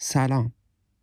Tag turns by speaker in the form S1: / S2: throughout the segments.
S1: سلام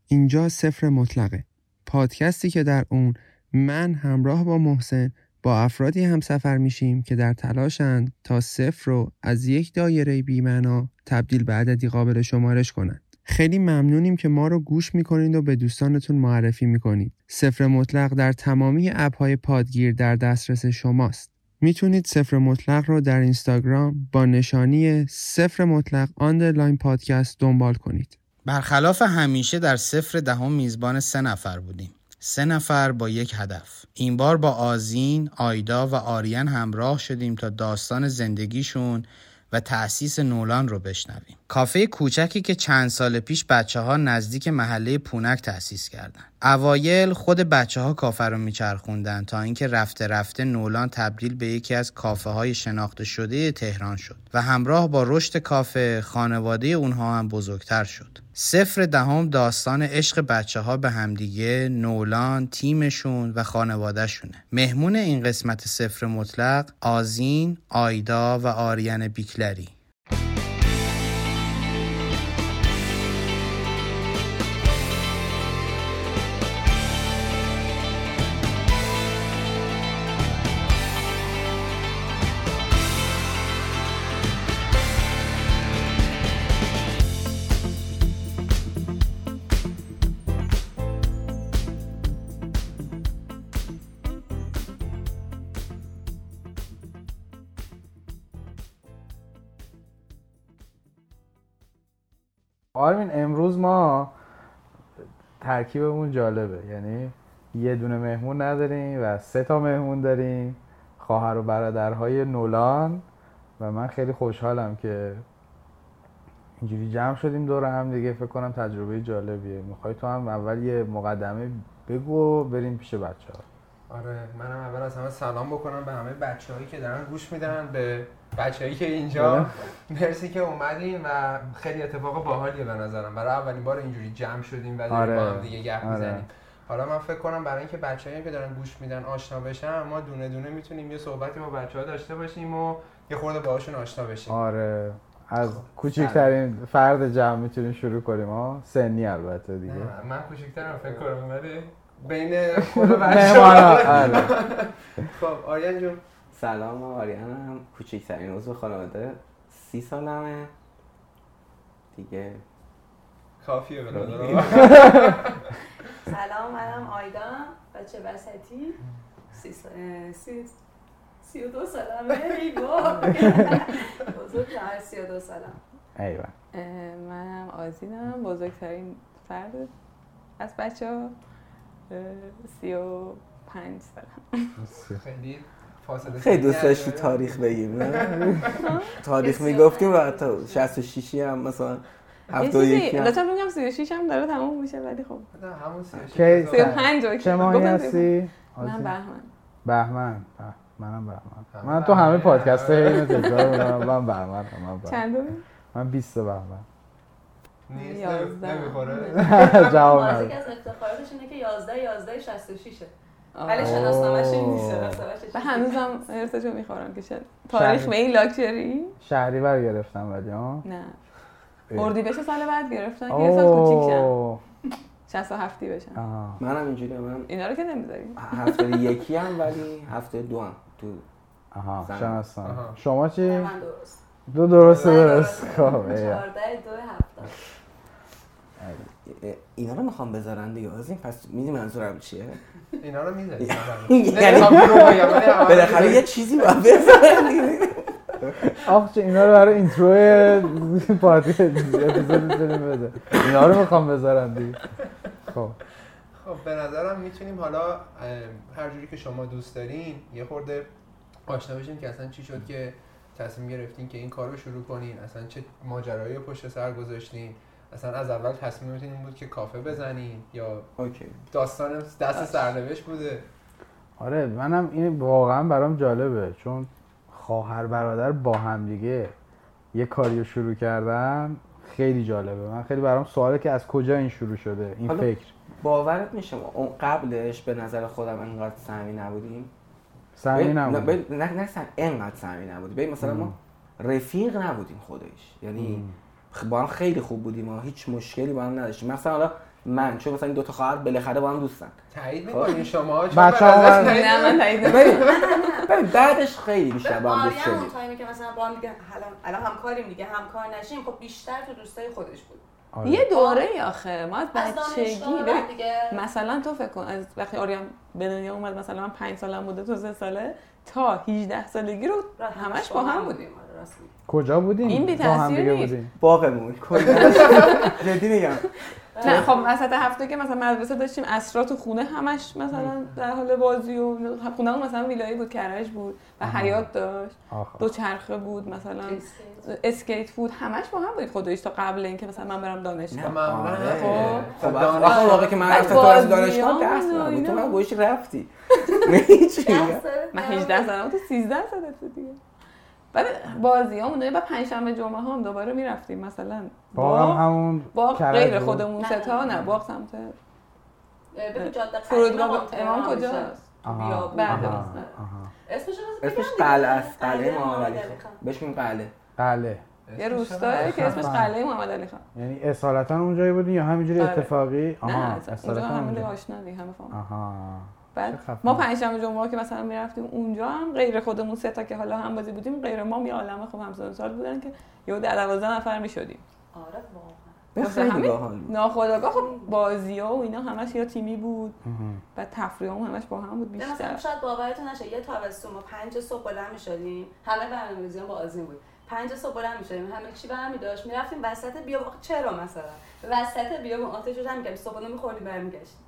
S1: اینجا صفر مطلقه پادکستی که در اون من همراه با محسن با افرادی همسفر میشیم که در تلاشند تا صفر رو از یک دایره بیمعنا تبدیل به عددی قابل شمارش کنند خیلی ممنونیم که ما رو گوش میکنید و به دوستانتون معرفی میکنید صفر مطلق در تمامی اپهای پادگیر در دسترس شماست میتونید صفر مطلق رو در اینستاگرام با نشانی صفر مطلق آندرلاین پادکست دنبال کنید
S2: برخلاف همیشه در صفر دهم میزبان سه نفر بودیم. سه نفر با یک هدف. این بار با آزین، آیدا و آریان همراه شدیم تا داستان زندگیشون و تأسیس نولان رو بشنویم. کافه کوچکی که چند سال پیش بچه ها نزدیک محله پونک تأسیس کردن. اوایل خود بچه ها کافه رو میچرخوندن تا اینکه رفته رفته نولان تبدیل به یکی از کافه های شناخته شده تهران شد و همراه با رشد کافه خانواده اونها هم بزرگتر شد. صفر دهم داستان عشق بچه ها به همدیگه، نولان، تیمشون و خانوادهشونه. مهمون این قسمت صفر مطلق آزین، آیدا و آریان بیکلری.
S3: آرمین امروز ما ترکیبمون جالبه یعنی یه دونه مهمون نداریم و سه تا مهمون داریم خواهر و برادرهای نولان و من خیلی خوشحالم که اینجوری جمع شدیم دور هم دیگه فکر کنم تجربه جالبیه میخوای تو هم اول یه مقدمه بگو و بریم پیش بچه ها
S4: آره منم اول از همه سلام بکنم به همه بچه که دارن گوش میدن به بچه که اینجا
S3: بله.
S4: مرسی که اومدین و خیلی اتفاق باحالیه به نظرم برای اولین بار اینجوری جمع شدیم و داریم
S3: آره.
S4: با هم دیگه گپ
S3: آره.
S4: میزنیم حالا من فکر کنم برای اینکه بچه‌ای که دارن گوش میدن آشنا بشن ما دونه دونه میتونیم یه صحبتی با بچه ها داشته باشیم و یه خورده باهاشون آشنا بشیم
S3: آره از کوچکترین فرد جمع میتونیم شروع کنیم ها سنی البته دیگه
S4: نه، من کوچیک‌ترم فکر کنم ولی بین خود
S3: مهمانا،
S4: بچه‌ها
S3: آره.
S4: خب آریان جون
S5: سلام من آریانم کوچکترین عضو خانواده سی سالمه دیگه
S4: کافیه به نظرم
S6: سلام منم آیدام بچه وسطی سی, س... اه، سی... سی و دو سالمه ای بابا. بزرگ نهار سی و دو سالم
S3: ایوه
S7: اه، منم آزینم بزرگترین فرد از بچه ها سی و پنج سالم
S4: خیلی فاصله
S5: خیلی دوست
S4: سنی
S5: داشتی
S4: نداره.
S5: تاریخ بگیم نه تاریخ
S6: بسیار.
S5: میگفتیم و حتی 66 هم مثلا
S7: یه
S5: 71
S7: چیزی
S5: هم
S7: لطفا بگم 36 هم داره تموم میشه ولی خب
S4: نه، همون سی و شش
S3: کی
S4: بذار.
S7: 35 اوکی.
S3: چه ماهی
S7: گفتم 35.
S3: هستی؟
S7: من
S3: آزین؟
S7: بهمن
S3: بهمن به- منم بهمن
S4: هم
S3: من تو همه
S4: بهمن.
S3: پادکست ها اینو تکرار می‌کنم. من بهمن هم، من بهمن
S7: چندم
S3: من 20 بهمن
S4: نیست
S7: یازده.
S4: نمیخوره
S3: جواب
S6: بازی
S3: نداد
S6: که از افتخاراتش اینه که 11 11 66 ولی
S7: آه.
S6: شناسنامه‌ش این نیست
S3: اوه.
S6: شناسنامه‌ش
S7: و
S6: چیزی.
S7: هنوزم ارتشو میخورم که شد تاریخ
S3: شهر.
S7: به این لاکچری
S3: شهری بر گرفتم ولی ها
S7: نه
S3: اه.
S7: اردیبهشت سال بعد گرفتن که یه سال
S3: Oh.
S7: کوچیک شم
S3: اوه.
S7: 67 بشم
S3: آها.
S5: منم اینجوری من
S7: اینا رو که نمیذاریم
S5: هفته یکی هم ولی هفته دو هم تو
S3: آها
S5: زن.
S3: شناسنامه
S4: آها.
S3: شما چی؟
S6: من درست
S3: دو درست
S6: من
S3: درست خب ایوه.
S6: 14 دو هفتاد
S5: اینا رو میخوام بذارن دیگه از این پس میدی منظورم چیه
S4: اینا رو میزنی
S5: یعنی-
S4: خب،
S5: بالاخره یه چیزی باید بذارن دیگه.
S3: آخ چه اینا رو برای اینترو پادکست اپیزود میتونیم بده اینا رو میخوام بذارم دیگه خب
S4: خب به نظرم میتونیم حالا ام، هر جوری که شما دوست دارین یه خورده آشنا بشیم که اصلا چی شد که تصمیم گرفتین که این کار رو شروع کنین اصلا چه ماجرایی رو پشت سر گذاشتین اصلا از اول تصمیمتون این بود که کافه بزنین یا
S5: اوکی
S4: داستان دست سرنوشت بوده
S3: آره منم این واقعا برام جالبه چون خواهر برادر با هم دیگه یه کاری رو شروع کردن خیلی جالبه من خیلی برام سواله که از کجا این شروع شده این
S5: حالا-
S3: فکر
S5: باورت میشه ما اون قبلش به نظر خودم انقدر سمی نبودیم
S3: سمی
S5: ببین،
S3: نبود
S5: نه, ببین، نه نه سم- انقدر صمیمی نبودیم ببین مثلا ما رفیق نبودیم خودش یعنی خ- با هم خیلی خوب بودیم ما هیچ مشکلی با هم نداشتیم مثلا حالا من چون مثلا این دو تا خواهر بالاخره با هم دوستن
S4: تایید
S5: خب.
S4: میکنین شما ها؟ چون
S3: بچه‌ها
S4: به نظر
S3: من-
S4: تایید
S7: نه من تایید نمی‌کنم.
S5: ببین ببین، بعدش خیلی بیشتر با هم دوست
S6: آریم
S5: شدیم
S6: اون تایمی که مثلا با هم دیگه الان- الان همکاریم دیگه همکار نشیم خب بیشتر تو دوستای خودش بود
S3: آره.
S7: یه دوره آخه ما از
S6: از
S7: بچگی
S6: دانشگاه به
S7: ببین،
S6: بعد دیگه
S7: مثلا تو فکر کن از وقتی آریام به دنیا اومد مثلا من پنج سالم بوده تو سه ساله تا 18 سالگی رو همش با هم بودیم
S6: آره، راست میگی.
S3: کجا بودیم
S7: این بی
S3: با هم
S7: تأثیر
S3: دیگه
S7: نیست.
S3: بودیم
S5: باغمون کلا جدی میگم
S7: نه
S3: آره.
S7: خب وسط هفته که مثلا مدرسه داشتیم اسرا تو خونه همش مثلا
S3: آره.
S7: در حال بازی و خونه مثلا ویلایی بود کرج بود و حیات داشت
S3: آخ،
S7: دو چرخه بود مثلا اسکیت بود همش با هم بود خودش تا قبل اینکه مثلا من برم
S4: نه،
S7: دانشگاه
S4: معمولا
S5: آره.
S4: خب،
S5: خب
S4: دانش-
S5: آخه اون موقع که من
S7: بعد
S5: رفتم تو از
S7: بازی
S5: دانشگاه
S7: ها
S5: دست
S7: و
S5: نبود تو
S7: اینا.
S5: من گوش رفتی هیچی
S6: ده
S5: میگم.
S6: ساله
S7: من
S6: بودم.
S7: 18 سالم تو 13 سالت بود دیگه بعد بازی همون و بعد پنجشنبه جمعه هم دوباره میرفتیم مثلا
S3: با
S7: باغ-
S3: هم همون
S7: باغ
S3: کرج
S7: غیر
S3: بود.
S7: خودمون
S6: نه.
S7: ستا نه باغ سمت
S6: اه، بگو جاده
S7: فرودگاه
S6: قدیم
S7: امام بله.
S6: همیشه.
S7: کجاست
S3: آها،
S6: بیابون.
S7: بعد
S3: آها،
S7: راست.
S3: آها.
S6: اسمش رو بگم
S5: اسمش
S6: دیگه.
S5: قلعه است قلعه محمد
S6: محمدعلی
S5: علی
S6: خان.
S5: خان بهش میگن قلعه
S3: بله
S7: یه
S4: اسمش
S7: روستایی
S4: چقدر؟
S7: که اسمش
S3: خفن.
S7: قلعه محمد علی خان
S3: یعنی اصالتا اونجایی بودیم یا همینجوری
S7: آره.
S3: اتفاقی
S7: نه اونجا
S3: اصالتا
S7: همه
S3: اونجا.
S7: آشنا دیگه همه فامیل
S3: آها چه
S7: بعد
S3: خفن.
S7: ما پنجشنبه جمعه که مثلا میرفتیم اونجا هم غیر خودمون سه تا که حالا هم بازی بودیم غیر ما هم یه عالمه خب همسن سال بودن که یهو در 12 نفر میشدیم
S6: آره واقعا
S5: به
S7: واسه
S5: خیلی
S7: همین؟
S5: باحال بود
S7: ناخداگاه خب بازی ها و اینا همش یا تیمی بود
S3: مهم.
S7: و تفریح هم همش با هم
S6: نه،
S7: بود
S6: مثلا
S7: بیشتر
S6: شاید باورتون نشه یه تابستون ما پنج صبح بلند می‌شدیم همه برنامه‌ریزیام با آزمین بود پنج صبح بلند می‌شدیم همه چی برمی داشت میرفتیم وسط بیابون آخه چرا مثلا وسط بیابون آتش رو می‌کردیم صبحونه می‌خوردیم برمیگشتیم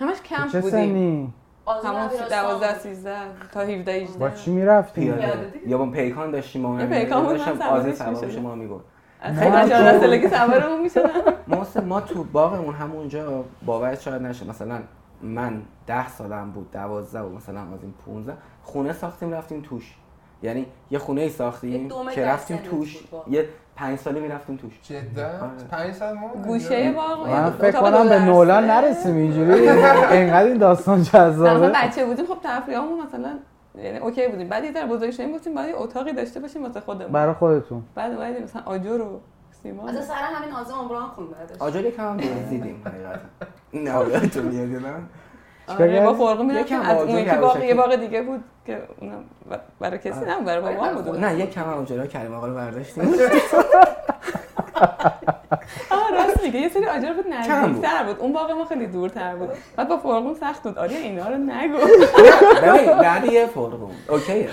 S7: همش
S3: چه
S7: کمپ بودیم
S3: سنی
S6: آزمین
S7: همون
S6: امیرآسمان
S7: 12 13 تا 17
S3: با
S7: 18
S3: چی میرفتیم
S6: پیاده
S5: پیاده
S6: دیگه.
S5: یا با پیکان داشتیم ما
S7: یه
S5: هم
S7: پیکان بود، من
S5: داشتم
S7: سوارش
S5: آزی سوار
S7: می‌شدم.
S5: شما میبرد
S7: از
S3: نه.
S7: 13 14 سالگی سوارمون میشدن
S5: ما واسه- ما تو باغمون همونجا باورت شاید نشه مثلا من ده سالم بود دوازده و مثلا از این 15 خونه ساختیم رفتیم توش یعنی یه خونه ای
S6: یه
S5: ساختیم
S6: دومه
S5: که
S6: در
S5: رفتیم
S6: سنت
S5: توش
S6: بود باغ.
S5: یه پنج ساله میرفتیم توش
S4: جدا
S5: آره.
S4: پنج سال ما بودیم.
S7: گوشه باغ
S3: من
S7: اتاق
S3: فکر
S7: دو
S3: کنم به
S7: درسه.
S3: نولان نرسیم اینجوری انقدر این داستان
S7: مثلا
S3: جذابه
S7: بچه بودیم خب تفریحمون مثلا یعنی اوکی بودیم بعد یه ذره بزرگ شدیم گفتیم باید یه اتاقی داشته باشیم واسه خودمون
S3: برای خودتون
S7: بعد اومدیم مثلا آجر و سیمان
S6: از سر همین آزم عمران خون برداشت
S5: آجر یکم هم دزدیدیم حقیقتا نه آره، تو میادی نه
S3: چیکار
S7: آره
S3: کردی؟
S7: با فرقه میرفتیم
S5: یکم
S7: از
S5: آجر
S7: اون یکی
S5: یواش
S7: باغ یه
S5: یکی.
S7: باغ دیگه بود که اونم ب- برای کسی
S5: آره.
S7: نم برای بابا بود اون.
S5: نه یک کم هم آجرها کردیم آقا رو برداشتیم
S7: آه راست میگه یه سری آجر بود
S5: کم بود.
S7: نزدیکتر بود اون باغ ما خیلی دورتر بود بعد با فرقون سخت بود آره اینا رو نگو
S5: ببین بعد یه فرقون اوکیه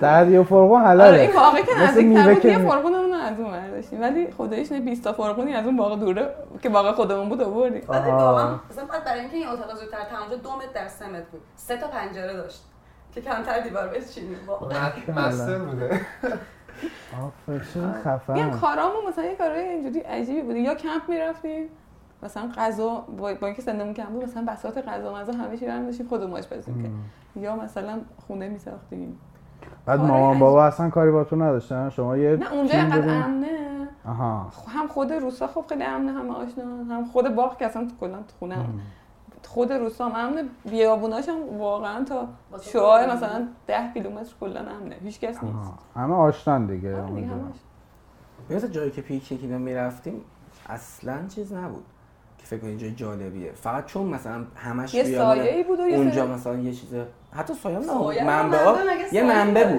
S3: در یه فرقون
S7: آره این
S3: حلاله
S7: باغه که
S3: بله. مثل
S7: نزدیکتر
S3: میوه
S7: بود
S3: که
S7: یه
S3: می-
S7: فرقون اون رو از اون برداشتیم ولی خدایش نه 20 تا فرقونی از اون باغ دوره که باغ خودمون بود آوردیم
S6: بعد
S3: آها.
S6: واقعا مثلا بعد برای اینکه این اتاق زودتر تمام شد دو متر در سه متر بود سه تا پنجره داشت که کمتر دیوار بچینیم واقعا
S4: م- مستر بوده
S3: آفه چه
S7: میگم
S3: خفن
S7: کارامون مثلا یه کارهای اینجوری عجیبی بوده یا کمپ میرفتیم مثلا غذا با, با اینکه سنمون کم بود مثلا بساط غذا مزه همه چی برمی داشتیم خودمون آشپزی می‌کردیم یا مثلا خونه میساختیم
S3: بعد
S7: کارهای
S3: مامان
S7: عجیب.
S3: بابا اصلا کاری باتون نداشتن شما یه
S7: نه اونجا
S3: تیم
S7: اینقدر
S3: بودین؟
S7: امنه
S3: آها
S7: خب هم خود روسا خب خیلی امنه هم آشنا هم خود باغ که اصلا کلا تو خونه هم. خود روسا هم امنه بیابوناش هم واقعا تا
S6: واسه
S7: شعاع
S6: خودمون.
S7: مثلا 10 کیلومتر کلا امنه هیچکس نیست
S3: آها. همه آشنان دیگه
S7: آره دیگه،
S3: اونجا.
S7: همه آشنا.
S5: مثل جایی که پیک کینا میرفتیم اصلا چیز نبود که فکر کنی اینجا جالبیه فقط چون مثلا همش
S7: یه
S5: بیابونه،
S7: سایه‌ای بود و یه
S5: اونجا
S7: سری-
S5: مثلا یه چیز حتی سایه هم نبود
S6: سایه هم
S5: منبع
S6: نبود، مگه
S5: یه
S6: سایه
S5: منبع
S6: داشت؟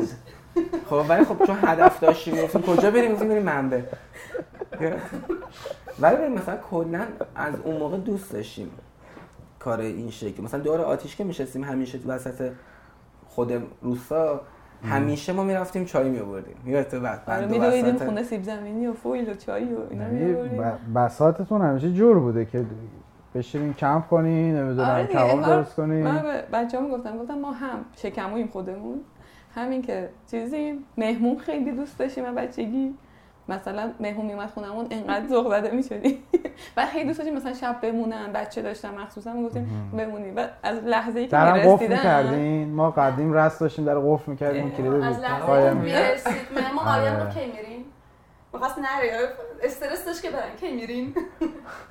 S5: بود خب ولی خب چون هدف داشتیم گفتیم کجا بریم گفتیم بریم منبع ولی بریم مثلا کلا از اون موقع دوست داشتیم کار این شکل مثلا دور آتیش که میشستیم همیشه تو وسط خود روستا همیشه ما میرفتیم چای میآوردیم یادت بعد
S7: آره می‌دویدیم خونه سیب زمینی و فویل و چای و اینا
S3: یعنی
S7: می‌آوردیم.
S3: ب- بساطتون همیشه جور بوده که بشینین کمپ کنین نمیدونم
S7: آره دیگه،
S3: کباب
S7: انگار
S3: درست
S7: من
S3: کنین
S7: به بچه هم گفتم گفتم ما هم شکموییم خودمون همین که چیزی مهمون خیلی دوست داشتیم از بچگی مثلا مهمون میومد خونمون انقدر ذوق زده میشدیم و خیلی دوست داشتیم مثلا شب بمونن بچه داشتم مخصوصا میگفتیم بمونیم و از لحظه ای که
S3: درم قفل
S7: میرسیدیم
S3: میکردین ما قدیم رست داشتیم در قفل میکردیم
S7: اه.
S3: کلید
S6: از لحظه
S3: قایم.
S6: که میرسید مهمون آریان
S3: آره.
S6: گفت کی میریم میخواست نره آره، استرس داشت که برن کی میریم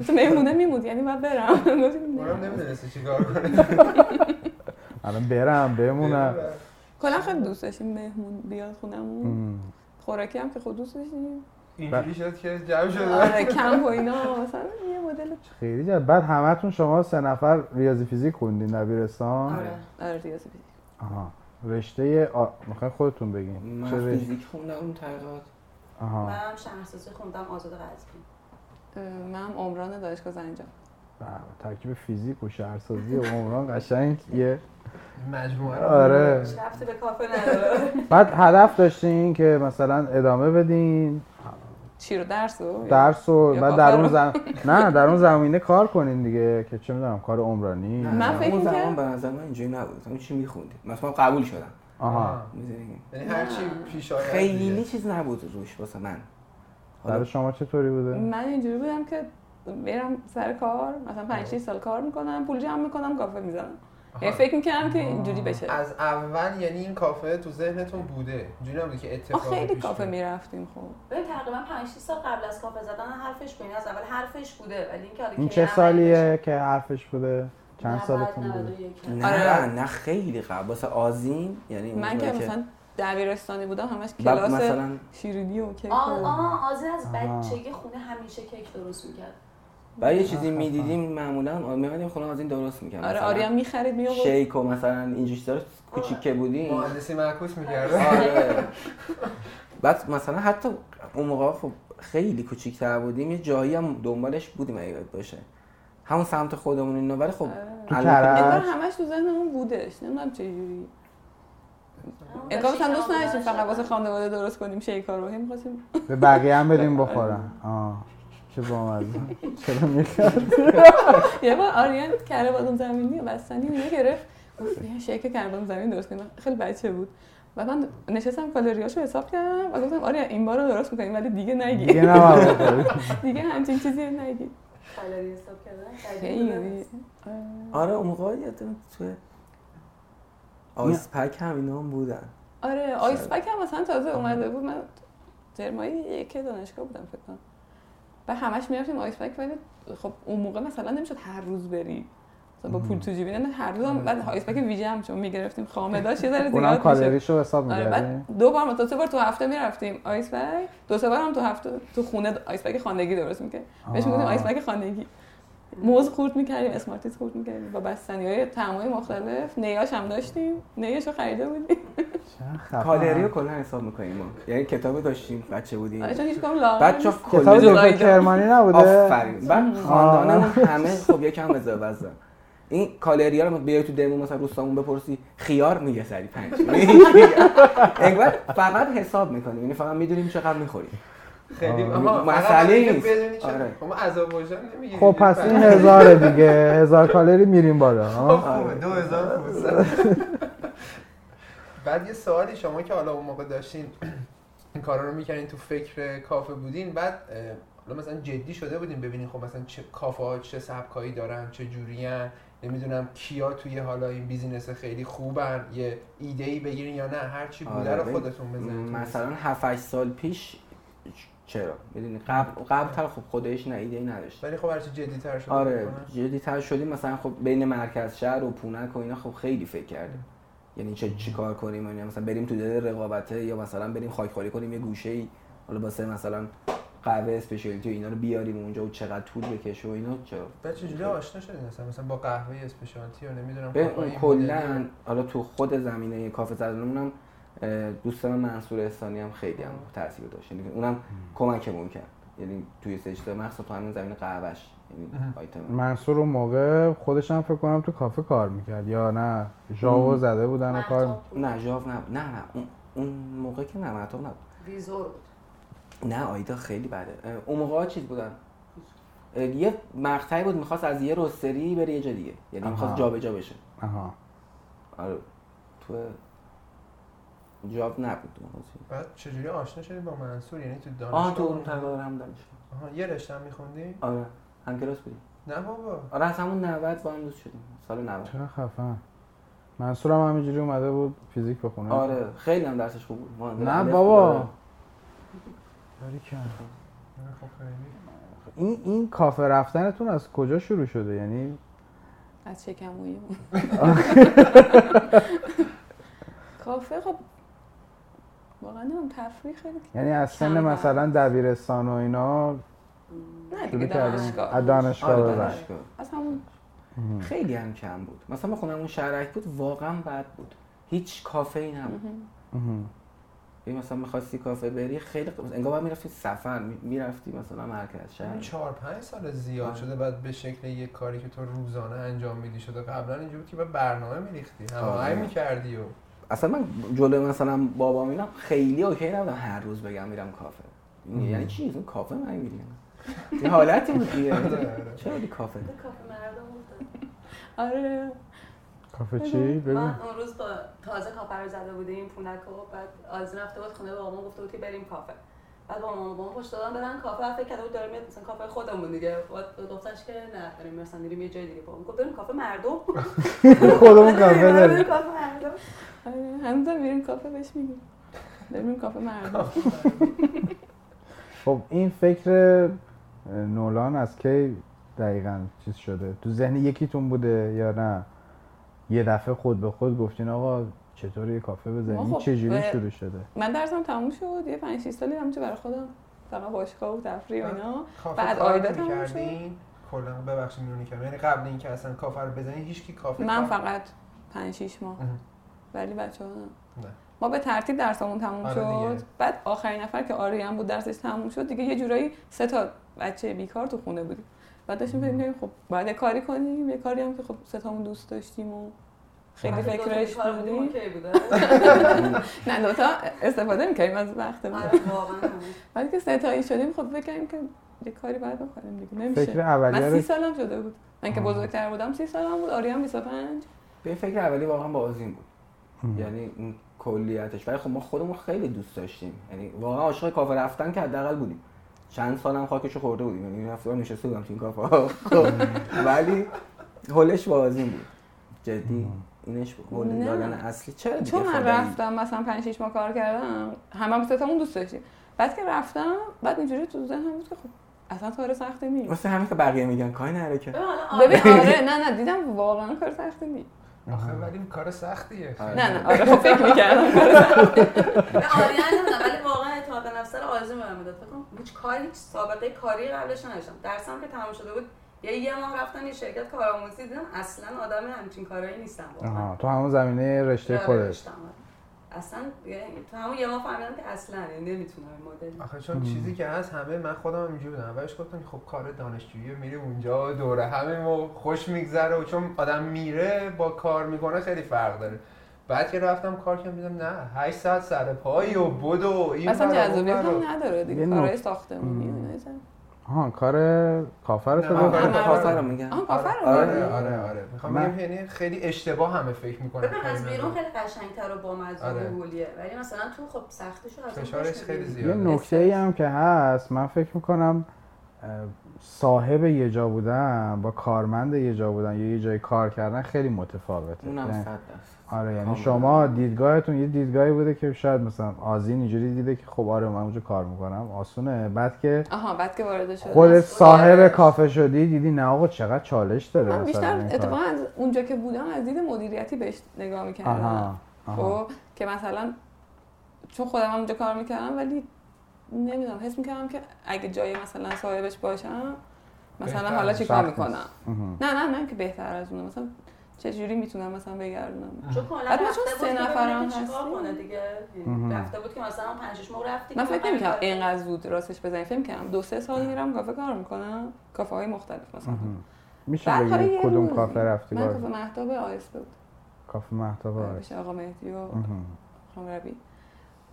S7: مهمونه میمود یعنی من برم گفتیم نه.
S4: اونم نمیدونسته چیکار کنه
S3: الان برم بمونم
S7: کلا خیلی دوست داشتیم مهمون بیاد خونمون
S3: مم.
S7: خوراکی هم که خود دوست داشتیم
S4: اینجوری شد که جو شد
S7: آره کمپ و اینا مثلا یه مدل
S3: خیلی جد بعد همتون شما سه نفر ریاضی فیزیک خوندین دبیرستان
S6: آره
S7: آره ریاضی فیزیک
S3: آها رشته آ... میخواین خودتون بگین چه
S5: من
S3: رشته
S5: فیزیک خوندم اون تقریبات
S3: آها
S6: منم شهرسازی خوندم آزاد قزوین
S7: اه، من عمران دانشگاه زنجان
S3: بله، ترکیب فیزیک و شهرسازی و عمران قشنگ یه
S4: مجموعه رو
S3: آره
S6: هیچ رفتی به کافه نداره
S3: بعد هدف داشتین که مثلا ادامه بدین
S7: چی رو درس رو
S3: درس و
S7: یا
S3: بعد
S7: کافه
S3: در اون
S7: رو.
S3: زم... نه در اون زمینه کار کنین دیگه که چه میدونم کار عمرانی
S7: من
S5: نه،
S7: فکر
S5: اون زمان
S7: می‌کردم-
S5: به نظر من اینجوری نبود اون چی میخوندی مثلا قبول شدم
S3: آها
S5: می‌دونی؟
S4: یعنی هرچی پیش آید دیگه.
S5: خیلی چیز نبود روش واسه من حالا-
S3: در شما چطوری بوده
S7: من اینجوری بودم که برم سر کار مثلا 5 6 سال کار میکنم پول جمع میکنم کافه میزنم یعنی فکر میکردم که اینجوری بشه
S4: از اول یعنی این کافه تو ذهنتون بوده اینجوری نبوده که
S7: ما
S4: اتفاقی
S7: خیلی
S4: پیش
S7: کافه
S4: بیاد.
S7: میرفتیم خب
S6: ببین تقریبا 5 6 سال قبل از کافه زدن حرفش بین از اول حرفش بوده ولی اینکه حالا
S3: این
S6: کی
S3: چه
S6: عمل
S3: سالیه
S6: بشه؟
S3: که حرفش بوده چند
S6: 90
S3: سالتون بوده
S6: 91.
S5: نه
S7: آره.
S5: نه خیلی قبل واسه آزین یعنی
S7: من که
S5: اونجوری
S7: مثلا دبیرستانی بودم همش
S5: بعد
S7: کلاس
S5: مثلا
S7: شیرینی و کیک
S6: آه
S7: و
S6: آه آزین از
S3: آها.
S6: بچگی خونه همیشه کیک درست میکرد
S5: بعد یه چیزی میدیدیم معمولا می‌مدیم خونه آزین درست می‌کرد
S7: آره
S5: مثلا
S7: آریا آره. میخرید میآورد
S5: شیک و مثلا اینجوری چیزا رو کوچیک که بودی
S4: مهندسی معکوس می‌کرده
S5: آره بعد مثلا حتی اون موقع خب خیلی کوچیک‌تر بودیم یه جایی هم دنبالش بودیم اگه یاد باشه همون سمت خودمون اینا ولی خب
S3: تو
S5: الان که-
S7: انگار
S3: کرج
S7: همش تو ذهنمون بودش نمیدونم چه جوری
S6: خب،
S7: انگار مثلا دوست نداشتیم فقط واسه خانواده درست کنیم شیکا رو هی می‌خواستیم
S3: به بقیه هم بدیم
S7: آره.
S3: بخورن آه چه بامزه چرا میخواد
S7: یه بار آریان کره بادام زمینی بستنی میگه گرفت گفت بیا شیک کره بادام زمین درست کنیم من خیلی بچه بود و من نشستم کالریاشو حساب کردم و گفتم آریا این بار رو درست میکنیم ولی دیگه نگی
S3: دیگه نباید بخوری.
S7: دیگه همچین چیزی رو نگی
S6: کالری حساب کردن
S7: خیلی
S5: آره اون موقع یادم توی آیس پک هم اینا هم بودن
S7: آره آیس پک هم مثلا تازه اومده بود من جرمایی یک دانشگاه بودم فکر کنم و همش میرفتیم آیس پک ولی خب اون موقع مثلا نمیشد هر روز بری مثلا با پول تو جیبی نه هر روز هم بعد آیس پک ویژه هم چون میگرفتیم خامه داشت یه ذره
S3: اونم
S7: زیاد می‌شد.
S3: کالریشو حساب
S7: آره
S3: میگردیم
S7: بعد دو بار مثلا سه بار تو هفته میرفتیم آیس بگ دو سه بار هم تو هفته تو خونه آیس بگ خانگی درست میکرد بهش میگفتیم
S3: آه.
S7: آیس بگ خانگی موز خورد میکردیم اسمارتیز خورد میکردیم با بستنی های تعمای مختلف نیاش هم داشتیم نیاش رو خریده بودیم
S5: کالری رو کلا حساب می‌کنیم ما یعنی کتاب داشتیم بچه بودیم
S7: آره چون هیچ کدوم لاغر
S5: بچه
S7: نیست.
S3: کتاب
S5: کلی
S3: دکتر
S7: جدایی دارم.
S3: کرمانی نبوده
S5: آفرین بعد خاندانمون همه خب یکم وزه وزه این کالری ها رو بیای تو دمو مثلا روستامون بپرسی خیار میگه سری پنج انگار فقط حساب میکنیم یعنی فقط میدونیم چقدر میخوریم
S4: خیلی
S3: آه.
S4: آها، فقط
S5: مسئله
S4: اینکه
S5: نیست.
S4: بدونی چرا.
S5: آره.
S4: خب ما عذاب وجدان نمی‌گیریم. بله.
S3: خب پس این هزاره دیگه هزار کالری میریم بالا آه.
S5: آره.
S4: خوبه، 2500. بعد یه سوالی شما که حالا اون موقع داشتین این کارا رو میکنین تو فکر کافه بودین بعد اه، حالا مثلا جدی شده بودین ببینین خب مثلا چه کافه ها چه سبکایی دارن چه جورین نمیدونم کیا توی حالا این بیزینس خیلی خوبن یه ایده ای بگیرین یا نه هر چی بوده
S5: آره،
S4: رو
S5: ببین.
S4: خودتون بزنین
S5: مثلا 7 8 سال پیش چرا میدونی قبل قبلتر خب خودش نه ایده نداشت
S4: ولی خب هرچی جدی تر شده
S5: آره
S4: می‌کنن.
S5: جدی تر شدیم مثلا خب بین مرکز شهر و پونک و اینا خب خیلی فکر کردیم یعنی چه چیکار کنیم یعنی مثلا بریم تو دل رقابته یا مثلا بریم خاکخوری کنیم یه گوشه ای حالا واسه مثلا قهوه اسپشیالیتی و اینا رو بیاریم اونجا و چقدر طول بکشه و اینا چرا
S4: بعد چجوری آشنا شدین اصلا مثلا با قهوه اسپشیالتی و نمیدونم
S5: به
S4: کافه
S5: اون
S4: این
S5: کلا
S4: مدلی.
S5: حالا تو خود زمینه کافه زدنمون هم اه، دوست من منصور احسانی هم خیلی هم تاثیر داشت یعنی اونم کمکمون کرد یعنی توی سجده مخصوصا تو همین زمین قهوهش یعنی آیتم
S3: منصور اون موقع خودش هم فکر کنم تو کافه کار میکرد یا نه ژاو زده بودن و کار
S6: محتاب
S5: نه ژاو نه نه نه اون- اون موقع که نه معتاب نبود
S6: ویزور بود
S5: نه آیدا خیلی بده اه، اون موقع ها چیز بودن اه، یه مقطعی بود میخواست از یه رستری بره یه جا دیگه یعنی
S3: آها.
S5: میخواست جابجا بشه
S3: آها
S5: آره تو جاب نبود اون موقع.
S4: بعد چجوری آشنا شدین با منصور یعنی تو دانشگاه
S5: آه تو اون تقدار هم دانشگاه
S4: آها، یه رشته هم میخوندی؟
S5: آره هم کلاس بودیم
S4: نه بابا
S5: آره از همون 90 با هم دوست شدیم سال 90
S3: چرا خفن منصور هم همینجوری اومده بود فیزیک بخونه
S5: آره خیلی هم درسش خوب بود مهندس
S3: نه
S5: بود.
S3: بابا
S5: آره.
S3: باریکلا.
S4: نه، خب خیلی
S3: این این کافه رفتنتون از کجا شروع شده یعنی
S7: از شکمویی بود. کافه خب واقعا نمیدونم تفریح خیلی
S3: یعنی از سن
S7: کم
S3: مثلا دبیرستان و اینا
S7: نه
S3: شروع
S7: دیگه
S3: کردیم
S7: دانشگاه
S3: از دانشگاه
S5: آره،
S3: به بعد.
S5: دانشگاه.
S7: از همون
S5: خیلی هم کم بود مثلا من خونمون شهرک بود واقعا بد بود هیچ کافه ای نبود یعنی مثلا میخواستی کافه بری خیلی انگار باید میرفتی سفر می- میرفتی مثلا مرکز
S4: این
S5: شهر
S4: چهار پنج سال
S5: آره.
S4: زیاد شده بعد به شکل یک کاری که تو روزانه انجام میدی شده قبلا اینجوری بود که به برنامه میریختی همه
S5: آره.
S4: میکردی و
S5: اصلا من جلو مثلا بابا میرم خیلی اوکی نبودم هر روز بگم میرم کافه این یعنی چی اون کافه من میرم یه حالتی بود دیگه چرا دی کافه
S6: کافه مردم بود
S7: آره
S3: کافه چی بگو
S6: من اون روز با تازه کافه رو زده بودیم پونک و بعد آزی رفته بود خونه بابام گفته بود که بریم کافه بعد با مامان بابام پشت دادم برن کافه فکر کرده بود داره میاد مثلا کافه خودمون دیگه بعد گفتش که نه داریم مثلا میریم یه جای دیگه بابام گفت بریم کافه مردم
S3: خودمون کافه
S6: بریم
S3: داریم
S6: کافه مردم
S7: آره هنوز میریم کافه بهش میگیم بریم کافه مردم
S3: خب این فکر نولان از کی دقیقا چیز شده تو ذهن یکیتون بوده یا نه یه دفعه خود به خود گفتین آقا چطور یه کافه
S7: ما
S3: بزنیم این
S7: خب
S3: چجوری
S7: به-
S3: شروع شده
S7: من درسم تموم شد یه 5 6 سالی همونجا برای خودم فقط باشگاه و تفریح و اینا
S4: کافه
S7: بعد
S4: کار
S7: آیدا تموم
S4: می‌کردین؟ کلا ببخشید میونی که یعنی قبل اینکه اصلا کافه رو بزنی هیچ کی کافه
S7: من
S4: کار-
S7: فقط 5 6 ماه
S4: اه.
S7: ولی بچه ها نه
S4: نه.
S7: ما به ترتیب درسمون تموم
S4: آره دیگه.
S7: شد بعد آخرین نفر که آریان بود درسش تموم شد دیگه یه جورایی سه تا بچه بیکار تو خونه بودیم بعد داشتیم فکر می‌کردیم خب باید یه کاری کنیم یه کاری هم که خب سه تامون دوست داشتیم و خیلی
S4: آره.
S6: وقتی دوتا
S7: فکرش
S6: بیکار بودیم
S7: بودیم
S6: اوکی بوده
S7: نه دوتا استفاده می‌کردیم از وقتمون
S6: آره واقعا همین.
S7: بعد که ستایی شدیم خب فکر کردیم که یه کاری باید بکنیم دیگه
S3: فکر
S7: نمیشه
S3: اولیه
S7: من سی
S3: رو
S7: سالم شده بود من که بزرگتر بودم سی سالم بود آریان 25
S5: به این فکر اولی واقعا با آزین بود یعنی این کلیتش ولی خب ما خودمون خیلی دوست داشتیم یعنی واقعا عاشق کافه رفتن که حداقل بودیم چند سالم خاکشو خورده بودیم یعنی هفته بار نشسته بودم تو این کافه ها. خب، ولی هولش با آزین بود جدی اینش بود. هول
S7: نه.
S5: دادن اصلی چرا دیگه
S7: چون من
S5: خدایی؟
S7: رفتم مثلا 5 6 ماه کار کردم همه هم ستامون دوست داشتیم بعد که رفتم بعد اینجوری تو ذهنم بود که خب اصلا کار سختی نیست
S5: واسه همین که بقیه میگن کاری نره که
S6: ببین حالا آره.
S7: ببین آره نه نه دیدم واقعا کار سختی نیست
S4: آخه ولی کار سختیه
S5: آره.
S7: نه نه آره خب فکر می‌کردم کار سختی.
S6: به آریان نمیدونم ولی واقعا اعتماد به نفس رو آرزو می‌برم میداد فکر کنم هیچ کاری هیچ سابقه کاری قبلش نداشتم درسم که تمام شده بود یه یه ماه رفتن یه شرکت کارآموزی دیدم اصلا آدم همچین کارایی نیستم واقعا
S3: آها تو همون زمینه رشته
S6: آره،
S3: خودت
S6: رشتم. اصلا یعنی تو همون یه ماه فهمیدم که اصلا یعنی نمیتونم این مدل
S4: آخه چون چیزی که هست همه من خودم هم اینجوری بودم اولش گفتم که خب کار دانشجویی میریم اونجا دوره همه و خوش میگذره و چون آدم میره با کار میکنه خیلی فرق داره بعد که رفتم کار کردم دیدم نه 8 ساعت سر پایی و بدو و این
S7: اصلا
S4: ور و اون
S7: جذابیت
S4: ور و-
S7: هم نداره
S3: آره. یه
S7: دیگه
S3: نکته.
S7: کارهای ساختمونی یعنی و اینا.
S3: آها کار کافه رو
S4: نه،
S3: تو
S4: من
S3: گفتی؟
S5: من
S4: آره.
S5: کافه رو میگن
S7: آه کافر رو
S4: آره
S5: آره.
S4: آره آره میخوام
S3: من-
S4: بگم یعنی خیلی اشتباه همه فکر میکنن
S6: ببین از بیرون خیلی قشنگتر و بامزه
S4: آره.
S6: و گولیه ولی مثلا تو خب سختش رو از اون
S4: فشارش
S6: خوش
S4: خیلی
S6: می‌گیری.
S3: یه
S4: زیاده
S3: نکته ای هم که هست من فکر میکنم صاحب یه جا بودن با کارمند یه جا بودن یا یه جای کار کردن خیلی متفاوته
S5: اونم
S3: یعنی-
S5: صد درصد
S3: آره یعنی
S5: کاملا.
S3: شما دیدگاهتون یه دیدگاهی بوده که شاید مثلا آزین اینجوری دیده که خب آره من اونجا کار میکنم آسونه بعد که
S7: آها بعد که وارد شدم آره.
S3: خودت صاحب
S6: مسئولیتش.
S3: کافه شدی دیدی نه آقا چقدر چالش داره
S7: من
S3: مثلا
S7: بیشتر
S3: این کار.
S7: اتفاقا از اونجا که بودم از دید مدیریتی بهش نگاه میکردم
S3: آها آها.
S7: خب که مثلا چون خودم هم اونجا کار میکردم ولی نمیدونم حس میکردم که اگه جای مثلا صاحبش باشم مثلا
S4: بهتر،
S7: حالا چی کار
S3: سخت
S7: میکنم
S3: آها.
S7: نه نه نه که بهتر از اونم مثلا چجوری میتونم مثلا بگردونم
S6: چون کلا
S7: بعد ما
S6: رفته
S7: چون
S6: بود
S7: سه
S6: که ببینه
S7: نفرم
S6: که چیکار
S7: هستیم.
S6: کنه دیگه
S3: مهم.
S6: رفته بود که مثلا پنج شش ماه رفتی
S7: من
S6: که
S7: فکر
S6: من
S7: نمیکردم
S6: کاری
S7: اینقدر زود راستش بزنی فکر کردم دو سه سال میرم کافه کار میکنم کافه های مختلف مثلا
S3: میشه
S7: بعد حالا
S3: بگی
S7: یه
S3: کدوم
S7: روز
S3: کافه رفتی
S7: من
S3: بار
S7: کافه مهتاب آیسته بود
S3: کافه مهتاب آره.
S7: پیش آقا مهدی و
S3: آها.
S7: خانم ربی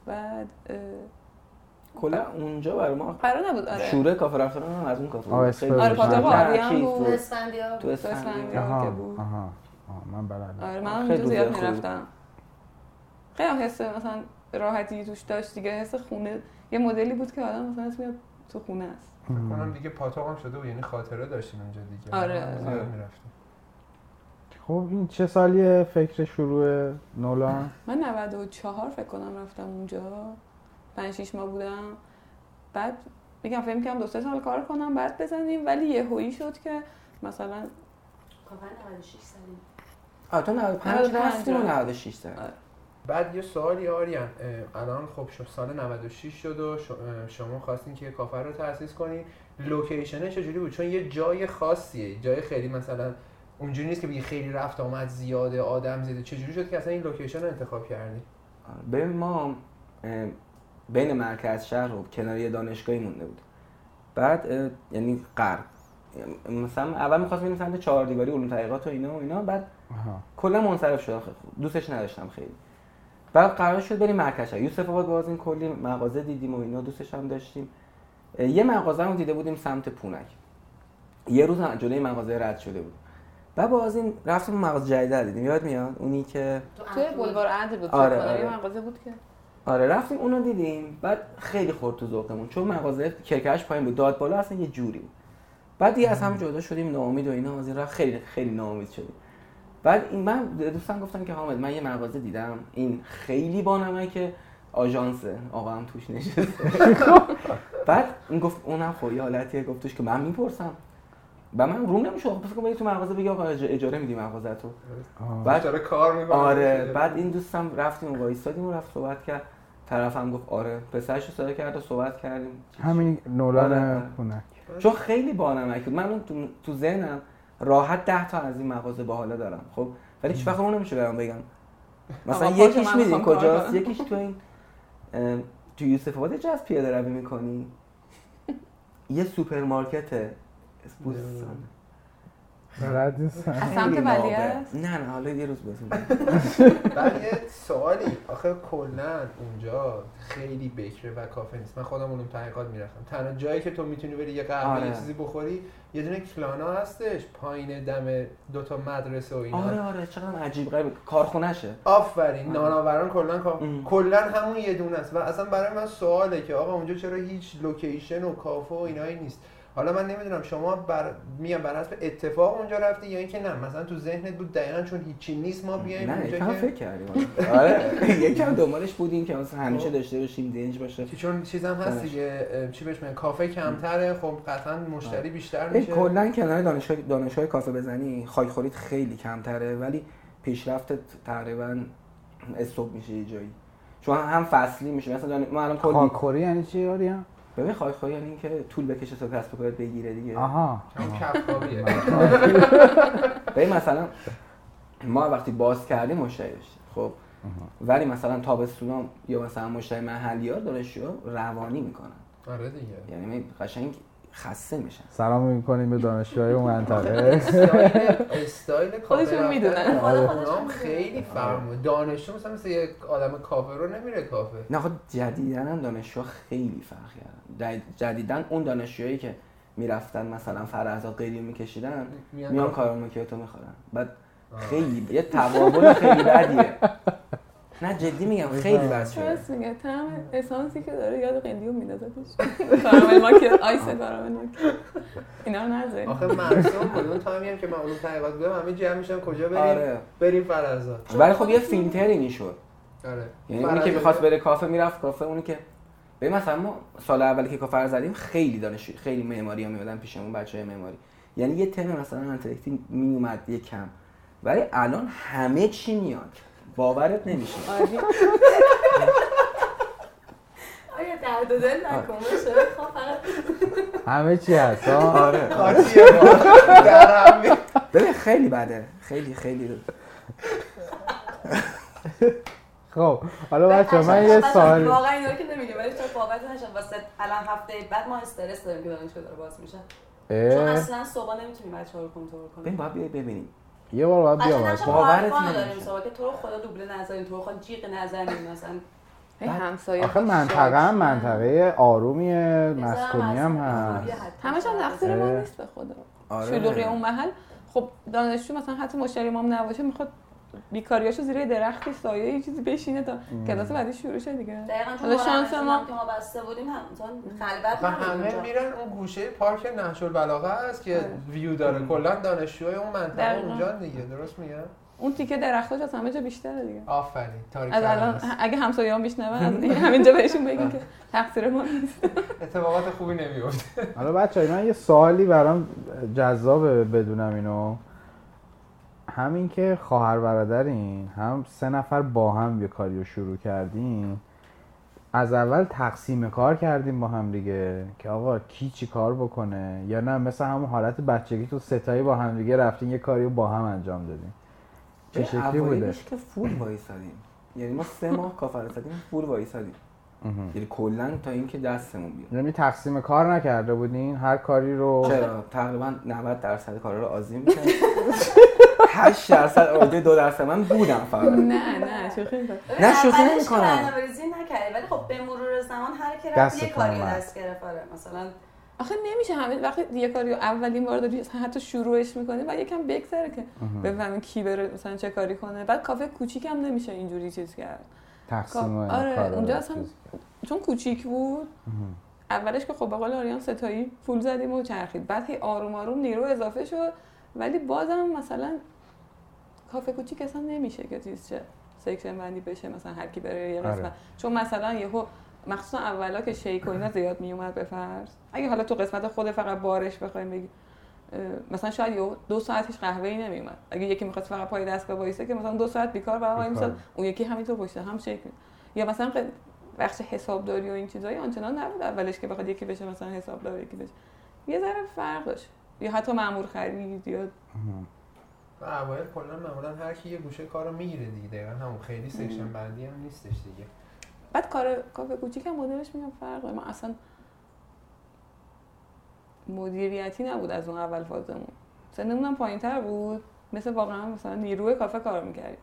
S7: بعد اه،
S5: کلا اونجا برای ما
S7: قرار نبود آره
S5: شوره کافه رفتن هم از اون کافه بود.
S3: آه،
S5: خیلی
S3: آره،
S5: دوست
S3: پاتوق
S5: داشتم.
S7: آبی هم
S5: نه، چیز
S7: بود.
S5: بود.
S6: اسفندیار
S5: تو
S7: اسفندیار.
S5: اسفندیار
S7: که
S3: آها
S7: بود.
S3: آها آه، من بله، بلدم
S7: آره من هم
S5: خیلی
S7: اونجا زیاد
S5: روزای خوبی.
S7: میرفتم خیلی هم حس مثلا راحتی توش داشت دیگه حس خونه یه مدلی بود که آدم مثلا حس میاد تو خونه است
S4: فکر کنم دیگه پاتوق هم شده بود یعنی خاطره داشتیم اونجا دیگه
S7: آره.
S4: زیاد می‌رفتیم.
S3: خب این چه سالیه فکر شروع نولان
S7: من 94 فکر کنم رفتم اونجا 5 6 ماه بودم بعد میگم فکر کنم دو سه سال کار کنم بعد بزنیم ولی یهویی شد که مثلا
S6: خب کافه 96 سالی
S5: آه تو 95
S7: 95
S5: رفتی و
S7: رفت.
S5: 96 سال
S7: آره.
S4: بعد یه سوالی آریان اه، الان خب شو- سال 96 شد و شو- اه، شما خواستین که کافر رو تأسیس کنین لوکیشنه چجوری بود چون یه جای خاصیه جای خیلی مثلا اونجوری نیست که بگی خیلی رفت آمد زیاده آدم زیاده چجوری شد که اصلا این لوکیشن رو انتخاب کردی
S5: ببین ما اه، بین مرکز شهر و کنار یه دانشگاهی مونده بود بعد اه، یعنی غرب مثلا اول میخواستم بریم سمت چهار دیواری علوم تحقیقات و اینا و اینا بعد
S3: آها.
S5: کلا منصرف شدم خیلی خوب. دوستش نداشتم خیلی بعد قرار شد بریم مرکز شهر یوسف آباد باز این کلی مغازه دیدیم و اینا دوستش هم داشتیم اه، یه مغازه رو دیده بودیم سمت پونک یه روز هم جلوی مغازه رد شده بود بعد باز این رفتیم مغازه جدیده دیدیم یاد میاد اونی که
S7: توی بلوار عدل بود
S5: آره،
S7: آره
S5: آره.
S7: یه مغازه بود که
S5: آره رفتیم اونو دیدیم بعد خیلی خورد تو ذوقمون چون مغازه کرکش پایین بود داد بالا اصلا یه جوری بود بعد دیگه از هم جدا شدیم ناامید و اینا از این راه خیلی خیلی ناامید شدیم بعد این من دوستم گفتم که حامد من یه مغازه دیدم این خیلی بانمه که آژانسه آقا هم توش نشسته بعد این گفت اونم خب یه حالتیه گفتش که من میپرسم و من روم نمیشه پس بگی تو مغازه بگی آقا اج- اجاره میدی مغازه تو
S3: آها.
S5: بعد
S4: داره کار میکنه
S5: آره بعد این دوستم رفتیم و وایستادیم و رفت صحبت کرد طرفم گفت آره پسرش رو صدا کرد و صحبت کردیم
S3: همین
S5: آره.
S3: نولان خونه
S5: چون خیلی بانمک بود من اون تو, تو ذهنم راحت ده تا از این مغازه باحالا دارم خب ولی هیچ وقت اون نمیشه برام بگم مثلا
S7: آقا، پاشو
S5: یکیش
S7: من
S5: میدین
S7: میخوام کار
S5: کجاست
S7: کنم.
S5: یکیش تو این اه، تو یوسف آباد چه از پیاده روی میکنی یه سوپرمارکت بوستان
S3: بلد نیستم
S7: از سمت
S5: خیلی
S7: ولیعصر؟
S5: نابه. نه نه حالا یه روز بهتون میگم.
S4: بعد یه سوالی آخه کلا اونجا خیلی بکره و کافه نیست من خودم علوم تحقیقات میرفتم تنها جایی که تو میتونی بری یه قهوه
S5: آره.
S4: یه چیزی بخوری یه دونه کلانا هستش پایین دم دوتا مدرسه و اینا
S5: آره آره چقدر عجیب غریب کارخونهشه
S4: آفرین ناناوران کلا
S5: آره. ام.
S4: کا- کلا همون یه دونه است و اصلا برای من سواله که آقا اونجا چرا هیچ لوکیشن و کافه و اینایی نیست حالا من نمیدونم شما بر میگم بر حسب اتفاق اونجا رفتی یا اینکه نه مثلا تو ذهنت بود دقیقا چون هیچی نیست ما بیایم
S5: نه
S4: اونجا
S5: یکم
S4: که
S5: فکر کردیم آره یکم دنبالش بودیم که مثلا همیشه
S4: خب.
S5: داشته باشیم دنج باشه
S4: که چون چیزم هست
S5: درست.
S4: دیگه اه، چی بهش میگن کافه کمتره خب قطعا مشتری
S5: آره.
S4: بیشتر
S5: این
S4: میشه
S5: کلا کنار دانشگاه دانشگاه کافه بزنی خاک خورید خیلی کمتره ولی پیشرفتت تقریبا استوب میشه یه جایی چون هم فصلی میشه مثلا دان- ما الان کلی
S3: خاکخوری یعنی چی آریان؟
S5: ببین خاک خوری یعنی اینکه طول بکشه تا کسب و کارت بگیره دیگه
S3: آها
S4: هم کفکاویه
S5: ببین مثلا ما وقتی باز کردیم مشتری داشتیم خب ولی مثلا تابستونا یا مثلا مشتری محلی ها دانشجو روانی میکنن
S4: آره دیگه
S5: یعنی می- قشنگ خسته میشن
S3: سلام میکنیم به دانشگاه اون منطقه
S4: استایل- استایل
S7: خودشون
S4: کافه
S7: میدونن.
S4: رفتن
S6: آره.
S4: اونام خیلی فرمو دانشجو مثلا مثل یک آدم کافه رو نمیره کافه
S5: نه خب جدیدن هم دانشجوها خیلی فرق کردن د- جدیدن اون دانشجوهایی که میرفتن مثلا فرعزا قلیون میکشیدن
S4: میان
S5: میان
S4: کافه.
S5: کارون مکیاتو میخورن بعد خیلی یه تقابل خیلی بدیه نه جدی میگم خیلی بد شده
S7: راست میگه طعم اسانسی که داره یاد قلیون میندازتش کارامل ماکت آیس کارامل ماکت اینا رو نذاری
S4: آخه مرسوم بود اون تایمی هم که من علوم تحقیقات بودم همه جمع میشن کجا بریم
S5: آره
S4: بریم فرزاد
S5: ولی خب یه فیلتری میشد
S4: آره
S5: یعنی اونی که
S4: فرزاد-
S5: میخواست بره کافه میرفت کافه اونی که به مثلا ما سال اولی که کافه رو زدیم خیلی دانش خیلی معماری ها میمدن پیشمون بچه های معماری یعنی یه تم مثلا انتلیکتی میومد یه کم ولی الان همه چی میاد باورت نمیشه
S7: عالی.
S6: آیا درد دل نکن باشه خب فقط
S3: همه چی هست ها
S5: آره
S4: قاطیه با در هم می-
S5: ببین خیلی بده خیلی خیلی
S3: خب حالا بچه من یه
S6: بابت-
S3: سال
S6: واقعا اینا رو که نمیگه ولی چون بابت نشد واسه الان هفته بعد ما استرس داریم که دانشگاه داره باز میشه چون اصلا صبح نمیتونیم بچه ها رو کنترل
S5: ببین
S6: کنیم
S5: باید بیای ببینیم
S3: یه بار باید
S6: قشنگ
S3: بیام
S6: نقش
S5: باورت
S6: پارکان داریم
S5: نمیشه.
S6: صبح که تو رو خدا دوبله نزنیم تو رو خدا جیغ نزنیم مثلا
S7: هی همسایه
S3: آخه منطقه هم منطقه آرومیه مسکونی هم
S6: خب،
S3: هست
S7: همش هم تقصیر ما نیست به خدا
S5: آره.
S7: شلوغی اون محل خب دانشجو مثلا حتی مشتری ما هم نباشه میخواد بیکاریاشو زیر یه درختی سایه یه چیزی بشینه تا کلاس بعدی شروع شه دیگه
S6: دقیقاً چون
S7: حالا شانس
S6: شانس
S7: ما-
S6: ما که ما بسته بودیم همون خلوت
S4: و
S6: نبود
S4: همه
S6: اونجا.
S4: میرن اون گوشه پارک نهج البلاغه هست که ویو داره کلا دانشجوهای اون منطقه
S7: آره. دقیقاً.
S4: اونجا دیگه درست میگم
S7: اون تیکه درختاش از همه جا بیشتره دیگه
S4: آفرین تاریک
S7: از الان
S4: سرماست.
S7: اگه همسایه هم بیشنون از این- همینجا بهشون بگین که تقصیر ما نیست
S4: اتفاقات خوبی نمیفته
S3: حالا بچه من یه سوالی برام جذابه بدونم اینو همین که خواهر برادرین هم سه نفر با هم بیکاری رو شروع کردیم از اول تقسیم کار کردیم با هم دیگه که آقا کی چی کار بکنه یا نه مثل همون حالت بچگی تو ستایی با هم دیگه رفتین یه کاری رو با هم انجام دادیم چه شکلی بوده
S5: اوایلش که فول وایسادیم یعنی ما سه ماه کافر زدیم فول وایسادیم یعنی کلا تا اینکه دستمون بیاد
S3: یعنی تقسیم کار نکرده بودین هر کاری رو
S5: چرا تقریبا 90 درصد کارا رو آزمین کرد 8 درصد آیده دو درصد من بودم فقط
S7: نه نه شوخی می‌کنم.
S5: نه، شوخی
S6: اولش که
S5: نمی‌کنم.
S6: برنامه‌ریزی نکردی ولی خب به مرور زمان هر کی رفت
S3: دستتون
S6: یه کاری رو
S3: اومد.
S6: دست گرفت آره مثلا
S7: آخه نمیشه همه وقتی یه کاری رو اولین بار داری حتی شروعش میکنی و یکم بگذره که بفهمی کی بره مثلا چه کاری کنه بعد کافه کوچیک هم نمیشه اینجوری چیز کرد
S3: تقسیم
S7: آره،
S3: کار
S7: اونجا اصلا چون کوچیک بود اولش که خب به قول آریان ستایی پول زدیم و چرخید بعد هی آروم آروم نیرو اضافه شد ولی بازم مثلا کافه کوچیک اصلا نمیشه که چیز چه سکشن بندی بشه مثلا هر کی بره یه
S3: آره.
S7: قسمت چون مثلا یهو مخصوصا اولا که شیک و اینا زیاد میومد به فرض اگه حالا تو قسمت خود فقط بارش بخوایم بگی اه، مثلا شاید یهو دو ساعت هیچ قهوه ای نمیومد اگه یکی میخواست فقط پای دستگاه وایسه که مثلا دو ساعت بیکار و
S3: بیکار.
S7: وای میساد اون یکی همینطور پشت هم شیک می- یا مثلا ق- بخش حسابداری و این چیزایی آنچنان نبود اولش که بخواد یکی بشه مثلا حسابدار یکی بشه یه ذره فرق داشت یا حتی مامور خرید یا
S4: و اوایل کلا معمولا هر کی یه گوشه کارو میگیره دیگه دقیقا همون خیلی سکشن بندی هم نیستش دیگه
S7: بعد کار کافه کوچیک هم مدلش میگم فرق داره. من اصلا مدیریتی نبود از اون اول فازمون سنمون هم پایین تر بود مثل واقعا مثلا نیروی کافه کار میکردیم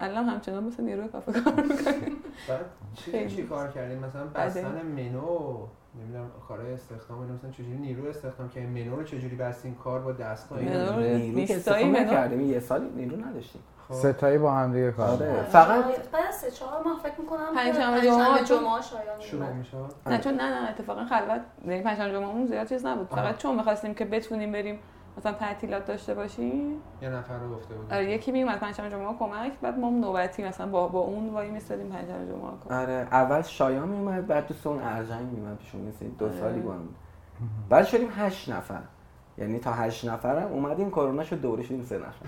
S7: الان همچنان مثل نیروی کافه کار میکنیم
S4: بعد چی,
S7: خیلی.
S4: چی کار کردین مثلا
S7: بله.
S4: بستن منو نمیدونم کارهای استخدام اینا مثلا چجوری نیرو استخدام که منو رو چجوری بستیم کار با دستگاه
S5: یعنی
S4: اینا.
S7: منو رو
S5: نیرو که
S7: بیستایی
S5: استفاده
S7: منو.
S5: نکردیم یه سال نیرو نداشتیم
S4: خب.
S3: ستایی با هم دیگه کار
S5: آره.
S3: می‌کردن.
S5: فقط-
S6: بعد از سه چهار ماه فکر می‌کنم که
S7: پنجشنبه، جمعه،
S6: پنجشنبه،
S7: چون-
S6: جمعه شایان
S4: شروع
S6: می‌اومد.
S4: میشه
S7: نه چون نه نه اتفاقا خلوت یعنی پنجشنبه جمعهمون زیاد چیز نبود
S4: آها.
S7: فقط چون میخواستیم که بتونیم بریم مثلا تعطیلات داشته باشیم
S4: یه نفر رو گفته بود
S7: آره یکی میومد پنجشنبه جمعه کمک بعد ما هم نوبتی مثلا با با اون وای میستادیم پنجشنبه جمعه کمک
S5: آره اول شایان میومد بعد دوست اون ارجنگ میومد پیشمون یه سری دو سالی با هم بود. بعد شدیم هشت نفر یعنی تا هشت نفرم اومدیم کرونا شد دوره شدیم سه نفر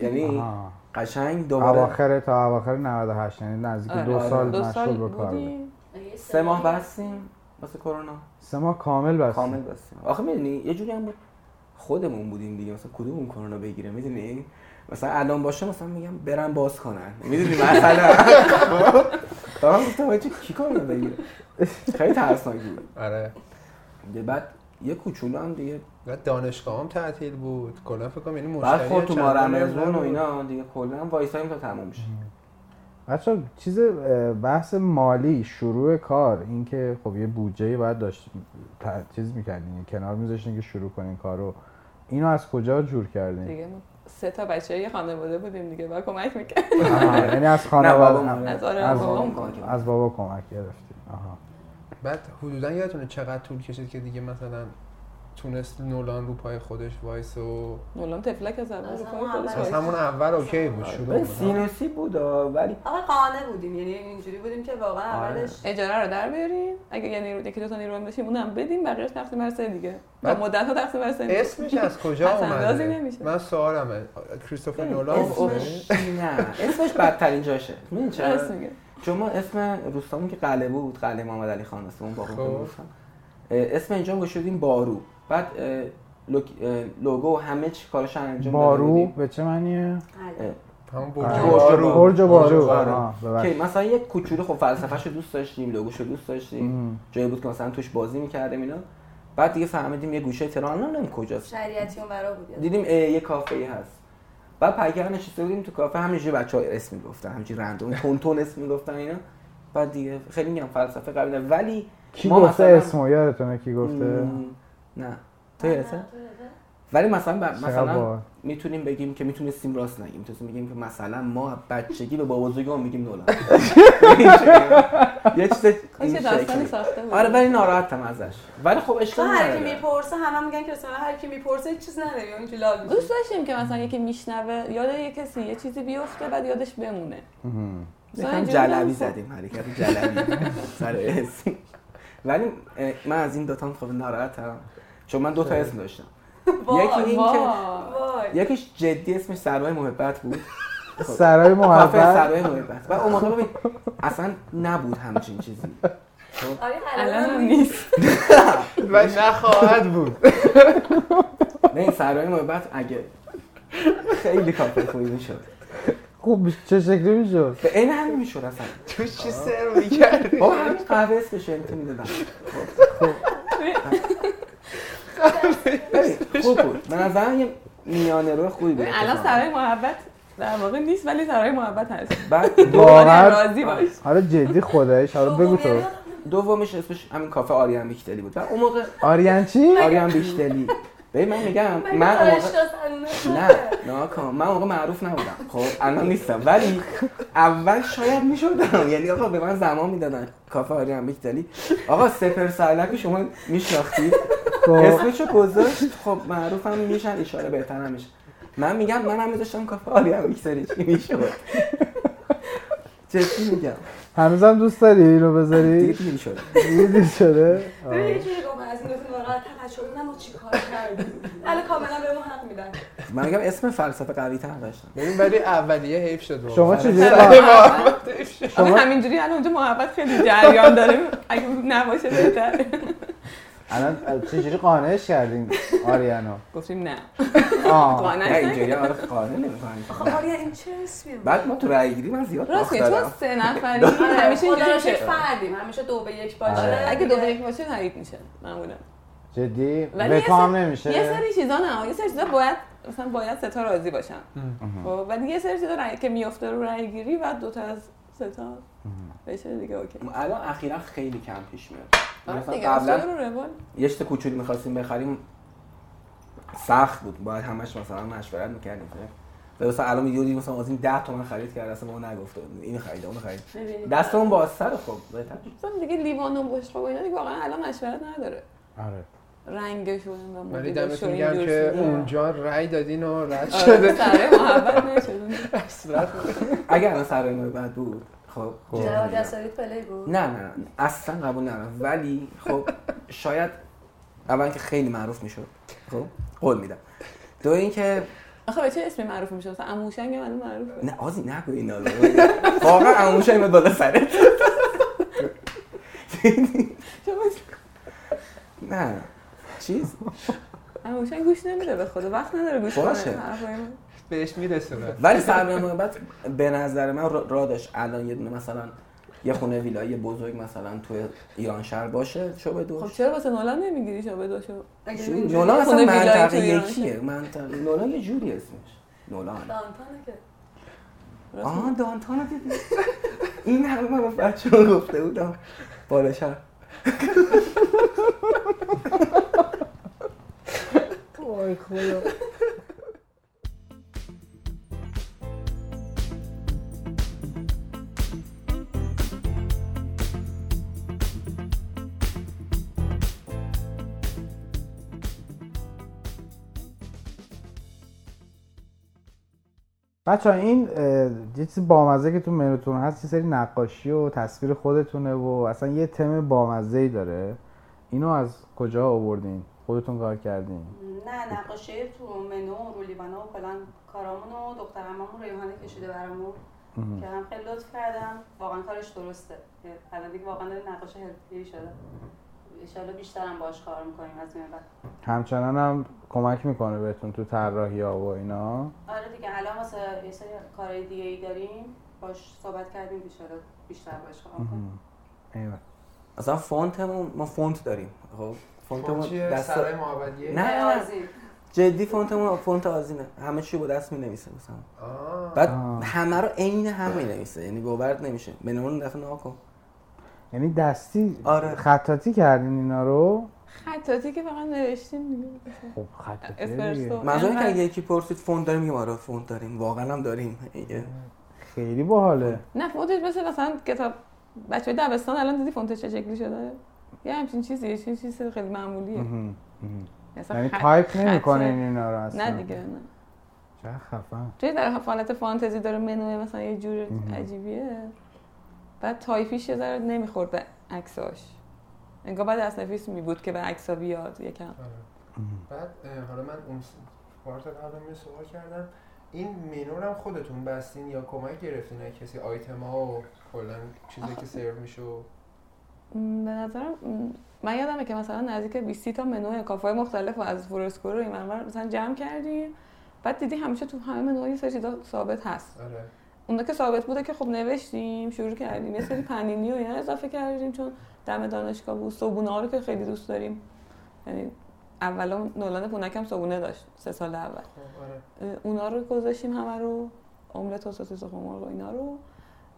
S5: یعنی
S3: آها.
S5: قشنگ دوباره
S3: اواخر تا اواخر 98 یعنی نزدیک
S7: آره،
S3: دو
S5: آره.
S3: سال
S7: دو سال
S3: مشغول به کار بود.
S7: بودیم
S6: یه
S5: سه ماه
S6: سالی-
S5: بستیم واسه کرونا
S3: سه ماه کامل بس
S5: کامل بستیم آخه میدونی یه جوری هم بود خودمون بودیم دیگه مثلا کدوم کرونا بگیره میدونی مثلا الان باشه مثلا میگم برن باز کنن میدونی مثلا دارم گفتم آخه چه کی کرونا بگیره خیلی ترسناک بود
S4: آره
S5: ده بعد یه کوچولو هم دیگه
S4: بعد دانشگاه هم تعطیل بود کلا فکر کنم یعنی مشتری
S5: بعد خود تو
S4: چندانی
S5: ماه
S4: هم
S5: رمضان و
S4: نبود.
S5: اینا دیگه کلا وایسایم تا تموم شه
S3: بچه چیز اه، بحث مالی شروع کار اینکه خب یه بودجه ای باید داشت ت- چیز میکردین کنار میذاشتین که شروع کنین کارو اینو از کجا جور کردین
S7: دیگه ما سه تا بچه یه خانواده بودیم دیگه و کمک میکرد
S3: آها، یعنی از
S5: بابام.
S3: خانواده
S7: از آره
S3: از-
S7: بابام
S5: کمک کرد.
S3: از بابا کمک گرفتین آها
S4: بعد حدودا یادتونه چقدر طول کشید که دیگه مثلا تونست نولان رو پای خودش وایس و
S7: نولان تفلک از اول
S6: از
S7: رو
S6: همون
S7: پای خودش
S6: اول.
S4: از
S7: وایس.
S4: همون اول اوکی بود شروع
S5: به
S4: بود
S5: سینوسی بود آه، ولی
S6: آقا قانه بودیم یعنی اینجوری بودیم که واقعا
S5: آره.
S6: اولش
S7: اجاره رو در بیاریم اگه یه نیرو یکی دو تا نیرو هم داشتیم اونم بدیم بقیه‌اش تقسیم بر سه دیگه و
S4: بعد-
S7: مدت ها تقسیم بر سه می‌کنیم.
S4: اسمش از کجا
S7: پس اندازی
S4: اومده
S7: نمیشه.
S4: من سوالمه کریستوفر نولان اسمش
S5: اسمش نه اسمش بدترین جاشه می‌دونی چرا؟
S7: راست میگه
S5: چون ما اسم روستامون که قلعه بود قلعه محمد علی خان اسم اون باقی
S4: خب.
S5: گفتم اسم اینجا هم گشودیم بارو بعد اه، لوک- اه، لوگو و همه چی کارش انجام داده
S3: بارو
S5: بودیم.
S3: به چه معنیه؟
S6: بله.
S5: اه،
S4: همون
S3: آره.
S4: برج
S5: برج
S4: بارو
S3: برج بارو
S5: برج بارو.
S3: آها،
S5: که
S3: ببخشید.
S5: مثلا یک کوچولو خب فلسفه‌شو دوست داشتیم لوگوشو دوست داشتیم
S3: ام.
S5: جایی بود که مثلا توش بازی می‌کردیم اینا بعد دیگه فهمیدیم یه گوشه تهران نمیدونم کجاست
S6: شریعتی اون ورا بود یادم.
S5: دیدیم اه، یه کافه ای هست بعد پرگر نشسته بودیم تو کافه همینجوری بچه‌ها اسم میگفتن همینجوری رندوم تون تون اسم میگفتن اینا بعد دیگه خیلی میگم فلسفه قوی نه. ولی
S3: کی
S5: ما
S3: گفته
S5: مثلا-
S3: اسمو یادتونه کی گفته
S5: م، نه تو یادته؟
S6: تو یادته؟
S5: ولی مثلا ب-
S3: چقدر
S5: مثلا
S3: باحال.
S5: میتونیم بگیم که میتونستیم راست نگیم میتونستیم بگیم که مثلا ما بچگی به بابا زوگان میگیم نولان یه چیز این
S7: کاش خب، داستانی
S5: شکلی
S7: ساخته بود
S5: آره ولی ناراحتم ازش ولی خب
S6: تو
S5: اشکال
S6: هر کی
S5: نداره
S6: میپرسه همه میگن که مثلا هر کی میپرسه هیچ چیز نداری اون که لال میشه.
S7: دوست داشتیم که مثلا یکی میشنوه یاد یه کسی یه چیزی بیفته بعد یادش بمونه
S3: ام.
S7: مثلا
S5: یکم
S7: اینجوری
S5: جلبی
S7: نبود.
S5: زدیم حرکت جلبی سر اسم ولی اه، من از این دوتا خب ناراحتم چون من دوتا اسم داشتم
S6: وای،
S5: یکی این که
S7: وای.
S6: وای
S7: وای
S5: یکیش جدی اسمش سرمایه محبت بود
S3: سرای
S5: کافه
S3: محبت
S5: سرمایه محبت و اون موقع ببین اصلا نبود همچین چیزی
S6: آره الان
S7: الان هم
S6: هم نیست.
S7: نیست
S4: و نخواهد بود
S5: نه سرمایه محبت اگه خیلی کافه خوبی میشد
S3: خوب چه شکلی میشد
S5: به عین همین میشد اصلا
S4: تو چی سرو میکردی؟
S5: بابا همین قهوه اسمش انتی میدادم خوب بود به نظرم یه میانه رو خوبی بود
S7: الان سرای محبت در واقع نیست ولی سرای محبت هست
S5: بعد
S7: دوباره
S3: واقعا
S7: راضی باش
S3: حالا آره، جدی خودش حالا بگو تو
S5: دومیش اسمش همین کافه آریان بیکتلی بود و اون موقع
S3: آریان چی؟
S5: آریان بیکتلی ببین من میگم
S6: مگه
S5: من اون موقع
S6: آرشگاه صندوقه؟
S5: نه ناکام من اون موقع معروف نبودم خب الان نیستم ولی اول شاید میشدم یعنی آقا به من زمان میدادن کافه آریان بیکتلی آقا سپر سرلک شما میشناختید
S3: خب
S5: اسمشو گذاشت خب معروفم میشن اشاره بهتر هم میشه من میگم من هم میذاشتم کافه آریان بیکتلی چی میشد جدی میگم
S3: هنوزم دوست داری اینو
S5: دیگه
S3: بذاری؟
S5: پیر شدم
S3: دیدی شده؟ آه.
S5: آره.
S6: ببین یه جوری گفتم از این گفتیم واقعا تفشر نه ما چیکار کردیم الان کاملا به ما حق میدن
S5: من میگم اسم فلسفه قوی تر داشتم
S4: ببین ولی اولیه حیف شد واقعا.
S3: شما چجوری
S7: سرای
S3: با...
S7: محبت.
S4: حیف شد.
S7: آره، همینجوری الان اونجا محبت خیلی جریان داره اگه نباشه بهتر
S3: الان چجوری قانعش کردین آریانو؟
S7: گفتیم نه
S3: آه
S5: نه
S7: قانع
S5: اینجوری آره قانع نمی‌کنن.
S6: خب آریا این چه اسمیه
S5: بعد ما تو رای گیری من زیاد
S7: راست
S5: باخت
S7: میگه چون
S5: دادم
S7: سه نفری آره، همیشه اینجوری
S6: آره، خدا
S7: میشه
S6: فردیم همیشه دو به یک باشه
S7: آره، اگه دو به یک باشه تایید میشه معمولا
S3: جدی؟
S7: ولی یه
S3: بکا هم
S7: سری- یه
S3: نمیشه؟
S7: سری چیزا نه یه سری چیزا باید مثلا باید سه تا راضی باشن خب ولی یه سری چیزا رأی- که میفته رو رأی گیری و دو تا از سه تا بشه دیگه اوکی
S5: الان اخیرا خیلی کم پیش میاد
S7: آره
S5: مثلا
S7: دیگه افتاده
S5: قبلا
S7: رو روال
S5: یه چیز کوچولی میخواستیم بخریم سخت بود باید همش مثلا مشورت میکردیم و مثلا الان میگه مثلا از این 10 تومن خرید کرد اصلا ما نگفته این خرید اون خرید دستمون باز سر خب بهتر شد.
S7: مثلا دیگه لیوان و بشقاب و اینا دیگه واقعا الان مشورت نداره
S3: آره
S7: رنگشون و
S4: ولی
S7: مدلش و
S4: دمتون گرم
S7: اینجور
S4: که
S7: چیزا.
S4: اونجا رای دادین و رد
S7: آره،
S4: شده
S7: سر محبت نشد
S5: اگر الان سرای ما بعد بود خب
S6: جواد یساری پلی بود
S5: نه نه نه. اصلا قبول ندارم ولی خب شاید اول که خیلی معروف میشد خب قول میدم دو اینکه
S7: آخه به چه اسمی معروف میشه مثلا اموشنگ من معروفه
S5: نه آزی نگو اینا رو واقعا عموشا ایمد بالا سرت
S7: چون
S5: نه چیز
S7: اموشنگ گوش نمیده به خدا وقت نداره گوش
S5: باشه.
S7: کنه حرفای من.
S4: بهش میرسونه
S5: ولی سرمایه محبت به نظر من را را داشت الان یه دونه مثلا یه خونه ویلایی بزرگ مثلا تو ایران شهر باشه چه به
S7: خب
S5: دوش
S7: چرا واسه نولان نمیگیری شو به دوشو
S6: اگه
S5: چون
S6: می‌دونی.
S5: نولان
S7: خونه
S5: اصلا
S7: ویلایی تو
S5: منطقه
S7: ایران
S5: یکیه منطقه نولان یه جوری اسمش نولان
S6: دانتانه که
S5: آه دانتان رو دیدی این همه من به بچه‌ها گفته بودم بالا شهر
S3: وای خدا بچه این اه، یه چیز بامزه که تو منوتون هست یه سری نقاشی و تصویر خودتونه و اصلا یه تم بامزه ای داره اینو از کجا آوردین خودتون کار کردین
S6: نه نقاشی تو منو رو لیوانا و کلان کارامون و دخترمامون ریحانه کشیده برامون که هم خیلی لطف کردم واقعا کارش درسته که الان دیگه واقعا داره نقاش حرفه‌ای شده انشالله بیشترم باش کار میکنیم از این بعد
S3: همچنان هم کمک میکنه بهتون تو طراحی ها و اینا
S6: آره دیگه الان واسه یه سری کارهای دیگه ای داریم باش صحبت کردیم بیشتر بیشتر باش کار کنیم
S3: ایوه.
S5: اصلا فونتمون ما فونت داریم خب فونتمون
S4: چیه؟
S5: دست
S4: سرای محبتیه؟
S5: نه نه نه
S6: آزین.
S5: جدی فونتمون فونت آزینه همه چی با دست می‌نویسه مثلا
S4: آه.
S5: بعد
S3: آه.
S5: همه رو عین هم می‌نویسه یعنی گوبرد نمیشه بنمون دفعه نها کن
S3: یعنی دستی
S5: آره.
S3: خطاتی کردین اینا رو
S7: خطاتی که فقط نوشتیم دیگه
S3: خب خطاتی دیگه.
S7: اسپرسو
S5: منظور اینه که اگه یکی پرسید فونت داریم میگم آره فونت داریم واقعا هم داریم ایه.
S3: خیلی باحاله
S7: نه فونتش مثل مثلا کتاب بچه دبستان الان دیدی فونتش چه شکلی شده یه همچین چیزیه یه چیز چیز خیلی معمولیه
S3: مهم. مهم.
S7: اصلا
S3: یعنی
S7: خط-
S3: تایپ
S7: خطه.
S3: نمیکنین اینا رو اصلا
S7: خب، نه دیگه نه
S3: چه خفن
S7: توی در حالت فانتزی داره منوی مثلا یه جور عجیبیه بعد تایفیش یه ذره نمیخورد به عکساش
S4: آره.
S7: انگار بعد از نفیس می بود که به عکسا بیاد یکم
S4: بعد اه، حالا من اون پارت قبل می سوال کردم این منو رو هم خودتون بستین یا کمک گرفتین از کسی آیتم ها و کلا چیزی که سرو میشه و
S7: م، به نظرم م، من یادمه که مثلا نزدیک 20 تا منو کافه مختلف و از فورسکور رو این منور مثلا جمع کردیم بعد دیدی همیشه تو همه منوها یه سری چیزا ثابت هست
S4: آره
S7: اونا که ثابت بوده که خب نوشتیم شروع کردیم یه سری پنینی و اینا اضافه کردیم چون دم دانشگاه بود صبونه ها رو که خیلی دوست داریم یعنی اولا نولان پونکم صبونه داشت سه سال اول
S4: خب آره
S7: اه، اونا رو گذاشتیم همه رو املت و سوسیس و خمار و اینا رو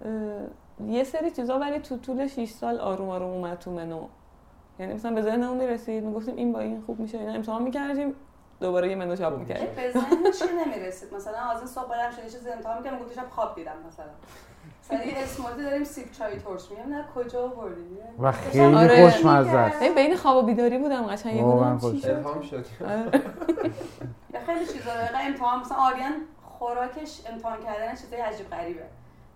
S7: اه، یه سری چیزا ولی تو طول 6 سال آروم آروم اومد تو منو یعنی مثلا به ذهنمون میرسید میگفتیم این با این خوب میشه اینا امتحان میکردیم دوباره یه منو چاپ میکردیم
S6: به ذهن چی نمیرسید مثلا از این صبح بلند شده چیز امتحان میکنم گفت شب خواب دیدم مثلا مثلا یه اسموزی داریم سیب چای ترش میگم نه کجا آوردی
S3: و خیلی
S7: آره.
S3: خوشمزه است
S7: ببین، بین خواب و بیداری بودم قشنگ یه
S3: واقعا
S7: بودم چی
S3: خوش.
S7: شد
S4: الهام شد
S7: آره.
S6: یا خیلی چیزا دقیقا امتحان مثلا آریان خوراکش امتحان کردن چیزای عجیب غریبه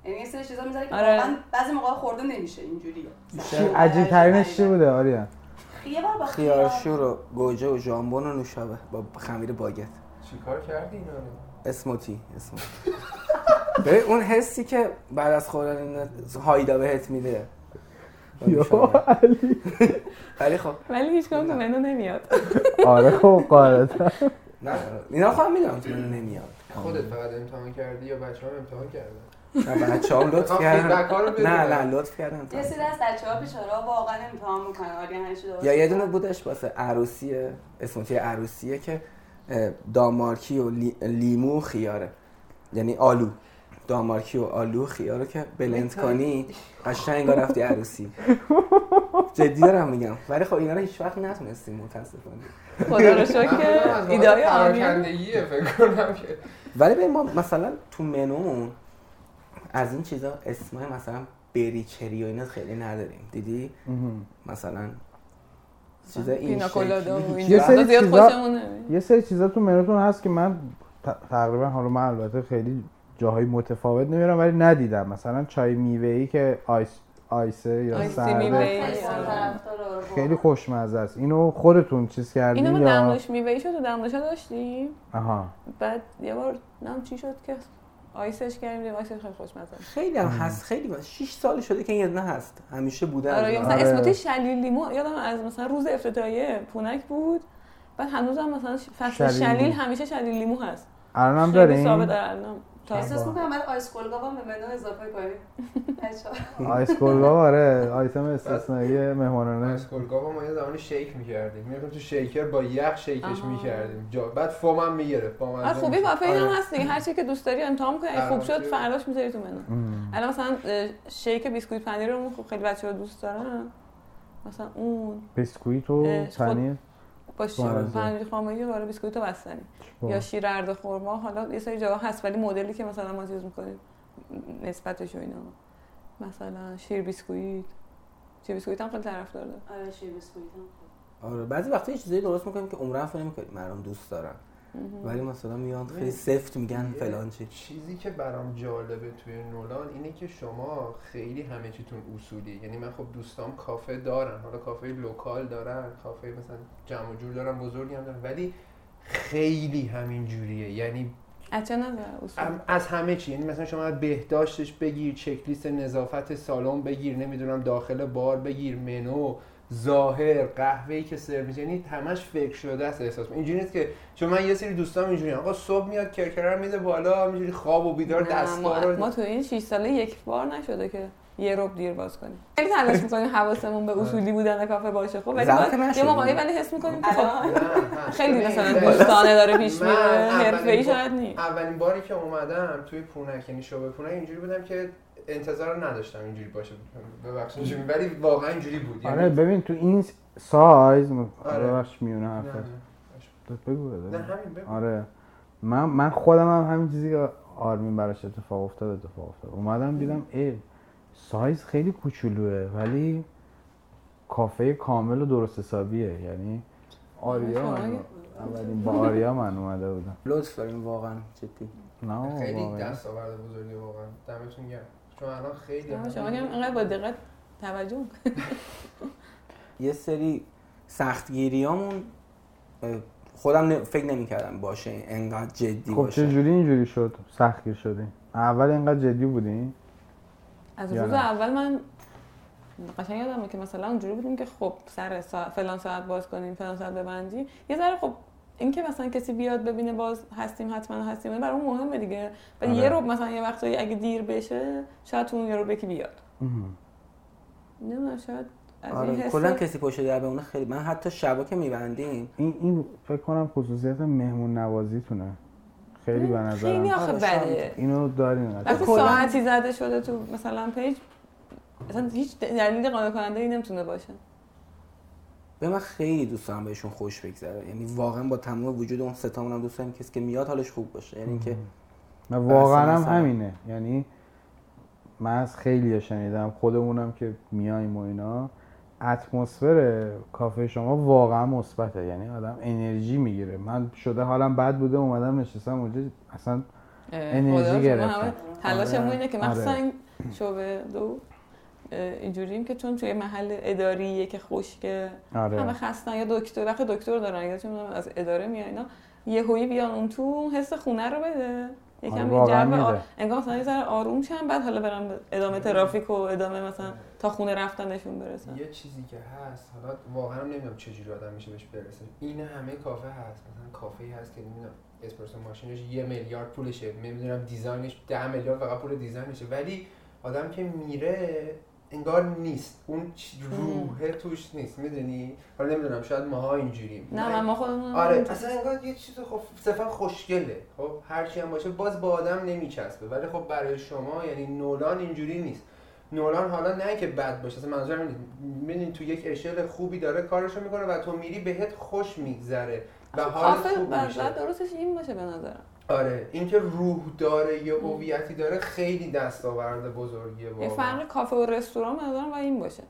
S6: یعنی یه سری چیزا میذاره که
S7: آره.
S6: واقعا بعضی موقع خورده نمیشه اینجوریه
S3: چی عجیب ترینش چی بوده آریان
S6: یه بار با خیار
S5: خیارشور و گوجه و ژامبون و نوشابه با خمیر باگت
S4: چیکار آره. کردی اینا رو
S5: اسموتی اسموتی ببین اون حسی که بعد از خوردن این هایدا بهت میده با نوشابه. ولی خب
S7: ولی هیچ کدوم تو منو نمیاد
S3: آره خب قاعدتا
S5: نه اینا خواهم میدونم تو منو نمیاد
S4: خودت فقط امتحان کردی یا بچه‌ها هم امتحان کردن
S5: نه بچه هم لطف
S4: آه، feedback ها رو
S5: کردن
S4: بدون.
S5: نه نه لطف کردن
S6: یه سری از بچه‌ها بیچاره‌ها واقعا امتحان میکنن آریان هرچی درست
S5: یا یه
S6: می‌کنه.
S5: دونه بودش واسه عروسی اسموتی عروسیه که اه، دامارکی و لی- لیمو و خیاره یعنی آلو دامارکی و آلو و خیاره که بلند کنی قشنگ انگار رفتی عروسی جدی دارم میگم ولی خب اینا رو هیچ وقت نتونستیم متاسفانه
S7: خدا رو شکر
S4: من فکر کنم
S7: که
S4: از
S7: ایدای
S4: لحاظ
S7: آریان
S4: پراکندگیه فکر کنم که
S5: ولی ببین ما مثلا تو منومون از این چیزا اسمای مثلا بریچری و اینا خیلی نداریم دیدی مثلا چیزا این
S7: پیناکولادا و
S5: شکلی
S7: این
S3: یه
S7: چیزا
S3: سری
S7: زیاد
S3: چیزا-
S7: خوشمون نمیاد
S3: یه سری چیزا تو منوتون هست که من ت- تقریبا حالا من البته خیلی جاهای متفاوت نمیرم ولی ندیدم مثلا چای میوه ای که آیس آیسه یا
S7: آیسی
S3: سرده
S7: میوه‌ای.
S6: خیلی
S7: آره.
S6: طرفدار آربا.
S3: خیلی خوشمزه است اینو خودتون چیز کردین
S7: اینو ما
S3: یا
S7: دمنوش میوه‌ای شد و دمنوشا داشتیم
S3: آها
S7: بعد یه بار نم چی شد که آیسش کردیم آیسش خیلی خوشمزه است.
S5: خیلی هم هست خیلی باز 6 سال شده که این یه دونه هست همیشه بوده از
S7: آره یا
S5: اینا.
S7: مثلا
S3: آره.
S7: اسموتی شلیل لیمو یادم از مثلا روز افتتاحیه پونک بود بعد هنوزم مثلا ش- فصل
S3: شلیل
S7: شلیل
S3: لیمو.
S7: همیشه شلیل لیمو هست
S3: الان هم
S7: خیلی ثابت
S3: دارین
S7: در الانم. تا
S3: خب.
S6: احساس میکنم بعد آیس کلگا هم به منو اضافه کنیم بچه‌ها.
S3: آیس کولا آره آیتم استثنایی مهمانانه
S4: اسکولگا ما یه زمانی شیک می‌کردیم می‌رفتیم تو شیکر با یخ شیکش
S7: آها.
S4: می‌کردیم جا بعد فوم هم می‌گرفت با مزه
S7: آره خوبی
S4: می‌شد.
S7: وافه
S4: آره.
S7: هم هست دیگه هر چی که دوست داری امتحان کنی اگه خوب شد
S4: درمانچی.
S7: فرداش میذاری تو منو الان مثلا اه، شیک بیسکویت پنیر رو خب خیلی بچه‌ها دوست دارن مثلا اون
S3: بیسکویت و
S7: اه، خب. خود-
S3: پنیر
S7: با شیر
S3: بارزه.
S7: پنیر خامگی بالا بیسکویت رو بستنی
S4: خب.
S3: خب.
S7: یا شیر ارد خرما حالا یه سری جاها هست ولی مدلی که مثلا ما چیز میکنیم نسبتش و اینا مثلا شیر بیسکویت شیر بیسکویت هم خیلی طرفدار داره
S6: آره شیر بیسکویت هم خوب.
S5: آره بعضی وقتا یه چیزایی درست میکنیم که عمرن فکر نمی‌کنیم مردم دوست دارن ولی مثلا میان خیلی سفت میگن
S4: یه
S5: فلان چی
S4: چیزی که برام جالبه توی نولان اینه که شما خیلی همه چیتون اصولی یعنی من خب دوستام کافه دارن حالا کافه لوکال دارن کافه مثلا جمع و جور دارن بزرگی هم دارن ولی خیلی همین جوریه یعنی
S7: از چه نظر اصول
S4: ام- از همه چی یعنی مثلا شما از بهداشتش بگیر چک لیست نظافت سالن بگیر نمیدونم داخل بار بگیر منو ظاهر قهوه‌ای که سرو میشه یعنی همش فکر شده است احساس می‌کنم. اینجوری نیست که چون من یه سری دوستام اینجوری آقا صبح میاد کرکره رو میده بالا همینجوری خواب و بیدار
S7: نه، ما,
S4: دست‌ها رو
S7: ما تو این 6 ساله یک بار نشده که یه رب دیر باز کنیم خیلی تلاش میکنیم حواسمون
S4: آره.
S7: به اصولی بودن کافه باشه خب ولی
S5: ضبط
S7: باز-
S5: نشده.
S7: یه موقعی ولی حس میکنیم که خب
S4: نه، نه.
S7: خیلی مثلا
S4: نه.
S7: دوستانه داره پیش
S4: من
S7: میره
S4: اولین
S7: حرفه ای
S4: بار-
S7: شاید نیست
S4: اولین باری که اومدم توی پونک یعنی شعبه پونک اینجوری بودم که انتظار رو نداشتم اینجوری باشه ببخشید ولی واقعا اینجوری بود یعنی-
S3: آره ببین تو این سایز
S4: آره.
S3: ببخش میونه
S4: نه، نه.
S3: حرفت بگو بده.
S4: نه همین بگو.
S3: آره من من خودم هم همین چیزی که آرمین براش اتفاق افتاد اتفاق افتاد اومدم دیدم ای سایز خیلی کوچولوه ولی کافه کامل و درست حسابیه یعنی آریا من اولین با آریا من اومده بودم
S5: لطف داریم واقعا جدی
S3: نه
S4: خیلی
S3: واقعا.
S4: دست آورده بزرگی واقعا دمتون گرم چون الان خیلی
S7: نه، شما هم اینقدر با دقت توجه کن.
S5: یه سری سختگیریامون اه، خودم ن- فکر نمیکردم باشه انقدر جدی
S3: خب چه
S5: باشه
S3: جوری اینجوری شد سختگیر شدین اول اینقدر جدی بودین
S7: از
S3: یا
S7: روز
S3: نه؟
S7: اول من قشنگ یادمه که مثلا اونجوری بودیم که خب سر ساعت فلان ساعت باز کنیم فلان ساعت ببندیم یه ذره خب اینکه مثلا کسی بیاد ببینه باز هستیم حتما هستیم برای اون مهمه دیگه ولی
S3: آره.
S7: یه رو مثلا یه وقتایی اگه دیر بشه شاید تو اون یه رو بکی بیاد نمیدونم شاید از این
S5: آره
S7: حس
S5: کلا کسی پشت در به اون خیلی من حتی شبا که میبندیم
S3: این این فکر کنم خصوصیت مهمون نوازیتونه خیلی به
S7: خیلی
S3: نظرم
S7: آخه
S5: آره،
S7: بده
S5: شاید.
S3: اینو دارین
S7: وقتی
S5: کلاً-
S7: ساعتی زده شده تو مثلا پیج اصلا هیچ دلیل قانع کننده ای نمیتونه باشه
S5: به من خیلی دوست دارم بهشون خوش بگذره یعنی واقعا با تمام وجود اون ستامونم دوست دارم کسی که میاد حالش خوب باشه یعنی اینکه
S3: و واقعا
S5: بحث
S3: هم
S5: مثلا.
S3: همینه یعنی من از خیلی شنیدم خودمونم که میایم و اینا اتمسفر کافه شما واقعا مثبته یعنی آدم انرژی میگیره من شده حالم بد بوده اومدم نشستم اونجا اصلا انرژی
S7: خدا شما
S3: گرفتم.
S7: همه تلاشمون اینه که
S3: آره.
S7: مخصوصا این شعبه دو اه، اینجوریم که چون توی محل اداریه که خشکه همه
S3: آره
S7: خستن یا دکتر وقت دکتر دارن یا چه می‌دونم از اداره میای اینا یهویی بیان اون تو حس خونه رو بده
S3: آره،
S7: یکم
S3: واقعاً
S7: این جو آر...
S3: میده.
S7: انگار مثلا یه ذره آروم شن بعد حالا برم به ادامه ترافیک و ادامه مثلا تا خونه رفتنشون برسن
S4: یه چیزی که هست حالا واقعا هم نمیدونم چه جوری آدم میشه بهش برسه این همه کافه هست مثلا کافه هست که نمیدونم اسپرسو ماشینش یه میلیارد پولشه نمیدونم دیزاینش ده میلیارد فقط پول دیزاینشه ولی آدم که میره انگار نیست اون چ- روحه توش نیست میدونی حالا نمیدونم شاید ماها اینجوریم
S7: نه من ما خودمون
S4: آره اصلا انگار یه چیز خب صرفا خوشگله خب هرچی هم باشه باز با آدم نمیچسبه ولی خب برای شما یعنی نولان اینجوری نیست نولان حالا نه که بد باشه اصلا منظورم این نیست می‌دونی تو یک اشل خوبی داره کارشو میکنه و تو میری بهت خوش میگذره و حال
S7: کافه
S4: خوب
S7: بعد
S4: میشه
S7: درستش این باشه به نظرم
S4: آره اینکه روح داره یه هویتی داره خیلی دستاورد بزرگیه
S7: یه
S4: واقعا
S7: فرق کافه و رستوران به نظرم و این باشه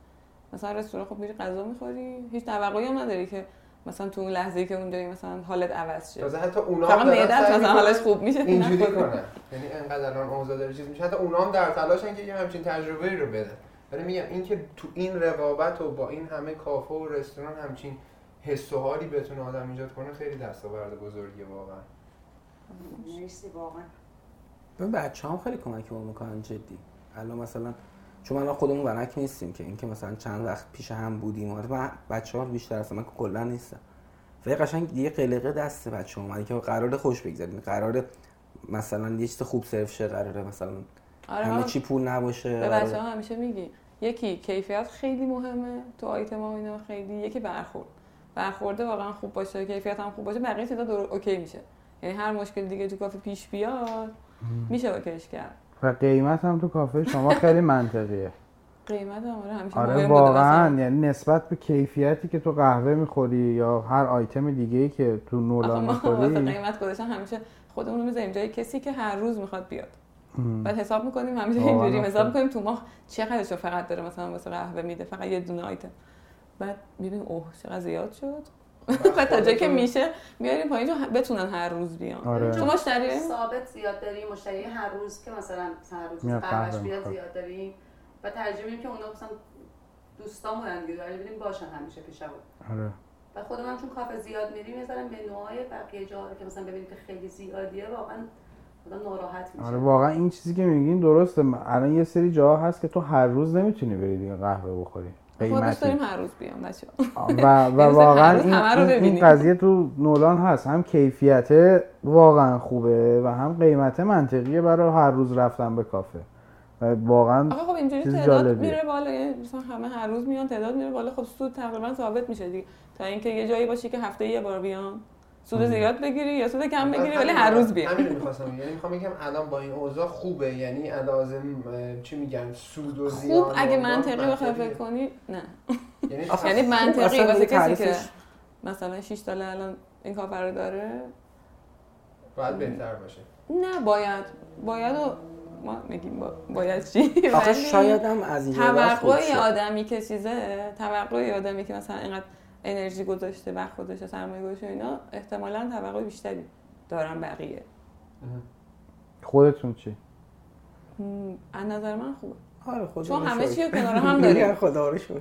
S7: مثلا رستوران خب میری غذا میخوری هیچ توقعی هم نداری که مثلا تو اون لحظه که اونجایی مثلا حالت عوض شه
S4: تازه حتی اونا هم
S7: فقط
S4: دارن
S7: معدت
S4: سعی
S7: مثلا
S4: می‌کنن
S7: حالش خوب میشه
S4: اینجوری کنن یعنی انقدر الان اوضاع داره چیز میشه حتی اونا هم در تلاشن که یه همچین تجربه ای رو بدن ولی میگم اینکه تو این رقابت و با این همه کافه و رستوران همچین حس و حالی بتونه آدم ایجاد کنه خیلی دستاورد بزرگیه واقعا
S6: مرسی واقعا
S5: به بچه هم خیلی کمک ما میکنن جدی الان مثلا چون الان خودمون ونک نیستیم که اینکه مثلا چند وقت پیش هم بودیم و من بچه ها بیشتر هستم من که کلا نیستم ولی قشنگ یه قلقه دست بچه ها اومده که قرار خوش بگذاریم قرار مثلا یه چیز خوب سرو شه قراره مثلا
S7: آره
S5: همه
S7: من
S5: چی پول نباشه
S7: به
S5: قراره-
S7: بچه ها همیشه میگی یکی کیفیت خیلی مهمه تو آیتم ها و اینا خیلی یکی برخورد برخورده واقعا خوب باشه کیفیت هم خوب باشه بقیه چیزا دور اوکی میشه یعنی هر مشکل دیگه تو کافه پیش بیاد میشه اوکیش کرد
S3: و قیمت هم تو کافه شما خیلی منطقیه
S7: قیمت هم آره همیشه
S3: آره
S7: مهم بوده
S3: واقعا
S7: واسه
S3: یعنی نسبت به کیفیتی که تو قهوه میخوری یا هر آیتم دیگه ای که تو
S7: ما. آخه
S3: نولان
S7: ما واسه
S3: میخوری
S7: قیمت گذاشتن همیشه خودمون رو میذاریم جای کسی که هر روز میخواد بیاد
S3: ام.
S7: بعد حساب میکنیم همیشه
S3: واقعا
S7: اینجوری
S3: آفرین.
S7: حساب میکنیم تو ماه چقدرش رو فقط داره مثلا واسه قهوه میده فقط یه دونه آیتم بعد میبینیم اوه چقدر زیاد شد و تا جایی که میشه میاریم پایین چون بتونن هر روز بیان
S3: آره
S7: تو مشتری
S6: ثابت زیاد داری مشتری هر روز که مثلا مثلا هر روز
S3: میاد
S6: قهوه‌اش
S3: قهوه
S6: بیاد
S3: می‌خواد.
S6: زیاد داری و ترجیح میدیم که اونا مثلا دوستان بودن دیگه ولی ببینیم باشن همیشه پیش بود
S3: آره
S6: و خودم هم چون کافه زیاد میریم میذارم به نوعای بقیه جاها رو که مثلا ببینیم که خیلی زیادیه واقعا آدم ناراحت میشه
S3: آره واقعا این چیزی که میگین درسته من- الان یه سری جاها هست که تو هر روز نمیتونی بری دیگه قهوه بخوری
S7: ما دوست
S3: قیمتی
S7: خب، داریم هر روز بیان بچه
S3: و, و
S7: هر روز
S3: واقعا این,
S7: همه رو
S3: این- این
S7: ببینیم.
S3: قضیه تو نولان هست هم کیفیت واقعا خوبه و هم قیمت منطقیه برای هر روز رفتن به کافه و واقعا
S7: آخه خب اینجوری
S3: چیز
S7: تعداد
S3: جالبیه.
S7: میره بالا یعنی مثلا همه هر روز میان تعداد میره بالا خب سود تقریبا ثابت میشه دیگه تا اینکه یه جایی باشی که هفته یه بار بیان سود زیاد بگیری یا سود کم بگیری ولی هر روز بیان
S4: همین میخواستم یعنی میخوام بگم الان با این اوضاع خوبه یعنی لازم چی میگن سود و زیان
S7: خوب اگه
S4: و
S7: منطقی بخوای
S4: منطقیه.
S7: فکر کنی نه
S4: یعنی
S5: آخه
S7: یعنی
S5: خوب
S7: منطقی
S5: اصلا
S7: واسه
S5: یه
S7: کسی که
S5: تعریفش-
S7: مثلا 6 ساله الان این کافر رو داره
S4: باید بهتر باشه
S7: نه باید باید و ما میگیم با- باید چی
S5: آخه
S7: ولی
S5: شاید هم از اینجا به بعد خوب
S7: توقع
S5: شه.
S7: آدمی که چیزه توقع آدمی که مثلا اینقدر انرژی گذاشته وقت گذاشته سرمایه گذاشته و اینا احتمالا توقع بیشتری دارن بقیه
S3: خودتون چی
S7: م، از نظر من خوبه
S5: آره خدا
S7: چون
S5: رو
S7: همه
S5: شکر.
S7: چی رو کنار هم داریم.
S5: نه، خدا رو شکر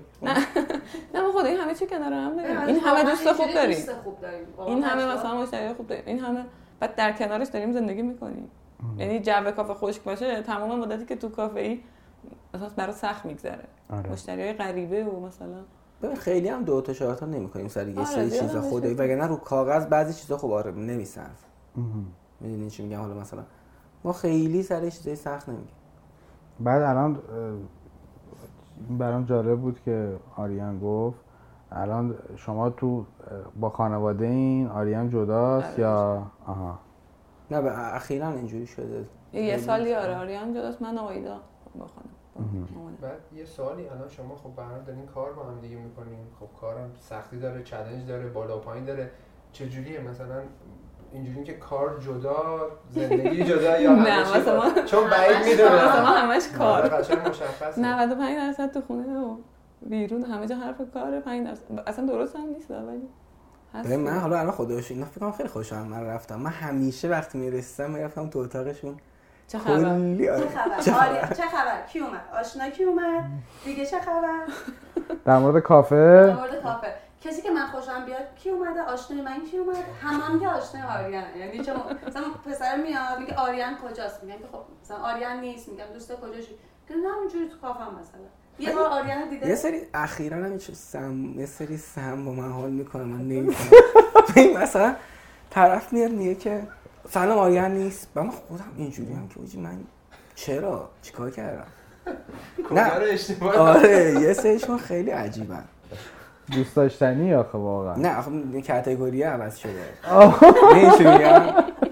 S7: نه ما خدایی همه چی کنار هم داریم
S6: نه،
S7: این همه
S6: واقعا
S7: دوست خوب
S6: آره. اینجوری
S7: داریم
S6: دوست خوب داریم. واقعا
S7: این همه
S6: اشنا.
S7: مثلا مشتری خوب داریم این همه بعد در کنارش داریم زندگی میکنیم یعنی جو کافه خشک باشه تمام مدتی که تو کافه ای مثلا برای سخت میگذره
S3: آره.
S7: مشتری های غریبه و مثلا
S5: ببین خیلی هم دو تا چهار تا نمی‌کنیم سر یه
S7: آره،
S5: سری
S7: زیاد
S5: چیزا
S7: هم
S5: خدایی
S7: نمی‌کنیم.
S5: وگرنه رو کاغذ بعضی چیزا خب آره نمیسن میدونی چی میگم حالا مثلا ما خیلی سر یه چیزای سخت نمیگیم
S3: بعد الان اه، این برام جالب بود که آریان گفت الان شما تو اه، با خانواده این آریان جداست
S7: آره.
S3: یا آها
S5: نه به اخیرا اینجوری شده
S7: یه سالی آره آریان جداست من آیدا با خانم با مامانم.
S4: بعد یه سوالی الان شما خب برام دارین کار با هم دیگه میکنین خب کارم سختی داره چالش داره بالا و پایین داره چجوریه مثلا اینجوری که کار جدا زندگی جدا یا
S7: نه،
S4: همه چی
S7: مثلا
S4: با- چون
S6: همش
S4: بعید
S7: مثلا
S4: میدونم آره،
S7: ما همش
S5: آره.
S7: کار
S4: قشنگ مشخصه
S7: 95 درصد تو خونه و بیرون همه جا حرف کاره 5 درصد اصلا درست هم نیست ولی هست
S5: ببین من حالا الان خدا رو شکر، اینا فکر کنم خیلی خوشحال من رفتم من همیشه وقتی میرسم میرفتم تو اتاقشون
S7: چه خبر
S5: کلی
S6: چه
S5: آره.
S6: خبر آریا، چه خبر کی اومد آشنا کی اومد دیگه چه خبر
S3: در مورد کافه
S5: آره.
S6: در مورد کافه کسی که من خوشم بیاد کی اومده آشنای من کی اومد همم که آشنای آریان یعنی چون مثلا پسرم میاد میگه آریان کجاست میگم که خب مثلا آریان نیست میگم دوست کجاشی که نه اونجوری تو کافم مثلا یه بار آریان رو
S5: یه
S6: دیده
S5: سری اخیرا هم یه چیز سم یه سری سم با من حال میکنه من نمیفهم این مثلا طرف میاد میگه که سلام آریان نیست و من خودم اینجوری هم که آجی من چرا چیکار کردم
S4: کجا رو
S5: نه
S4: اشتباه
S5: آره یه سریشون خیلی عجیبن
S3: دوست داشتنی خب آخه واقعا
S5: نه آخه این کاتگوری عوض شده نه چی میگم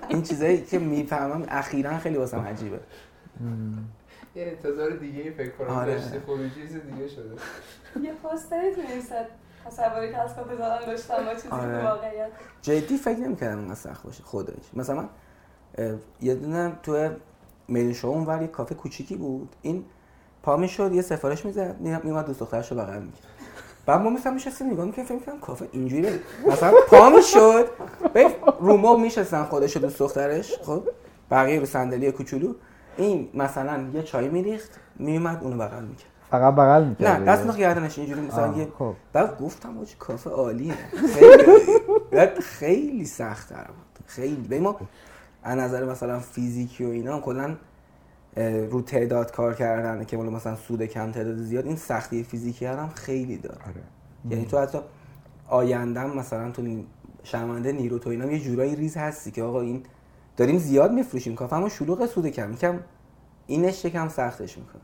S5: این چیزایی که میفهمم اخیرا خیلی واسم عجیبه
S4: یه انتظار دیگه ای فکر کنم
S5: آره.
S4: داشتی خروجی چیز دیگه شده
S6: یه پوستری تو این ست تصوری که از کافه زدن داشتم با چیزی
S5: آره.
S6: که واقعیت
S5: جدی فکر نمیکردم اینقدر سخت باشه خدایش مثلا من اه، یه دونه تو میدون شو اونور یه کافه کوچیکی بود این پا میشد یه سفارش میزد میومد دوست دخترش رو بغل میکرد بعد ما مثلا میشستیم نگاه میکنیم فکر میکنم کافه اینجوری بره. مثلا پا میشد روما میشستن خودش و دوست دخترش خب بقیه رو صندلی کوچولو این مثلا یه چای میریخت میومد اونو بغل میکرد
S3: فقط بغل آره. میکرد
S5: نه دست میخ گردنش اینجوری مثلا
S3: آه،
S5: یه
S3: خب.
S5: بعد گفتم آجی کافه عالیه خیلی بعد خیلی سخت تر بود خیلی به ما از نظر مثلا فیزیکی و اینا کلا اه، رو تعداد کار کردن که مال مثلا سود کم تعداد زیاد این سختی فیزیکی هم خیلی داره
S3: آره.
S5: یعنی تو حتی آیندم مثلا تو نی- شرمنده نیرو تو اینام یه جورایی ریز هستی که آقا این داریم زیاد میفروشیم کافه اما شلوغ سود کم کم اینش یکم سختش میکنه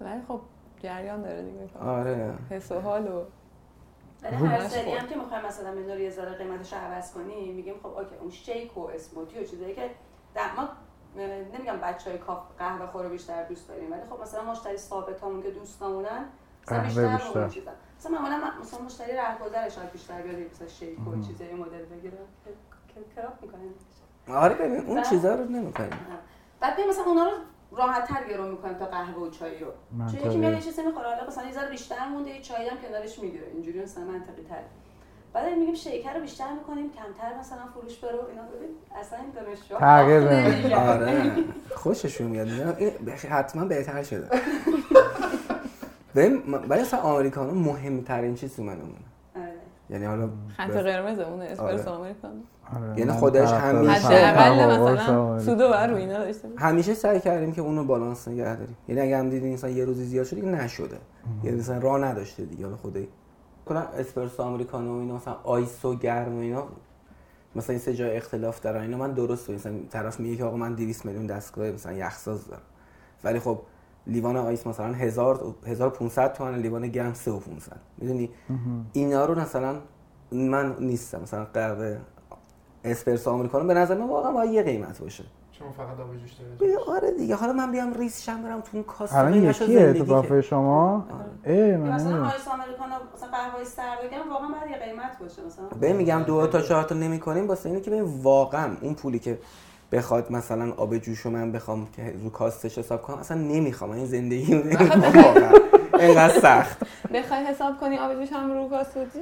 S7: ولی خب جریان داره دیگه
S5: آره
S7: حس و حال و
S6: ولی هر
S3: خب.
S6: سری هم که میخوایم مثلا منو یه ذره قیمتش رو عوض کنیم میگیم خب اوکی اون شیک و اسموتی و چیزایی که در ما اه، نمیگم بچه های قهوه خور رو بیشتر دوست داریم ولی خب مثلا مشتری ثابت همون که دوست نمونن مثلا
S3: قهوه
S6: بیشتر به
S3: بیشتر.
S6: اون چیزا مثلا معمولا من- مثلا مشتری رهگذر شاید بیشتر بیاد مثلا شیک و چیزای این مدل بگیره که- که کراپ میکنن
S5: آره ببین اون
S6: بله.
S5: چیزا رو نمی‌کنیم
S6: بعد بیا مثلا اونا رو راحت تر گرو میکنیم تا قهوه و چای رو چون یکی میاد یه
S3: منطقی
S6: چیزی میخوره حالا مثلا یه ذره بیشتر مونده یه چایی هم کنارش میگیره اینجوری مثلا منطقی تر بعد میگیم شکر رو بیشتر میکنیم کمتر مثلا فروش بره و اینا ببین اصلا این دانشجو
S3: تغییر
S5: آره خوششون میاد میگن این بخ- حتما بهتر شده ببین م- برای اصلا آمریکانا مهمترین چیز تو منمون
S6: آره.
S5: یعنی حالا
S7: خط
S5: بس-
S7: قرمز اونه اسپرسو
S5: آره.
S7: آمریکانو
S3: آره،
S5: یعنی
S3: من
S5: خودش
S3: طرفدار
S5: همیشه-
S3: تقابل
S7: حداقل مثلا
S3: سوال.
S7: سودو بر رو اینا داشته باشه.
S5: همیشه سعی کردیم که اونو بالانس نگه داریم یعنی اگه هم دیدین مثلا یه روزی زیاد شده که نشده یعنی مثلا راه نداشته دیگه حالا خدایی کلا اسپرسو آمریکانو و اینا مثلا آیسو گرم و اینا مثلا این سه جای اختلاف دارن اینا من درست بود. مثلا طرف میگه که آقا من 200 میلیون دستگاه مثلا یخساز دارم ولی خب لیوان آیس مثلا 1000 1500 تومن لیوان گرم 3500 میدونی اینا رو مثلا من نیستم مثلا قهوه اسپرسو آمریکانو به نظر من واقعا باید یه قیمت باشه
S4: شما فقط آب جوش دارید
S5: بیا، آره دیگه حالا من بیام ریز شم برم تو اون کاسه
S3: الان
S5: قیمتشو
S3: یکیه
S5: زندگی
S3: تو
S5: کرد.
S3: کافه شما
S7: آره.
S3: ای من
S6: مثلا
S3: نمی‌دونم.
S6: آیس آمریکانو مثلا قهوه سرد بگم واقعا باید یه قیمت باشه مثلا
S5: به میگم دو تا چهار تا نمی‌کنیم واسه اینه که ببین واقعا اون پولی که بخواد مثلا آب جوشو من بخوام که رو کاستش حساب کنم اصلا نمیخوام این زندگی رو نمی‌خوام واقعا اینقدر سخت
S7: بخوای حساب کنی آب جوش هم رو کاسودی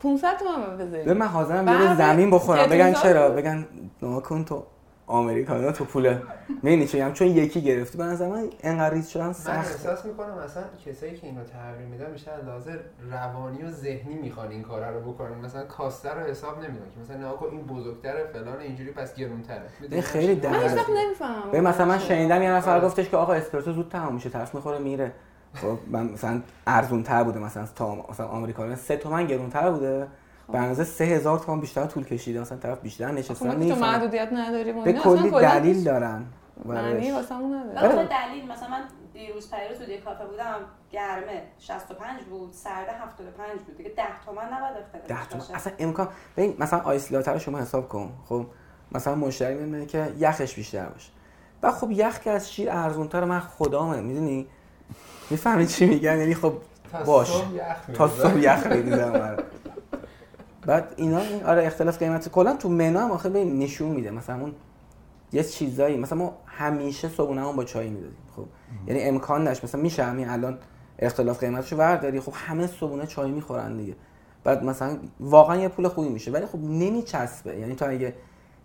S7: 500 تومن
S5: به
S7: بذاری
S5: من حاضرم
S7: بله،
S5: یه زمین بخورم
S7: جدی
S5: بگن
S7: دار.
S5: چرا بگن نها کن تو آمریکانا تو پوله میدونی چی میگم؟ چون یکی گرفتی به نظر من انقدر ریز شدن
S4: من
S5: سخت
S4: احساس میکنم اصلا کسایی که اینو تغییر میدن بیشتر از لحاظ روانی و ذهنی میخوان این کارا رو بکنن مثلا کاسته رو حساب نمیکنن که مثلا نه آقا این بزرگتره فلان اینجوری پس گرونتره
S5: نه، خیلی
S7: من هیچ
S5: دقیقه.
S7: وقت نمیفهمم خب،
S5: به آره. مثلا من شنیدم یه نفر
S7: آره.
S5: گفتش که آقا اسپرتو زود تمام میشه طرف میخوره میره خب من مثلا ارزون تر بوده مثلا تا مثلا آمریکا سه تومن گرون تر بوده به اندازه سه هزار تومن بیشتر طول کشیده مثلا طرف بیشتر
S7: خب
S5: نشسته
S7: ما که تو
S5: نیست
S7: محدودیت نداریم و
S5: به
S7: اینا، اصلا
S5: کلی
S7: کلاً
S5: دلیل
S7: هیچ
S5: دارن
S7: معنی
S5: برایش.
S7: واسمون نداره
S5: آره.
S6: و به دلیل مثلا من دیروز پیروز بود یه کافه بودم گرمه 65 بود سرده 75 بود دیگه 10 تومن نباید اختلاف
S5: ده تومن
S6: باشه.
S5: اصلا امکان ببین مثلا آیسلاتر رو شما حساب کن خب مثلا مشتری میمونه که یخش بیشتر باشه و خب یخ که از شیر ارزونتر من خدامه میدونی میفهمی چی میگم یعنی خب باش. تا صبح یخ بریزم برا. بعد اینا این آره اختلاف قیمت کلا تو منو هم آخه ببین نشون میده مثلا اون یه چیزایی مثلا ما همیشه صبحونه‌مون با چای میدادیم خب یعنی امکان داشت مثلا میشه همین الان اختلاف قیمتشو ورداری خب همه صبحونه چای میخورن دیگه بعد مثلا واقعا یه پول خوبی میشه ولی خب نمیچسبه یعنی تو اگه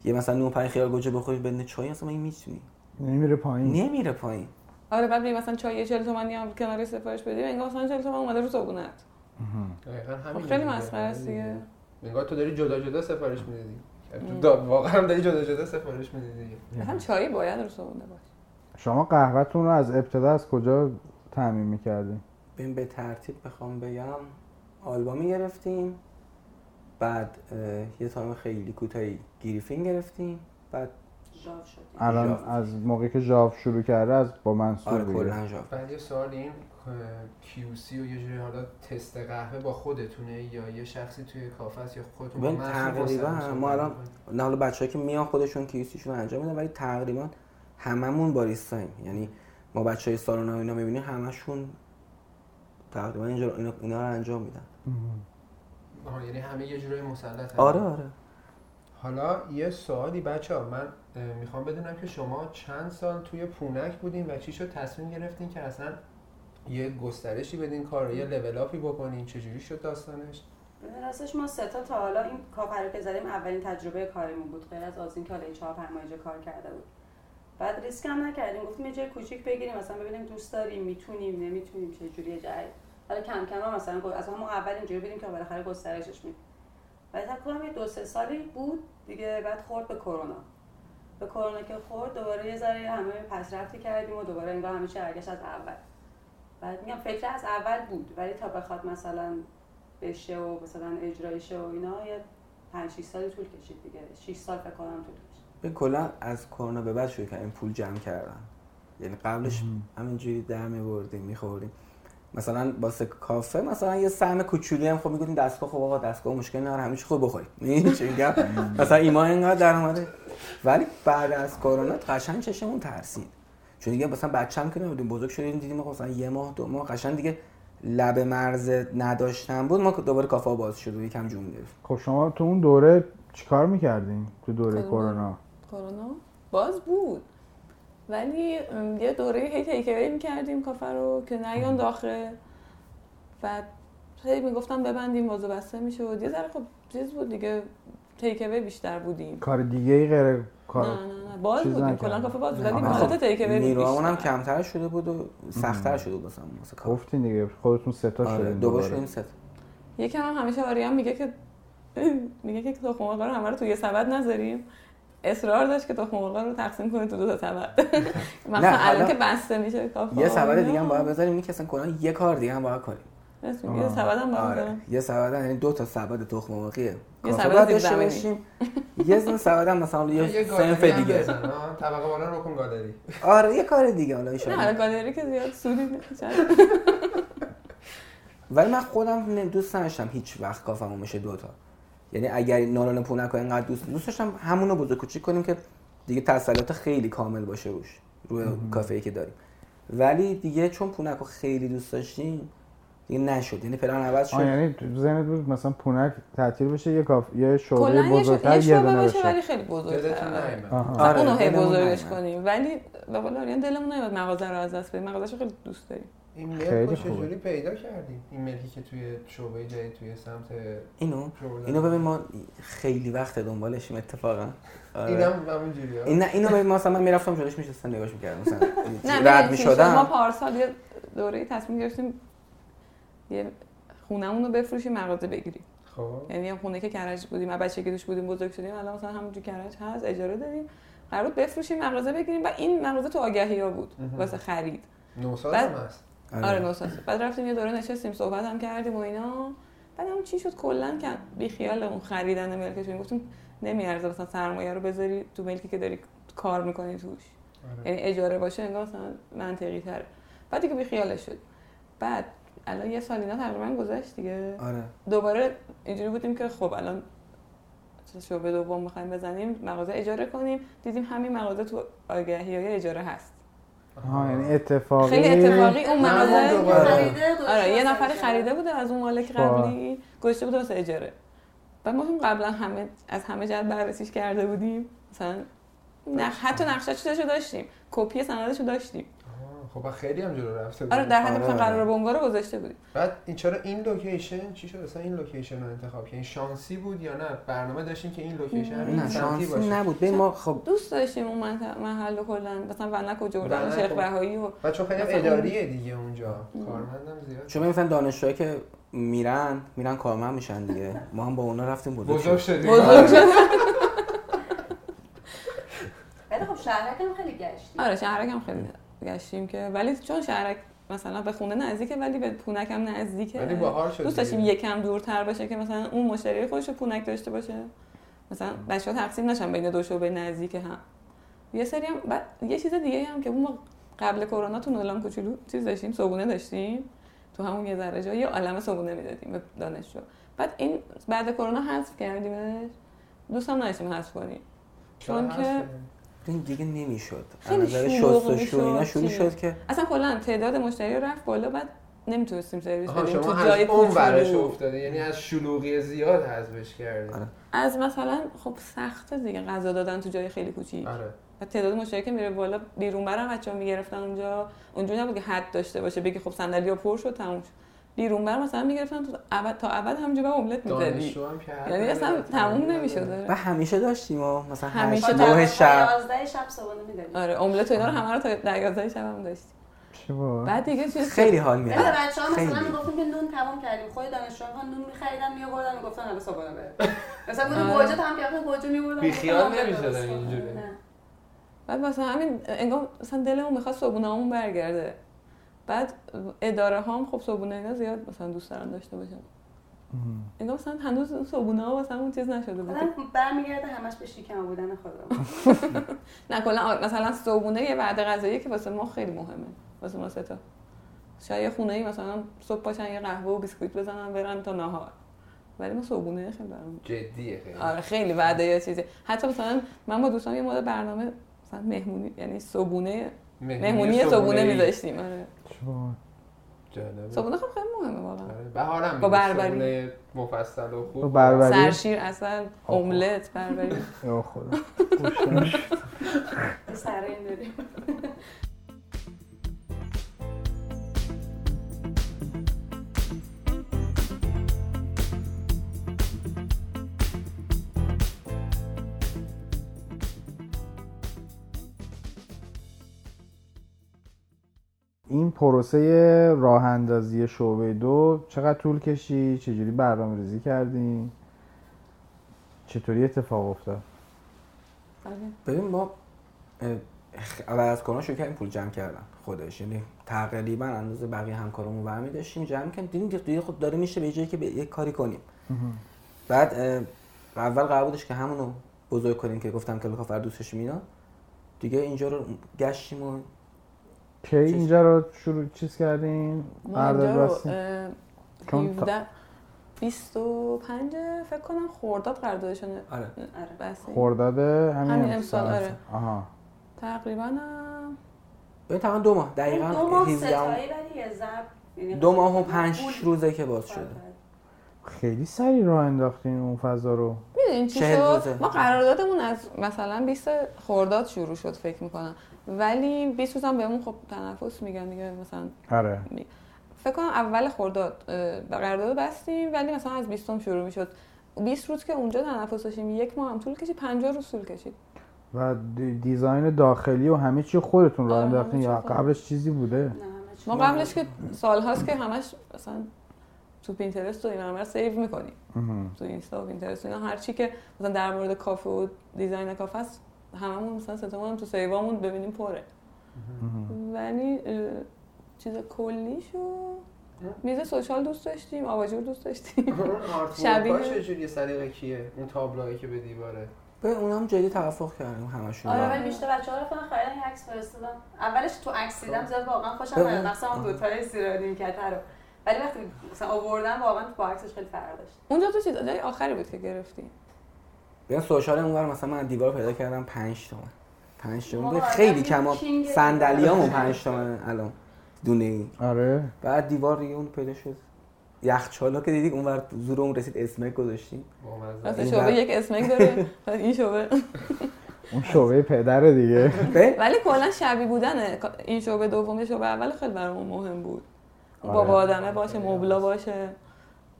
S5: یه مثلا نون پنیر خیار گوجه بخوری بدون چای مثلا مگه میتونی
S3: نمیره پایین
S5: نمیره پایین
S7: آره بعد بری مثلا چای 40 تومانی هم کنار سفارش بدی انگار مثلا 40 تومن اومده رو صبونت خب خیلی مسخره است دیگه
S4: انگار تو داری جدا جدا سفارش میدی دا واقعا هم داری جدا جدا سفارش میدی دیگه
S7: مثلا چای باید رو صبونه باشه
S3: شما قهوهتون رو از ابتدا از کجا تعمین میکردی؟
S5: ببین به ترتیب بخوام بگم آلبا گرفتیم بعد اه، یه تایم خیلی کوتاهی گریفین گرفتیم بعد
S6: ژاو شدیم
S3: الان
S5: ژاو.
S3: از موقعی که ژاو شروع کرده از با منصور
S5: آره
S3: دیگه
S5: کلا ژاو.
S4: بعد یه سوال این کیوسی و یه جوری حالا تست قهوه با خودتونه یا یه شخصی توی کافه است یا خودتون با
S5: ببین،
S4: محصول
S5: تقریباً
S4: مصاحبه
S5: ما الان
S4: می‌کنید؟
S5: نه حالا بچه‌ها که میان خودشون کیوسیشون رو انجام میدن ولی تقریبا هممون باریستاییم یعنی ما بچه های سالن ها اینا میبینیم همشون تقریبا اینجا اینا, اینا رو انجام میدن
S4: آها، یعنی همه یه جورای مسلط
S5: آره آره
S4: حالا یه سوالی بچه ها من اه، میخوام بدونم که شما چند سال توی پونک بودین و چی شد تصمیم گرفتین که اصلا یه گسترشی بدین کار رو، یه لول اپی بکنین چجوری شد داستانش
S6: راستش ما سه تا تا حالا این کافر رو که زدیم اولین تجربه کاریمون بود غیر از آزین که حالا این چهار پنج ماه اینجا کار کرده بود بعد ریسک هم نکردیم گفتیم یه جای کوچیک بگیریم مثلا ببینیم دوست داریم میتونیم نمیتونیم چه جوری جای حالا کم کم هم مثلا گفت- از همون اول اینجوری بودیم که بالاخره گسترشش میدیم بعد فکر کنم یه دو سه سالی بود دیگه بعد خورد به کرونا به کرونا که خورد دوباره یه ذره همه پس رفتی کردیم و دوباره انگار همه چی برگشت از اول بعد میگم فکر از اول بود ولی تا بخواد مثلا بشه و مثلا اجرایی شه و اینا یه 5 6 سال طول کشید دیگه 6 سال فکر کنم طول کشید
S5: به کلا از کرونا به بعد شروع کردیم پول جمع کردن یعنی قبلش همینجوری در می‌بردیم می‌خوردیم مثلا واسه کافه مثلا یه سهم کوچولی هم خب می‌گفتیم دستگاه خب آقا دستگاه مشکل نداره همیشه خود بخوریم می‌دونی چی میگم مثلا ایمان اینقدر در اومده ولی بعد از کرونا قشنگ چشمون ترسید چون دیگه مثلا بچه‌م که نبودیم بزرگ شدیم دیدیم آقا مثلا یه ماه دو ماه قشنگ دیگه لب مرز نداشتن بود ما دوباره کافه ها باز شد و یکم جون گرفت
S3: خب شما تو اون دوره چیکار میکردین تو دوره
S7: کرونا.
S3: کرونا
S7: کرونا باز بود ولی ام، یه دوره هی تیک اوی می‌کردیم کافه رو که نیان داخل و هی میگفتم ببندیم باز و بسته میشد یه ذره خب چیز بود دیگه تیک اوی بیشتر بودیم
S3: کار دیگه ای غیر
S7: نه
S3: کار
S7: نه نه باز
S3: خب. چیز
S7: بودیم
S3: نکردم.
S7: کلا کافه باز بود ولی
S5: آره،
S7: حالت
S5: خب،
S7: تیک اوی بود
S5: نیروهامون هم
S7: بیشتر.
S5: کمتر شده بود و سخت‌تر شده بود مثلا واسه کافه
S3: گفتین دیگه خودتون ستا
S5: آره
S3: شدین
S5: دوباره
S3: دوباره
S5: شدیم ست
S7: یکم هم همیشه آریان میگه که میگه که تخم مرغا رو همه رو توی یه سبد نذاریم اصرار داشت که تخم مرغا رو تقسیم کنه تو دو تا سبد مثلا
S5: حالا
S7: الان که بسته میشه کافه
S5: یه سبد دیگه هم باید بذاریم اینی که اصلا کلا یه کار دیگه هم باید کنیم
S7: بذاریم یه سبد هم باید
S5: آره
S7: بذاریم.
S5: یه سبد هم، یعنی دو تا سبد تخم مرغیه کافه
S7: سبد
S5: باید داشته
S7: زیرزمینی.
S5: باشیم یه دونه سبد هم مثلا یه سنف
S4: گالری هم
S5: دیگه
S4: بزن، آه، طبقه بالا رکن گالری
S5: آره یه کار دیگه حالا
S7: نه حالا
S5: ایشالا
S7: گالری که زیاد سودی نمیشه
S5: ولی من خودم نه- دوست نداشتم هیچ وقت کافمون بشه دو تا یعنی اگر نالان پونک رو اینقدر دوست دوست داشتم همونو بزرگ کوچیک کنیم که دیگه تسلط خیلی کامل باشه روش روی کافه که داریم ولی دیگه چون پونک رو خیلی دوست داشتیم دیگه نشد یعنی پلان عوض شد
S3: آه یعنی تو ذهنت بود مثلا پونک تعطیل بشه یه کاف یه شعبه
S7: کلا یه شو-
S3: بزرگتر
S7: یه
S3: یه
S7: شعبه
S3: دونه
S7: باشه
S3: بشه
S7: ولی خیلی
S4: دلتون
S7: بزرگتر
S4: نایمه
S3: آها.
S5: آره،
S7: اونو هی
S5: دلمون
S7: بزرگش
S5: نیومد.
S7: کنیم ولی به قول آریان دلمون نمیاد مغازه رو از دست بدیم مغازه رو خیلی دوست داریم
S4: این ملک
S3: خیلی
S4: رو
S3: خوبه.
S4: چجوری پیدا کردیم این ملکی که توی شعبه جدید توی سمت
S5: اینو
S4: شعبه
S5: اینو ببین ما خیلی وقت دنبالشیم اتفاقا آره.
S4: اینم همون جوری ها
S5: این نه اینو ببین مثلا من میرفتم جلوش میشستم نگاش میکردم
S7: نه
S5: مثلا
S7: ببین
S5: رد
S7: چی شد. ما
S5: میشدم
S7: پارسال یه دوره تصمیم گرفتیم یه خونمون رو بفروشیم مغازه بگیریم
S4: خب
S7: یعنی یه خونه که کرج بودیم از بچگی توش بودیم بزرگ شدیم الان مثلا همونجور کرج هست اجاره داریم قرار بود بفروشیم مغازه بگیریم و این مغازه تو آگهی ها بود واسه خرید
S4: نو سال
S7: بعد-
S4: هم هست
S7: آره نوساز بعد رفتیم یه دوره نشستیم صحبت هم کردیم و اینا بعد اون چی شد کلا که بی خیال اون خریدن ملکش شدیم گفتیم نمیارزه مثلا سرمایه رو بذاری تو ملکی که داری کار میکنی توش
S4: آره.
S7: یعنی اجاره باشه انگار مثلا منطقی تره بعد دیگه بی خیالش شد بعد الان یه سال اینا تقریبا گذشت دیگه
S5: آره
S7: دوباره اینجوری بودیم که خب الان چه شعبه دوم میخوایم بزنیم مغازه اجاره کنیم دیدیم همین مغازه تو آگهی های اجاره هست
S3: آها یعنی اتفاقی
S7: خیلی اتفاقی اون
S4: نه، اون
S7: مغازه
S4: دوباره.
S7: آره یه نفری خریده بوده از اون مالک قبلی گذاشته بوده واسه اجاره و ما هم قبلا همه از همه جهت بررسیش کرده بودیم مثلا نخ... حتی نقشه رو داشتیم کپی سندش رو داشتیم
S4: آه، خب خیلی هم جلو رفته بود
S7: آره در حد مثلا
S5: آره.
S7: قرار بنگاه رو گذاشته بودیم
S4: بعد این چرا این لوکیشن چی شد اصلا این لوکیشن رو انتخاب کردین شانسی بود یا نه برنامه داشتیم که این لوکیشن هم
S5: نه
S4: این سمتی
S5: شانسی
S4: باشه
S5: نبود ببین ما خب
S7: دوست داشتیم اون منطقه محل رو کلا مثلا ونک و جردن و
S4: ونک
S7: شیخ
S4: و-
S7: بهایی و
S4: و چون خیلی هم
S7: مثلا اون-
S4: اداریه دیگه اونجا کارمندم زیاد
S5: چون مثلا دانشجوهایی که میرن میرن کارمند میشن دیگه ما هم با اونا رفتیم بزرگ
S4: بزرگ
S5: شدیم.
S4: شدیم
S7: بزرگ شد.
S6: ولی خب شهرک هم خیلی گشتی
S7: آره شهرک هم خیلی گشتیم که ولی چون شهرک مثلا به خونه نزدیکه ولی به پونک هم نزدیکه
S4: ولی باحال شد
S7: دوست داشتیم
S4: دیگه.
S7: یکم دورتر باشه که مثلا اون مشتری خودش رو پونک داشته باشه مثلا بچه ها تقسیم نشن بین دو شعبه نزدیک هم یه سری هم بعد یه چیز دیگه هم که اون ما قبل کرونا تو نولان کوچولو چیز داشتیم صبونه داشتیم تو همون یه ذره جا یه عالمه صبونه میدادیم به دانشجو بعد این بعد کرونا حذف کردیمش دوست هم نداشتیم حذف کنیم
S4: چرا
S7: چون
S4: حذف
S7: که-
S4: کردیم؟
S5: این دیگه نمیشد از
S7: خیلی
S5: نظر
S7: شلوغ
S5: شست و شو اینا
S7: می‌شد،
S5: شروع
S7: چیز.
S5: شد که
S7: اصلا کلا تعداد مشتری رفت بالا بعد نمیتونستیم سرویس
S4: آها
S7: بدیم
S4: شما
S7: تو
S4: از
S7: جای
S4: اون ورش
S7: کوچولو.
S4: افتاده یعنی از شلوغی زیاد حذفش
S5: آره.
S4: کردیم
S7: از مثلا خب سخت دیگه غذا دادن تو جای خیلی کوچیک
S4: آره
S7: و تعداد مشتری که میره بالا بیرون برم بچه‌ها میگرفتن اونجا اونجوری نبود که حد داشته باشه بگی خب صندلی‌ها پر شد تموم شد بیرون بر مثلا میگرفتن تو ابد تا ابد همونجا به املت می‌زدی
S4: دانشجو آره. هم که حرف
S7: یعنی
S4: نداره،
S7: اصلا تموم نمی‌شد
S5: و همیشه داشتیم و مثلا
S7: همیشه
S5: هشت
S7: داشت.
S5: نه شب
S6: 11 شب صبحونه میدادیم
S7: آره املت و اینا رو همه رو تا 12 شب هم داشتیم
S3: چی بود؟
S7: بعد دیگه چیز
S5: خیلی حال
S6: ولی
S7: بله،
S5: میاد
S6: بچه ها مثلا
S5: خیلی.
S6: میگفتیم که نون تمام کردیم خود دانشجوها نون میخریدن میآوردن میگفتن حالا صبحونه بره مثلا بودیم
S7: آره.
S6: گوجه تمام کردن گوجه میآوردن
S4: بی
S6: می‌گفتن
S4: خیال
S6: آملت
S4: نمی‌شدن
S6: درست کن.
S4: اینجوری.
S6: نه.
S7: بعد مثلا همین انگار مثلا دلمون میخواد صبونامون برگرده بعد اداره ها هم خب صبونه اینا زیاد مثلا دوست دارن داشته باشن انگار مثلا هنوز اون صبونه ها مثلا اون چیز نشده بود
S6: آدم برمیگرده همش به شکم بودن خودم
S7: نه کلا آ- مثلا صبونه یه وعده غذایی که واسه ما خیلی مهمه واسه ما ستا شاید یه خونه ای مثلا صبح پاشن یه قهوه و بیسکویت بزنن برن تا نهار ولی ما صبونه خیلی برام
S4: جدیه خیلی
S7: آره خیلی وعده یا چیزی حتی مثلا من با دوستام یه مدت برنامه مثلا مهمونی یعنی صبونه مهمونی صبونه
S4: صبحونه‌ای.
S7: میذاشتیم آره
S3: چی بود؟
S4: جالبه.
S7: صابونه خب خیلی مهمه واقعا
S4: آره، بهارم میگه
S7: با بربری.
S4: صبحونه مفصل و
S3: تو
S4: خوب
S5: بله.
S3: بربری
S7: سرشیر اصل املت بله، بربری
S3: یا خدا
S6: سر این داریم
S3: این پروسه راه اندازی شعبه دو چقدر طول کشید چجوری برنامه ریزی کردین چطوری اتفاق افتاد
S7: بله.
S5: ببین ما اه، خ- اول از کرونا شروع کردیم پول جمع کردن خودش یعنی تقریبا اندازه بقیه همکارمون برمی داشتیم جمع کردیم دیدیم که دیگه خود داره میشه به جایی که به یک کاری کنیم بعد اه، اول قرار بودش که همونو بزرگ کنیم که گفتم که لکافر دوستش مینا دیگه اینجا رو گشتیم و
S3: کی اینجا رو شروع چیز کردین
S7: ما
S3: قرارداد
S7: اینجا رو
S3: بستین
S7: اه،
S3: چون تا-
S7: 17 25 فکر کنم خورداد قراردادشون
S5: آره
S7: بسته
S3: خرداد
S7: همین
S3: همین
S7: امسال،
S3: امسال
S7: آره.
S3: آها
S7: تقریبا هم
S5: ببین تقریبا دو ماه دقیقا
S6: دو ماه
S5: 17
S6: ستایی ولی یه ضرب یعنی
S5: دو ماه و پنج
S6: پول آره.
S5: روزه که باز
S6: فرق
S5: شده
S6: کرد.
S3: خیلی سریع راه انداختین اون فضا رو
S7: میدونین چی
S5: چهل روزه.
S7: شد ما قراردادمون از مثلا 20 خرداد شروع شد فکر میکنم ولی 20 روز هم بهمون خب تنفس میگن دیگه مثلا
S3: آره
S7: فکر کنم اول خرداد اه، قرارداد بستیم ولی مثلا از 20 شروع میشد 20 روز که اونجا تنفس داشتیم یک ماه هم طول کشید 50 روز طول کشید
S3: و دی- دیزاین داخلی و همه چی خودتون راه
S7: آره، همه
S3: انداختین
S7: چی
S3: یا
S7: خودم.
S3: قبلش چیزی بوده
S6: نه، همه چی
S7: ما
S6: مهم.
S7: قبلش که سالهاست که همش مثلا تو پینترست و اینا همه رو سیو میکنیم
S3: اها.
S7: تو اینستا و پینترست و اینا هر چی که مثلا در مورد کافه و دیزاین کافه است هممون مثلا ستمون هم تو سیوامون ببینیم پره ولی اه، چیز کلیشو میز سوشال دوست داشتیم آواجور دوست داشتیم
S4: اون آرت
S7: شبیه-
S4: ورک‌ها چجوری سلیقه کیه اون تابلوهایی که به دیواره
S5: به اونا هم جدی توافق کردیم همشون
S6: آره
S5: آره
S6: ولی بیشتر بچه‌ها رو فقط خریدن یه عکس فرستادم اولش تو
S7: خب.
S6: عکس دیدم زیاد واقعا خوشم
S5: بگو.
S6: نیومد مخصوصا اون دوتای زیرا نیمکت رو ولی وقتی مثلا آوردم واقعا با عکسش خیلی فرق داشت
S7: اونجا تو چیز جای آخری بود که گرفتیم
S5: ببین سوشال اونور مثلا من از دیوار پیدا کردم 5 تومن 5 تومن
S6: ما
S5: بود.
S6: آدم
S5: خیلی
S6: یه
S5: کم
S6: کینگ
S5: صندلیامو 5 تومن الان دونه ای
S3: آره
S5: بعد دیوار دیگه اون پیدا شد یخچالا که دیدی اونور زور اون رسید اسمک گذاشتیم
S4: با مزه
S7: راستش
S5: این
S7: شعبه
S5: بر-
S7: یک اسمک داره بعد این شعبه
S3: اون شعبه پدر دیگه
S5: به
S7: ولی کلا شبیه بودن این شعبه دوم شعبه اول خیلی برامون مهم بود
S3: آره.
S7: بابا آدمه باشه مبلا باشه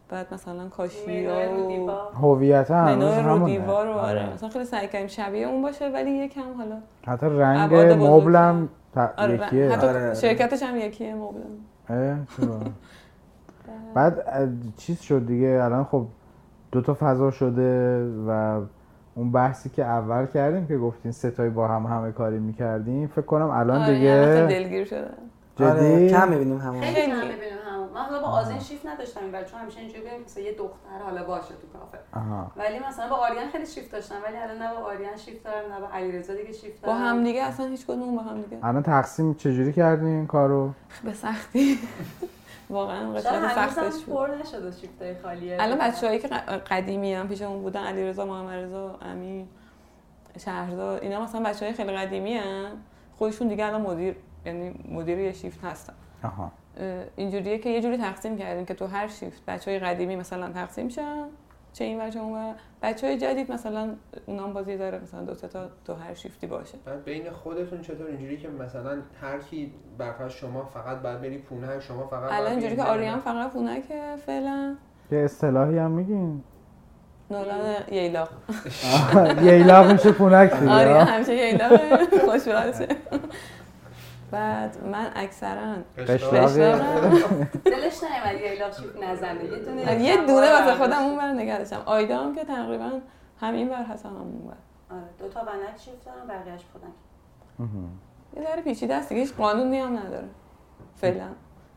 S7: بعد مثلا کاشی
S6: منوی رو
S7: و
S6: دیوار
S3: هویت هنوز
S7: منو رو
S3: همونه
S7: دیوار و آره مثلا خیلی سعی کردیم شبیه اون باشه ولی یکم حالا
S3: حتی رنگ
S7: ابعاد بزرگتر.
S3: مبلم ت-
S7: آره
S3: یکیه
S7: حتی
S5: آره.
S7: شرکتش هم یکیه مبلم
S3: اه، چرا؟ بعد اه، چیز شد دیگه الان خب دو تا فضا شده و اون بحثی که اول کردیم که گفتین ستایی با هم همه کاری میکردیم فکر کنم الان
S7: آره، یعنی مثلا
S3: دیگه
S7: دلگیر شدم
S5: آره
S3: جدی
S5: کم میبینیم همون
S6: خیلی کم
S7: خیلی.
S6: می‌بینیم همون من حالا با آزین شیفت نداشتم این بچه همیشه اینجوری بودیم که مثلا یه دختر حالا باشه تو کافه
S3: آها.
S6: ولی مثلا با آریان خیلی شیفت داشتم ولی الان نه با آریان شیفت دارم نه با علیرضا دیگه شیفت
S7: با
S6: دارم
S7: هم دیگه اصلا هیچ کدوم با هم دیگه
S3: الان تقسیم چجوری کردین این کارو
S7: به سختی واقعا
S6: شاید
S7: قسمت
S6: هنوز هم
S7: سختش بود
S6: پر نشده شیفتای خالیه
S7: الان بچه‌هایی که ق- قدیمی هم پیشمون بودن علیرضا محمدرضا امین شهردار اینا مثلا بچه های خیلی قدیمی هم خودشون دیگه الان مدیر یعنی مدیر یه شیفت هستن
S3: آها
S7: اه، اینجوریه که یه جوری تقسیم کردیم که تو هر شیفت بچه های قدیمی مثلا تقسیم شن چه این بچه اون بچه های جدید مثلا اونام بازی داره مثلا دو سه تا تو هر شیفتی باشه
S4: بعد بین خودتون چطور اینجوری که مثلا هر کی برفرض شما فقط بعد بری پونه شما فقط باید
S7: الان
S4: بری
S7: اینجوری که
S4: پونه.
S7: آریان فقط خونه که فعلا
S3: یه اصطلاحی هم میگین
S7: نولان ییلاق
S3: ییلاق میشه پونک دیگه
S7: آره
S3: آه.
S7: همیشه ییلاقه خوشبخته بعد من اکثرا
S3: قشلاق.
S7: بشنوم
S6: دلش نیومد یه ایلاق شیفت نزنه یه دونه
S7: یه دونه واسه خودم اون بر نگه داشتم آیدا هم که تقریبا هم این بر هست هم اون بر
S6: آره دو تا بنات شیفت دارم بقیه‌اش خودم
S7: یه ذره پیچیده است دیگه هیچ قانونی هم نداره فعلا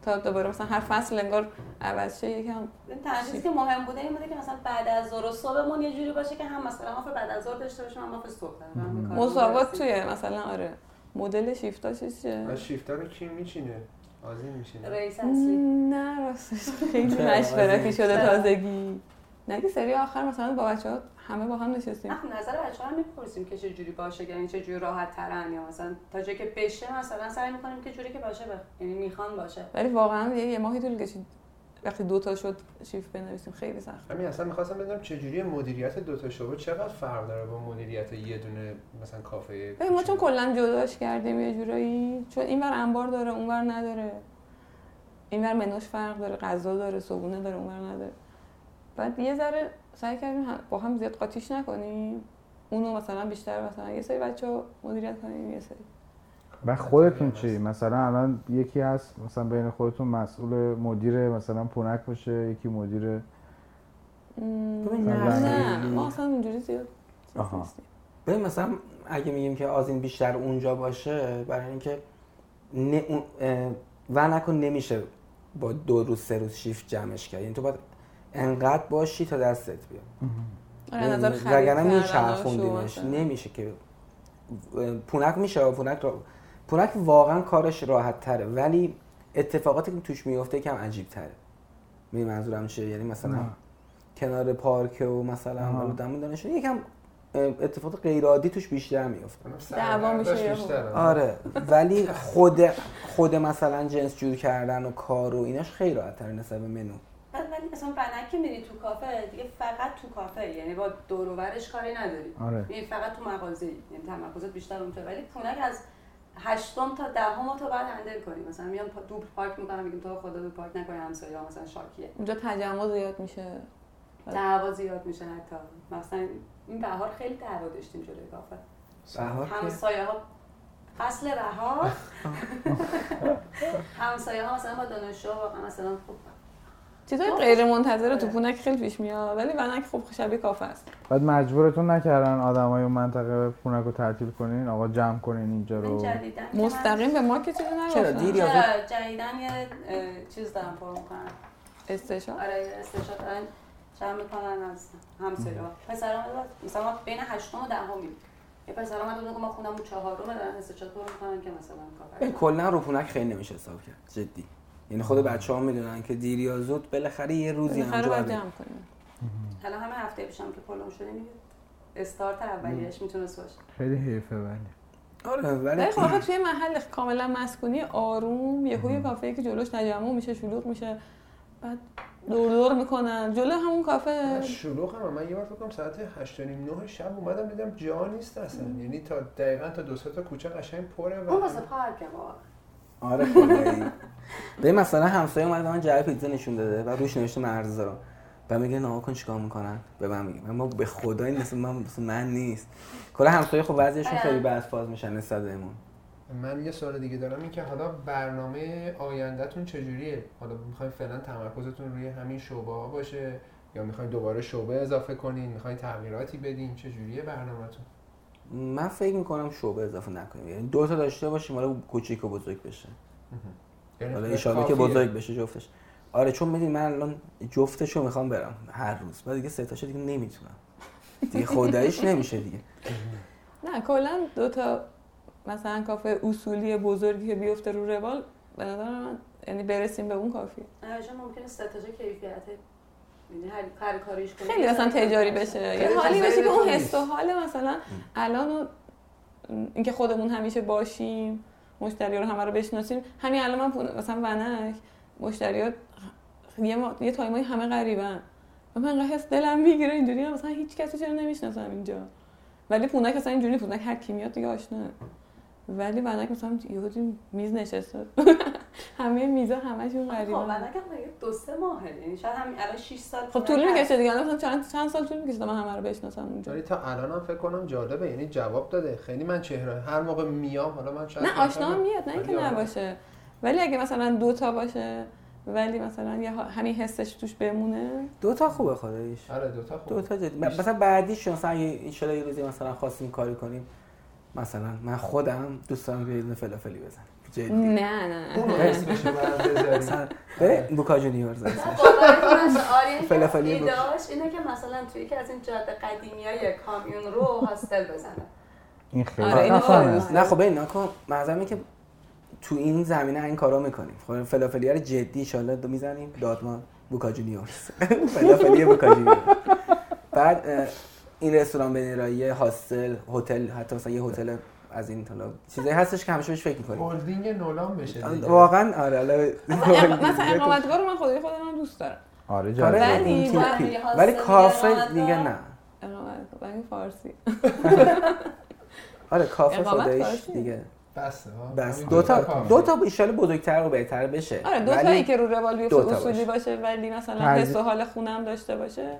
S7: تا دوباره مثلا هر فصل انگار عوض شه یکم
S6: این تنظیمی که مهم بوده این بوده که مثلا بعد از ظهر و صبحمون یه جوری باشه که هم مثلا ما بعد از ظهر داشته باشیم هم ما صبح داریم. هم به کارمون
S7: مساوات
S6: برسیم.
S7: توی مثلا آره مدل شیفتا چیه
S4: و شیفتا رو کی میچینه آزین میشینه
S6: رئیس اصلی
S7: نه راستش خیلی
S5: چرا؟
S7: مشورتی شده
S6: چرا؟
S7: تازگی نه که سری آخر مثلا با بچه ها همه با هم نشستیم
S6: آخه خب، نظر بچه هم میپرسیم که چه جوری باشه یعنی چه جوری راحت ترن یا مثلا تا جایی که بشه مثلا سعی میکنیم که جوری که باشه بخ... یعنی میخوان باشه
S7: ولی واقعا یه, یه ماهی طول کشید وقتی دو تا شد شیفت بنویسیم خیلی سخت
S4: همین اصلا میخواستم بدونم چجوری مدیریت دوتا شعبه چقدر فرق داره با مدیریت یه دونه مثلا کافه
S7: ببین ما چون
S4: کوچولو.
S7: کلا جداش کردیم یه جورایی چون اینور انبار داره اونور نداره اینور منوش فرق داره غذا داره صبونه داره اونور نداره بعد یه ذره سعی کردیم هم- با هم زیاد قاطیش نکنیم اونو مثلا بیشتر مثلا یه سری بچه مدیریت کنیم یه سری
S3: و خودتون چی مثلا الان یکی هست مثلا بین خودتون مسئول مدیر مثلا پونک باشه یکی مدیر
S7: مم،
S5: ببین،
S7: نه
S5: نه.
S7: نه ما اصلا اونجوری زیاد چیز
S3: آها.
S7: نیستیم.
S5: ببین مثلا اگه میگیم که آزین بیشتر اونجا باشه برای اینکه نه اون- اه، و نکن نمیشه با دو روز سه روز شیفت جمعش کرد یعنی تو باید انقدر باشی تا دستت بیاد
S7: آره از نظر خرید
S5: وگرنه
S7: کردن و
S5: میچرخوندیمش
S7: شو مثلا.
S5: نمیشه که پونک میشه پونک را... پونک واقعا کارش راحت تره ولی اتفاقاتی که توش میفته کم عجیب تره می منظورم چیه یعنی مثلا کنار پارک و مثلا حالا دم دانشجو یکم اه، اتفاقات غیر عادی توش بیشتر میفته
S4: اونم
S7: دعوا میشه
S4: سرگرداش
S7: یهو.
S4: بیشتره.
S5: آره ولی خود خود مثلا جنس جور کردن و کار و ایناش خیلی راحت تره نسبت به منو
S6: بعد ولی اصلا بنک که میری تو کافه دیگه فقط تو کافه یعنی با دور و برش کاری نداری
S3: آره
S6: یعنی فقط تو مغازه یعنی تمرکزت بیشتر اونجا ولی پونک از هشتم تا دهم تو بعد هندل کنی مثلا میان پا- دوبل پارک میکنم میگیم تو رو خدا به پارک نکنی همسایه‌ها مثلا شاکیه
S7: اونجا تجمع زیاد میشه
S6: دعوا زیاد میشه حتی مثلا این بهار خیلی دعوا داشتیم جلوی کافه
S5: بهار که
S6: همسایه ها فصل بهار همسایه ها مثلا با دانشجو واقعا مثلا خوب
S7: چیزای غیر منتظره
S5: آره.
S7: تو پونک خیلی پیش میاد ولی بنک خب شبیه کافه است
S3: بعد مجبورتون نکردن آدمای اون منطقه پونک رو تعطیل کنین آقا جمع کنین اینجا
S6: من
S3: رو
S6: جدیدن که من-
S7: مستقیم به ما که چیزی
S5: چرا
S7: نگفتن
S5: دیری آخه
S6: چرا جدیدن یه اه، چیز دارم پر میکنم
S7: استشار
S6: آره استشاد دارن جمع میکنن از همسایه ها پسران دارن- مثلا ما بین هشتم و دهمیم یه پسر آمد اون که ما خونم چهارمه دارن استشاد پر میکنن که مثلا
S5: ولی
S6: کافر
S5: کلا رو پونک خیلی نمیشه حساب کرد جدی یعنی خود بچه ها میدونن که دیر یا زود بالاخره یه روزی آره.
S7: بالاخره
S5: همجا
S7: باید
S5: باید
S7: جمع کنیم
S6: الان همه هفته پیشم که پلم شده میگه استارت اولیش میتونست باشه
S3: خیلی حیفه ولی
S5: آره
S7: ولی
S5: ولی
S7: خب آخه توی محل کاملا مسکونی آروم یه هوی کافه که جلوش تجمع میشه شلوغ میشه بعد دور دور میکنن جلو همون کافه
S4: شروع هم من یه بار فکر کنم ساعت 8 9 شب اومدم دیدم جا نیست اصلا یعنی تا دقیقا تا دو سه تا کوچه قشنگ پره
S7: خب،
S6: اون
S4: و
S6: واسه پارکه واقعا
S5: آره خدایی به مثلا همسایه اومد به من جعبه پیتزا نشون داده و روش نوشته مرز رو و میگه نها کن چیکار میکنن به من میگه من به خدا این مثل من مثل من نیست کلا همسایه خب وضعیتشون خیلی بد فاز میشن نسبت بهمون
S4: من یه سوال دیگه دارم این که حالا برنامه آیندهتون چجوریه حالا میخواین فعلا تمرکزتون روی همین شعبه ها باشه یا میخواین دوباره شعبه اضافه کنین میخواین تغییراتی بدین چجوریه برنامهتون
S5: من فکر میکنم شعبه اضافه نکنیم یعنی دو تا داشته باشیم حالا کوچیک و بزرگ بشه
S4: یعنی
S5: حالا
S4: فقط
S5: ان
S4: کافیه؟
S5: که بزرگ بشه جفتش آره چون میدونی من الان جفتشو میخوام برم هر روز بعد دیگه سه تاشو دیگه نمیتونم دیگه خداییش نمیشه دیگه
S7: نه کلا دو تا مثلا کافه اصولی بزرگی که بیفته رو روال به نظر من یعنی برسیم به اون کافیه
S6: آره ممکنه ستاژ کیفیت یعنی هر هر کاریش کنی
S7: خیلی مثلا تجاری بشه یعنی یه
S4: خیلی
S7: حالی
S4: چیزایی
S7: بشه که اون
S4: نیست.
S7: حس و حال مثلا الان و اینکه خودمون همیشه باشیم مشتری رو همه رو بشناسیم همین الان من پول- مثلا ونک مشتری ها یه, ما... یه تایمایی همه غریبن و من انقدر حس دلم میگیره اینجوری هم مثلا هیچ کسی چرا نمیشناسم اینجا ولی پونک اصلا اینجوری پونک هر کی میاد دیگه آشناه ولی ونک مثلا یهو دیدیم میز نشسته همه میزا همشون
S6: خب
S7: غریبن
S6: من نگم یه دو سه ماهه یعنی شاید همین الان 6 سال
S7: خب طول میکشه دیگه الان مثلا چند چند سال طول میکشه تا من همه رو بشناسم اونجا
S4: ولی تا الان هم فکر کنم جالبه یعنی جواب داده خیلی من چهره هر موقع میام حالا من شاید
S7: نه آشنا هم
S4: مثلا-
S7: میاد نه اینکه
S4: ولی آره.
S7: نباشه ولی اگه مثلا دو تا باشه ولی مثلا یه ها- همین حسش توش بمونه
S5: دو تا خوبه خداییش
S4: آره دوتا خوب
S5: دو تا جدی م- مثلا بعدیش مثلا اگه انشالله یه روزی مثلا خواستیم کاری کنیم مثلا من خودم دوست دارم یه دونه فلافلی بزنم جدی
S7: نه نه
S4: اونو اسمشو برام بذاریم.
S5: مثلا بره بوکا جونیور زن فلافلی بود.
S6: ایدهاش اینه که مثلا توی یکی از این جاده قدیمی های کامیون رو هاستل بزنه
S3: این خیلی
S7: آره، اینو
S3: خفنه.
S7: آره.
S5: نه خب این نکن معظم که تو این زمینه این کارا میکنیم خب فلافلی رو جدی انشالله دو میزنیم دادمان بوکا جونیورز فلافلی بوکا جونیور بعد اه، این رستوران بنرایی هاستل هتل حتی مثلا یه هتل از این حالا چیزایی هستش که همیشه بهش فکر میکنیم
S4: هلدینگ نولان بشه دیگه.
S5: واقعا آره حالا-
S7: مثلا اقامتگاه رو من خودی خودم هم دوست دارم
S3: آره
S5: آره،
S3: جالب
S7: ولی
S5: این
S6: باید
S5: تیپی.
S6: یه هاستل
S5: ولی
S6: دیگه
S5: کافه
S6: اقامت
S5: دیگه
S6: دار.
S5: نه
S7: اقامتگاه ولی فارسی
S5: آره کافه
S7: اقامت
S5: خودش
S7: کافیه.
S5: دیگه
S4: بسته ها
S5: بس
S4: همین
S5: دو تا
S4: کافیه.
S5: دو تا ایشالا بزرگتر و بهتر بشه
S7: آره دو
S5: ولی
S7: تایی که رو روال بیفته
S5: دو تا
S7: اصولی باشه ولی مثلا
S3: ترجیح-
S7: حس و حال خونم داشته باشه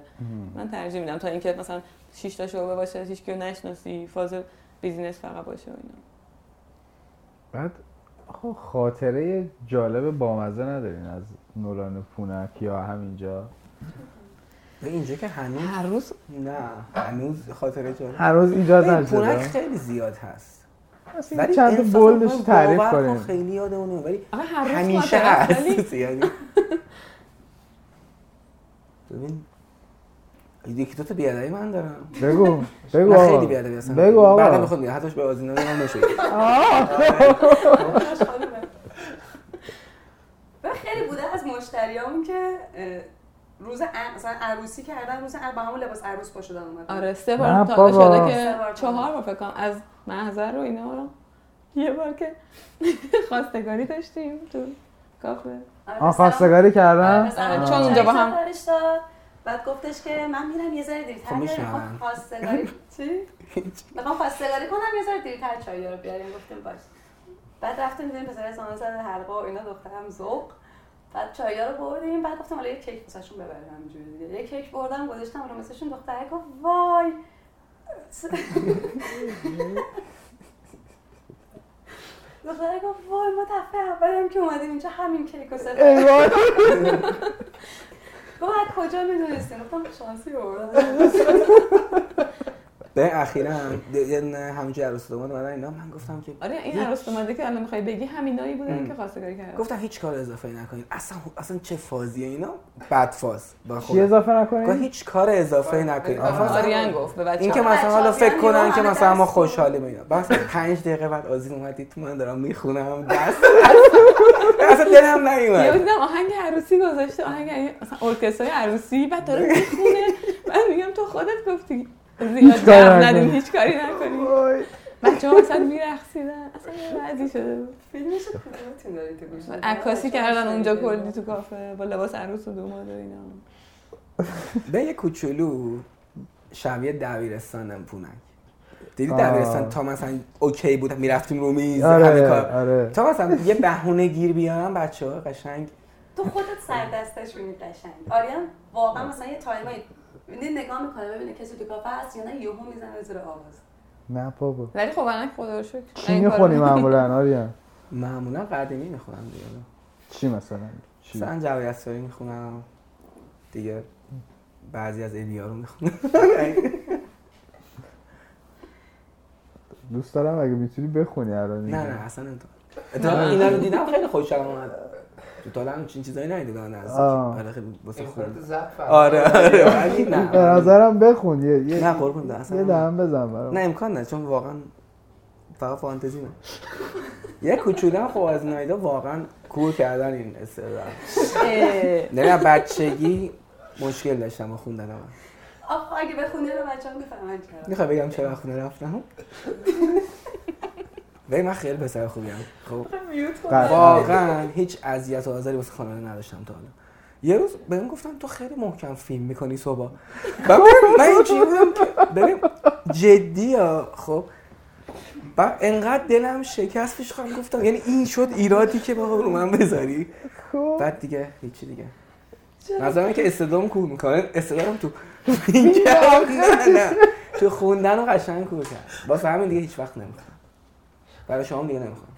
S7: من ترجیح میدم تا اینکه مثلا شش تا شعبه باشه هیچ کیو نشناسی فاز بیزینس فقط باشه و اینا
S3: بعد خب خاطره جالب بامزه ندارین از نولان پونک یا همینجا
S5: به اینجا که هنوز
S7: هر روز
S5: نه هنوز خاطره جالب
S3: هر روز ایجاد
S5: ببین، پونک
S3: نشده
S5: خیلی زیاد هست
S3: اصلا
S5: ولی
S3: چند
S5: احساس
S3: تا بولدش
S5: می‌کنم
S3: رو تعریف
S5: باور کن
S3: کنیم
S5: خیلی یادمونه ولی
S7: آخه هر روز
S5: همیشه
S7: خاطره است، آره، ولی-
S5: هست یعنی ببین یکی دو تا بیادایی من دارم
S3: بگو بگو
S5: نه خیلی
S3: آقا
S5: بیادایی هستم
S3: بگو
S5: بعدا
S3: آقا
S5: میخوام بگم خب، حتی به آزینا هم نشد
S6: و خیلی بوده از مشتریامون که اه، روز ع- مثلا عروسی کردن روز ع- با همون لباس عروس پاشدن اومدن
S7: آره سه
S3: نه
S7: بار تا
S3: بابا.
S7: شده
S6: سه
S7: که
S6: بار تا.
S7: چهار بار فکر کنم از محضر و اینا رو یه بار که خواستگاری داشتیم تو کافه
S5: آره،
S3: آه خواستگاری کردم
S7: آه. چون اونجا با هم-
S6: بعد گفتش که من میرم یه ذره دیرتر
S5: خب
S7: آره.
S6: بیاریم.
S5: میشه.
S6: میخوام خواستگاری چی؟ میخوام خواستگاری کنم یه ذره دیرتر چایی رو بیاریم گفتیم باش بعد رفتیم دیدیم پسر زمان زده حلقه و اینا دخترم ذوق بعد چایا رو بردیم بعد گفتم حالا یه کیک واسهشون ببریم همینجوری دیگه یه کیک بردم گذاشتم حالا واسهشون دختره گفت وای دختره گفت وای ما دفعه اولم که اومدیم اینجا همین کیک رو سفر
S3: وای.
S6: گفت از کجا میدونستیم گفتم شانسی آوردم
S5: به اخیرا هم- د- یه نه، همینجوری عروس دومان اومدن اینا من گفتم که
S7: آره این عروس اومده که الان میخوای بگی همینایی بودن که خواستگاری کردن
S5: گفتم هیچ کار اضافه نکنید اصلا اصلا چه فازیه اینا بد فاز با
S3: چی
S5: خود
S3: اضافه
S5: گفت
S3: نکنید
S5: هیچ کار اضافه نکنید
S4: آه.
S5: آفرین.
S7: آریان گفت به بچه
S5: این که
S6: بچه‌ها
S5: مثلا حالا
S6: بیان
S5: فکر کنن
S6: بیرون
S5: که
S6: همه
S5: مثلا ما
S6: دست
S5: خوشحالیم اینا بس پنج دقیقه بعد آزین اومد دید من دارم میخونم دست اصلا دلم
S7: یه
S5: نیومد
S7: دیدم آهنگ عروسی گذاشته آهنگ مثلا ارکسترای عروسی بعد داره میخونه من میگم تو خودت گفتی زیاد
S3: کاری
S7: جمع
S3: نکنی.
S7: ندیم هیچ کاری نکنیم
S3: وای.
S7: بچه ها مثلا میرخصیدن اصلا یه وضعی شده بود
S6: فیلمش کدومتون دارید تو گوش می‌دید؟
S7: عکاسی کردن اونجا
S6: بچه‌ها
S7: کلی تو کافه با لباس عروس و دوماد و اینا
S5: به یه کوچولو شبیه دبیرستانم پونک دیدی
S3: آه.
S5: دبیرستان تا مثلا اوکی بود میرفتیم رو میز همه
S3: آره
S5: کار
S3: آره
S5: تا مثلا یه بهونه گیر بیارم بچه ها قشنگ
S6: تو خودت سر دستش بینی قشنگ آریان واقعا مثلا یه تایمایی می‌بینی نگاه میکنه ببینه کسی تو کافه هست یا نه یهو میزنه زیر آواز
S3: نه بابا
S7: ولی خب الان خدا رو شکر
S3: چی
S7: این کارو
S3: میخونی
S5: آره.
S7: نمی‌کنم.
S3: معمولا آریان
S5: معمولا قدیمی میخونم دیگه
S3: چی مثلا چی
S5: مثلا جوای اسفاری میخونم دیگه بعضی از الیا رو میخونم
S3: دوست دارم اگه میتونی بخونی الان
S5: نه
S3: اینجا.
S5: نه اصلا امتحان اتفاقا اینا رو دیدم خیلی خوشم اومد تو تا الان چین چیزایی ندیدم نزدیک
S3: آه.
S5: آره خیلی واسه خوب
S4: اینفراد زفت
S5: آره آره ولی نه
S3: به نظرم بخون یه یه
S5: نه قربون اصلا
S3: یه دهم بزن برام
S5: نه امکان نه چون واقعا فقط فانتزی نه یه کوچولو هم خب از نایدا واقعا کور کردن این استعداد
S7: اه،
S5: نه بچگی مشکل داشتم با خوندن من
S6: آخ اگه بخونی رو بچه‌ها میفهمن چرا
S5: میخوای بگم چرا خونه رفتم ببین من خیلی پسر خوبیم خب
S3: آره.
S5: واقعا هیچ اذیت و آزاری واسه خانواده نداشتم تا حالا یه روز بهم گفتن تو خیلی محکم فیلم میکنی صبح و من من اینجوری بودم که ببین جدی ها خب و انقدر دلم شکست پیش خودم گفتم یعنی این شد ایرادی که بابا رو من بذاری بعد دیگه هیچی دیگه نظرم که استدام کور میکنه استدام تو نه نه تو خوندن رو قشنگ کور کرد واسه همین دیگه هیچ وقت نمیخوام برای شما هم دیگه نمیخوام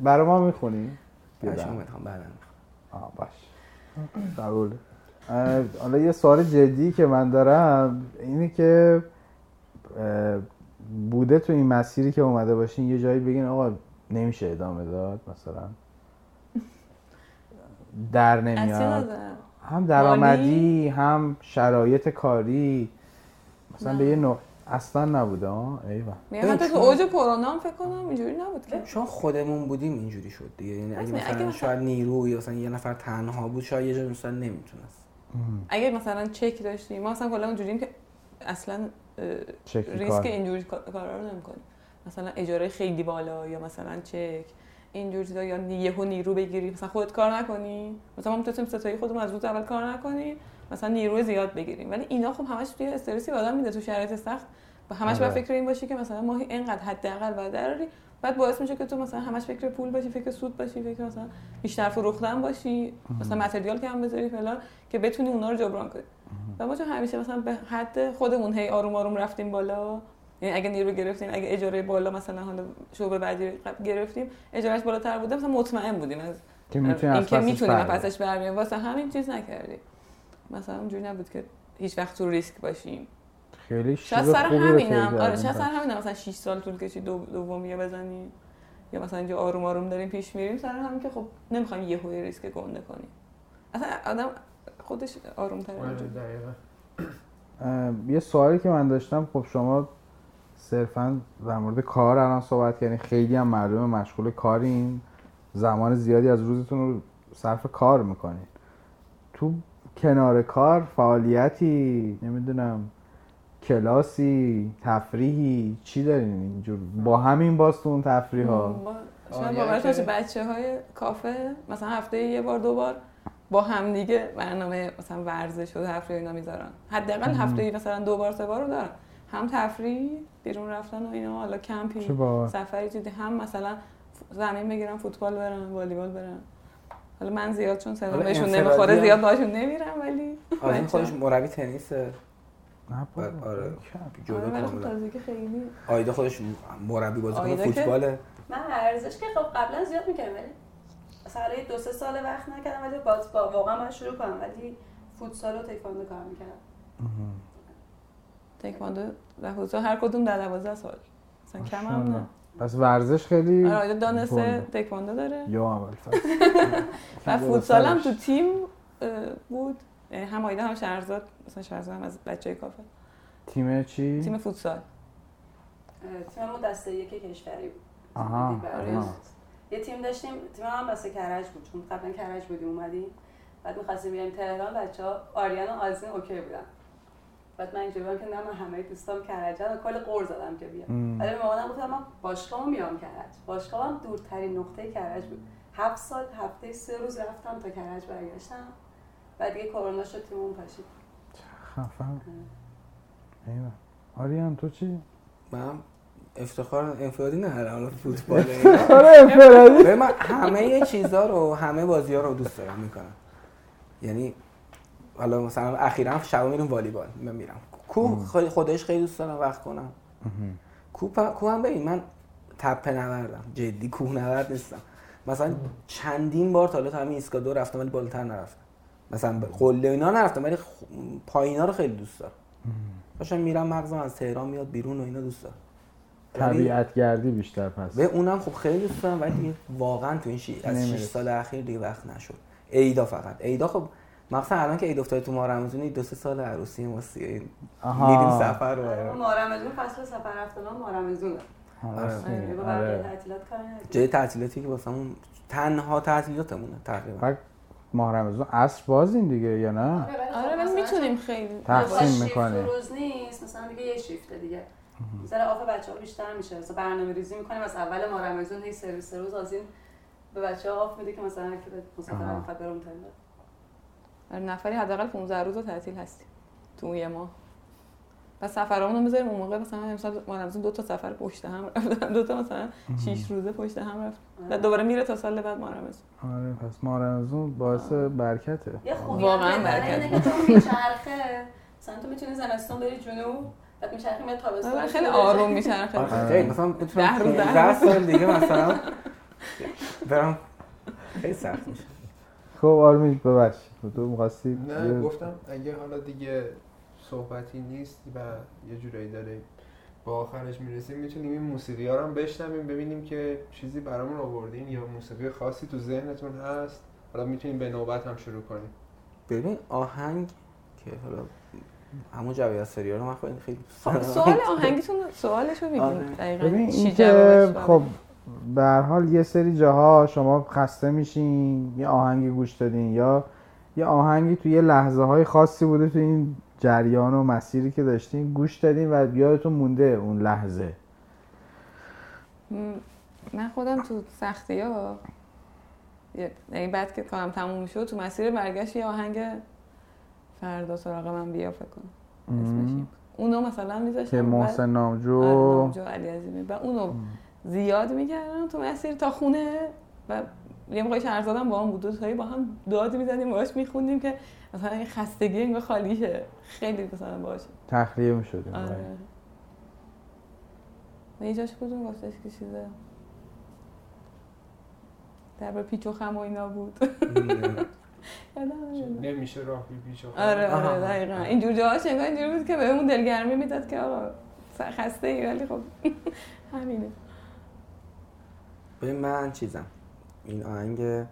S3: برای ما میخونی یه
S5: برای شما
S3: دهم.
S5: میخوام بعدا میخوام
S3: آه باش قبول اه، حالا یه سوال جدی که من دارم اینه که اه، بوده تو این مسیری که اومده باشین یه جایی بگین آقا نمیشه ادامه داد مثلا در
S7: از چه
S3: نمیاد
S7: نظر؟
S3: هم درآمدی هم شرایط کاری مثلا به یه نوع اصلا نبوده آه ایوه
S7: میگم حتی تو اوج کرونا هم فکر کنم اینجوری نبود که
S5: چون خب، خودمون بودیم اینجوری شد دیگه یعنی اگه مثلا,
S7: راست میگه. اگه مثلا-
S5: شاید نیرو یا مثلا یه نفر تنها بود شاید یه جا مثلا نمیتونست
S7: اگه مثلا چک داشتیم ما اصلا کلا اونجوریم که اصلا اه،
S3: شکل
S7: ریسک
S3: کار
S7: اینجور کار- کارا رو نمیکنیم مثلا اجاره خیلی بالا یا مثلا چک اینجور چیزا یا نی- یهو نیرو بگیری مثلا خودت کار نکنی مثلا ما میتونیم ستایی خودمون از روز اول کار نکنیم مثلا نیروی زیاد بگیریم ولی اینا خب همش توی استرسی به آدم میده تو شرایط سخت و همش
S3: آره.
S7: باید فکر این باشی که مثلا ماهی اینقدر حداقل باید دراری بعد باعث میشه که تو مثلا همش فکر پول باشی فکر سود باشی فکر مثلا بیشتر فروختن باشی مثلا متریال کم بذاری فلان که بتونی اونا رو جبران کنی و ما چون همیشه مثلا به حد خودمون هی آروم آروم رفتیم بالا یعنی اگه نیرو گرفتیم اگه اجاره بالا مثلا حالا شعبه بعدی قبل گرفتیم اجارهش بالاتر بوده مثلا مطمئن بودیم از
S3: که میتونی
S7: این
S3: از
S7: که
S3: پسش
S7: میتونیم
S3: برداری.
S7: پسش برمیم واسه همین چیز نکردیم مثلا اونجوری نبود که هیچ وقت تو ریسک باشیم
S3: خیلی
S7: شاید
S3: چیز
S7: سر
S3: خوبی رو پیدا
S7: همینم آره
S3: کردیم
S7: شاید سر
S3: پس.
S7: همینم مثلا 6 سال طول کشید دو دومیه بزنی یا مثلا اینجا آروم آروم داریم پیش میریم سر همین که خب نمیخوایم یهو یه ریسک گنده کنیم اصلا آدم خودش آروم
S4: آره،
S7: تر
S3: اه، یه سوالی که من داشتم خب شما صرفا در مورد کار الان صحبت کردین خیلی هم معلومه مشغول کارین زمان زیادی از روزتون رو صرف کار میکنین تو کنار کار فعالیتی نمیدونم کلاسی تفریحی چی دارین اینجور با همین باز تو اون تفریح ها
S7: شاید
S4: آریا
S7: باورت
S4: که-
S7: باشه بچه های کافه مثلا هفته یه بار دو بار با همدیگه برنامه مثلا ورزش و تفریح و اینا میذارن حداقل هفته مثلا دو بار سه بار رو دارن هم تفریح بیرون رفتن و اینا حالا
S3: چه
S7: کمپینگ
S3: با
S7: سفری چیزی هم مثلا ف- زمین بگیرن فوتبال برن والیبال برن حالا من زیاد چون
S5: حالا
S7: سلامشون
S5: انفرادی
S7: نمیخوره
S5: هم-
S7: زیاد باشون نمیرم
S5: آزین
S7: ولی بچه‌ها.
S5: آره، خودش مربی تنیسه
S3: نه بابا
S5: آره.
S3: کم.
S5: جدا
S7: آره، ولی خب
S5: کاملا.
S7: تازگی خیلی
S5: آیدا خودش مربی بازیکن
S7: آیدا که-
S5: فوتباله
S6: من ورزش که خب قبلا زیاد میکردم ولی مثلا حالا یه دو سه سال وقت نکردم ولی باز با واقعا من شروع کنم ولی فوتسال و تکواندو کار میکردم
S7: تکواندو و حوزه هر کدوم در 12 سال مثلا کم هم
S3: ماشاءالله.
S7: نه
S3: پس ورزش خیلی
S7: آره آیدا دانسته
S3: بلده.
S7: تکواندو داره
S3: یا اول فصل.
S7: و
S3: خیلی
S7: فوتسال هم
S3: بهترش.
S7: تو تیم اه، بود یعنی هم آیدا هم شهرزاد مثلا شهرزاد هم از بچه کافه
S3: تیم چی؟
S7: تیم فوتسال
S6: اه، تیم ما دسته یک کشوری بود
S3: آها،
S6: تیم ملی برای
S3: آها.
S6: دوست. یه تیم داشتیم تیم هم دسته کرج بود چون قبلا کرج بودیم اومدیم بعد میخواستیم بیایم تهران بچه ها آریان و آزین اوکی بودن بعد من اینجوری بودم که نه من همه دوستام کرجن و کل قور زدم که بیام
S3: مم.
S6: ولی به مامانم گفتم من باشگاه میام کرج باشگاه هم دورترین نقطه کرج بود هفت سال هفته سه روز رفتم تا کرج برگشتم بعد دیگه کرونا شد تیممون پاشید
S3: خفن ایوه. آریان تو چی؟
S5: من افتخار انفرادی نه حالا فوتباله ببین، من همه چیزا رو همه بازی ها رو دوست دارم میکنم یعنی حالا مثلا اخیرا شبا میرم والیبال من میرم کوه خیلی- خودش خیلی دوست دارم وقت کنم کوه هم- کوه هم ببین من تپه نوردم جدی کوه نورد نیستم مثلا چندین بار تا حالا تا همین ایستگاه دو رفتم ولی بالاتر نرفتم مثلا ب- قله و اینا نرفتم ولی خ... پایینا رو خیلی دوست دارم داشتم میرم مغزم از تهران میاد بیرون و اینا دوست دارم یعنی ولی-
S3: طبیعت گردی بیشتر پس
S5: به اونم خب خیلی دوست دارم ولی دیگه واقعا تو این شی... از 6
S3: نمی‌رسی.
S5: سال اخیر دیگه وقت نشد عیدا فقط عیدا خب مخصوصا الان که عید افتاده تو ماه رمضونی دو سه سال عروسی ماست میریم
S3: آها.
S5: سفر رو
S6: آره، ما
S5: آره.
S6: مارمزون فصل سفر رفتن مارمزونه
S3: آره، راست می‌گی.
S6: با بقیه
S3: آره.
S6: تعطیلات کاری نداریم.
S5: جای تعطیلاتی که واسمون تنها تعطیلاتمونه تقریبا
S3: فقط ماه رمضان عصر بازین دیگه یا نه؟
S6: آره،
S7: آره
S6: خب،
S7: ولی
S6: مثلا
S7: میتونیم خیلی
S3: تقسیم
S6: شیفت
S3: می‌کنی.
S6: روز نیست مثلا دیگه یه شیفته دیگه ذره آف بچه ها بیشتر میشه مثلا برنامه ریزی میکنیم از اول ما رمزون هی سرویس روز از این به بچه ها آف میده که مثلا که به مسافر
S3: آها.
S6: میخواد بره اون طرف.
S7: هر نفری حداقل 15 روز رو تعطیل هستیم تو اون یه ماه و سفرامون رو میذاریم اون موقع مثلا امسال ما رمضان دو تا سفر پشت هم رفتم دو تا مثلا 6 روزه پشت هم رفت و دوباره میره تا سال بعد ما رمضان
S3: آره پس ماه رمضان باعث برکته
S6: یه خوبی
S7: واقعاً
S6: هم داره
S7: برکت.
S6: اینه که تو میچرخه مثلا تو میتونی زمستون بری جنوب بعد میچرخی میاد تابستون
S7: آره، خیلی
S6: می‌تونی بری-
S7: آروم میچرخه
S5: آره، خیلی مثلا
S7: ده روز،
S5: میتونم
S7: ده
S5: 15
S7: روز.
S5: سال دیگه مثلا برم خیلی سخت میشه
S3: خب آرمین ببخشید تو می‌خواستی
S4: نه
S3: یه-
S4: گفتم اگه حالا دیگه صحبتی نیست و یه جورایی داره با آخرش میرسیم میتونیم این موسیقی ها رو هم بشنویم ببینیم که چیزی برامون آوردین یا موسیقی خاصی تو ذهنتون هست حالا میتونیم به نوبت هم شروع کنیم
S5: ببین آهنگ که حالا همون جوی از سریال رو من خیلی خیلی دوست
S7: خب،
S5: دارم.
S7: سوال آهنگتون سوالش رو
S5: آره.
S7: بگیم دقیقاً
S3: ببین
S7: چی
S3: اینکه
S7: جوابش باشه.
S3: خب به هر حال یه سری جاها شما خسته میشین یه آهنگی گوش دادین یا یه آهنگی توی یه لحظه های خاصی بوده تو این جریان و مسیری که داشتین گوش دادین و یادتون مونده اون لحظه
S7: م، من خودم تو سختی ها یعنی بعد که کارم تموم شد تو مسیر برگشت یه آهنگ فردا سراغ من بیا فکر کنم اسمش این بود. اونو مثلا میذاشتم
S3: که محسن نامجو
S7: آره، نامجو علی عظیمی و اونو زیاد میکردم تو مسیر تا خونه و یه موقع شهرزادم با هم بود دوتایی با هم داد میزدیم باهاش میخوندیم که مثلا این خستگی انگار خالیشه خیلی مثلا باشه
S3: تخلیه میشدیم
S7: آره و یه جاش کدوم گفتش که چیزه در به پیچ و خم و اینا بود یادم نمیاد.
S4: نمیشه راه بی بی چه خواهد.
S7: آره
S5: آها.
S7: آره دقیقا اینجور جاهاش انگار اینجوری بود که بهمون دلگرمی میداد که آقا خسته ای ولی خب همینه
S5: به من چیزم این آهنگ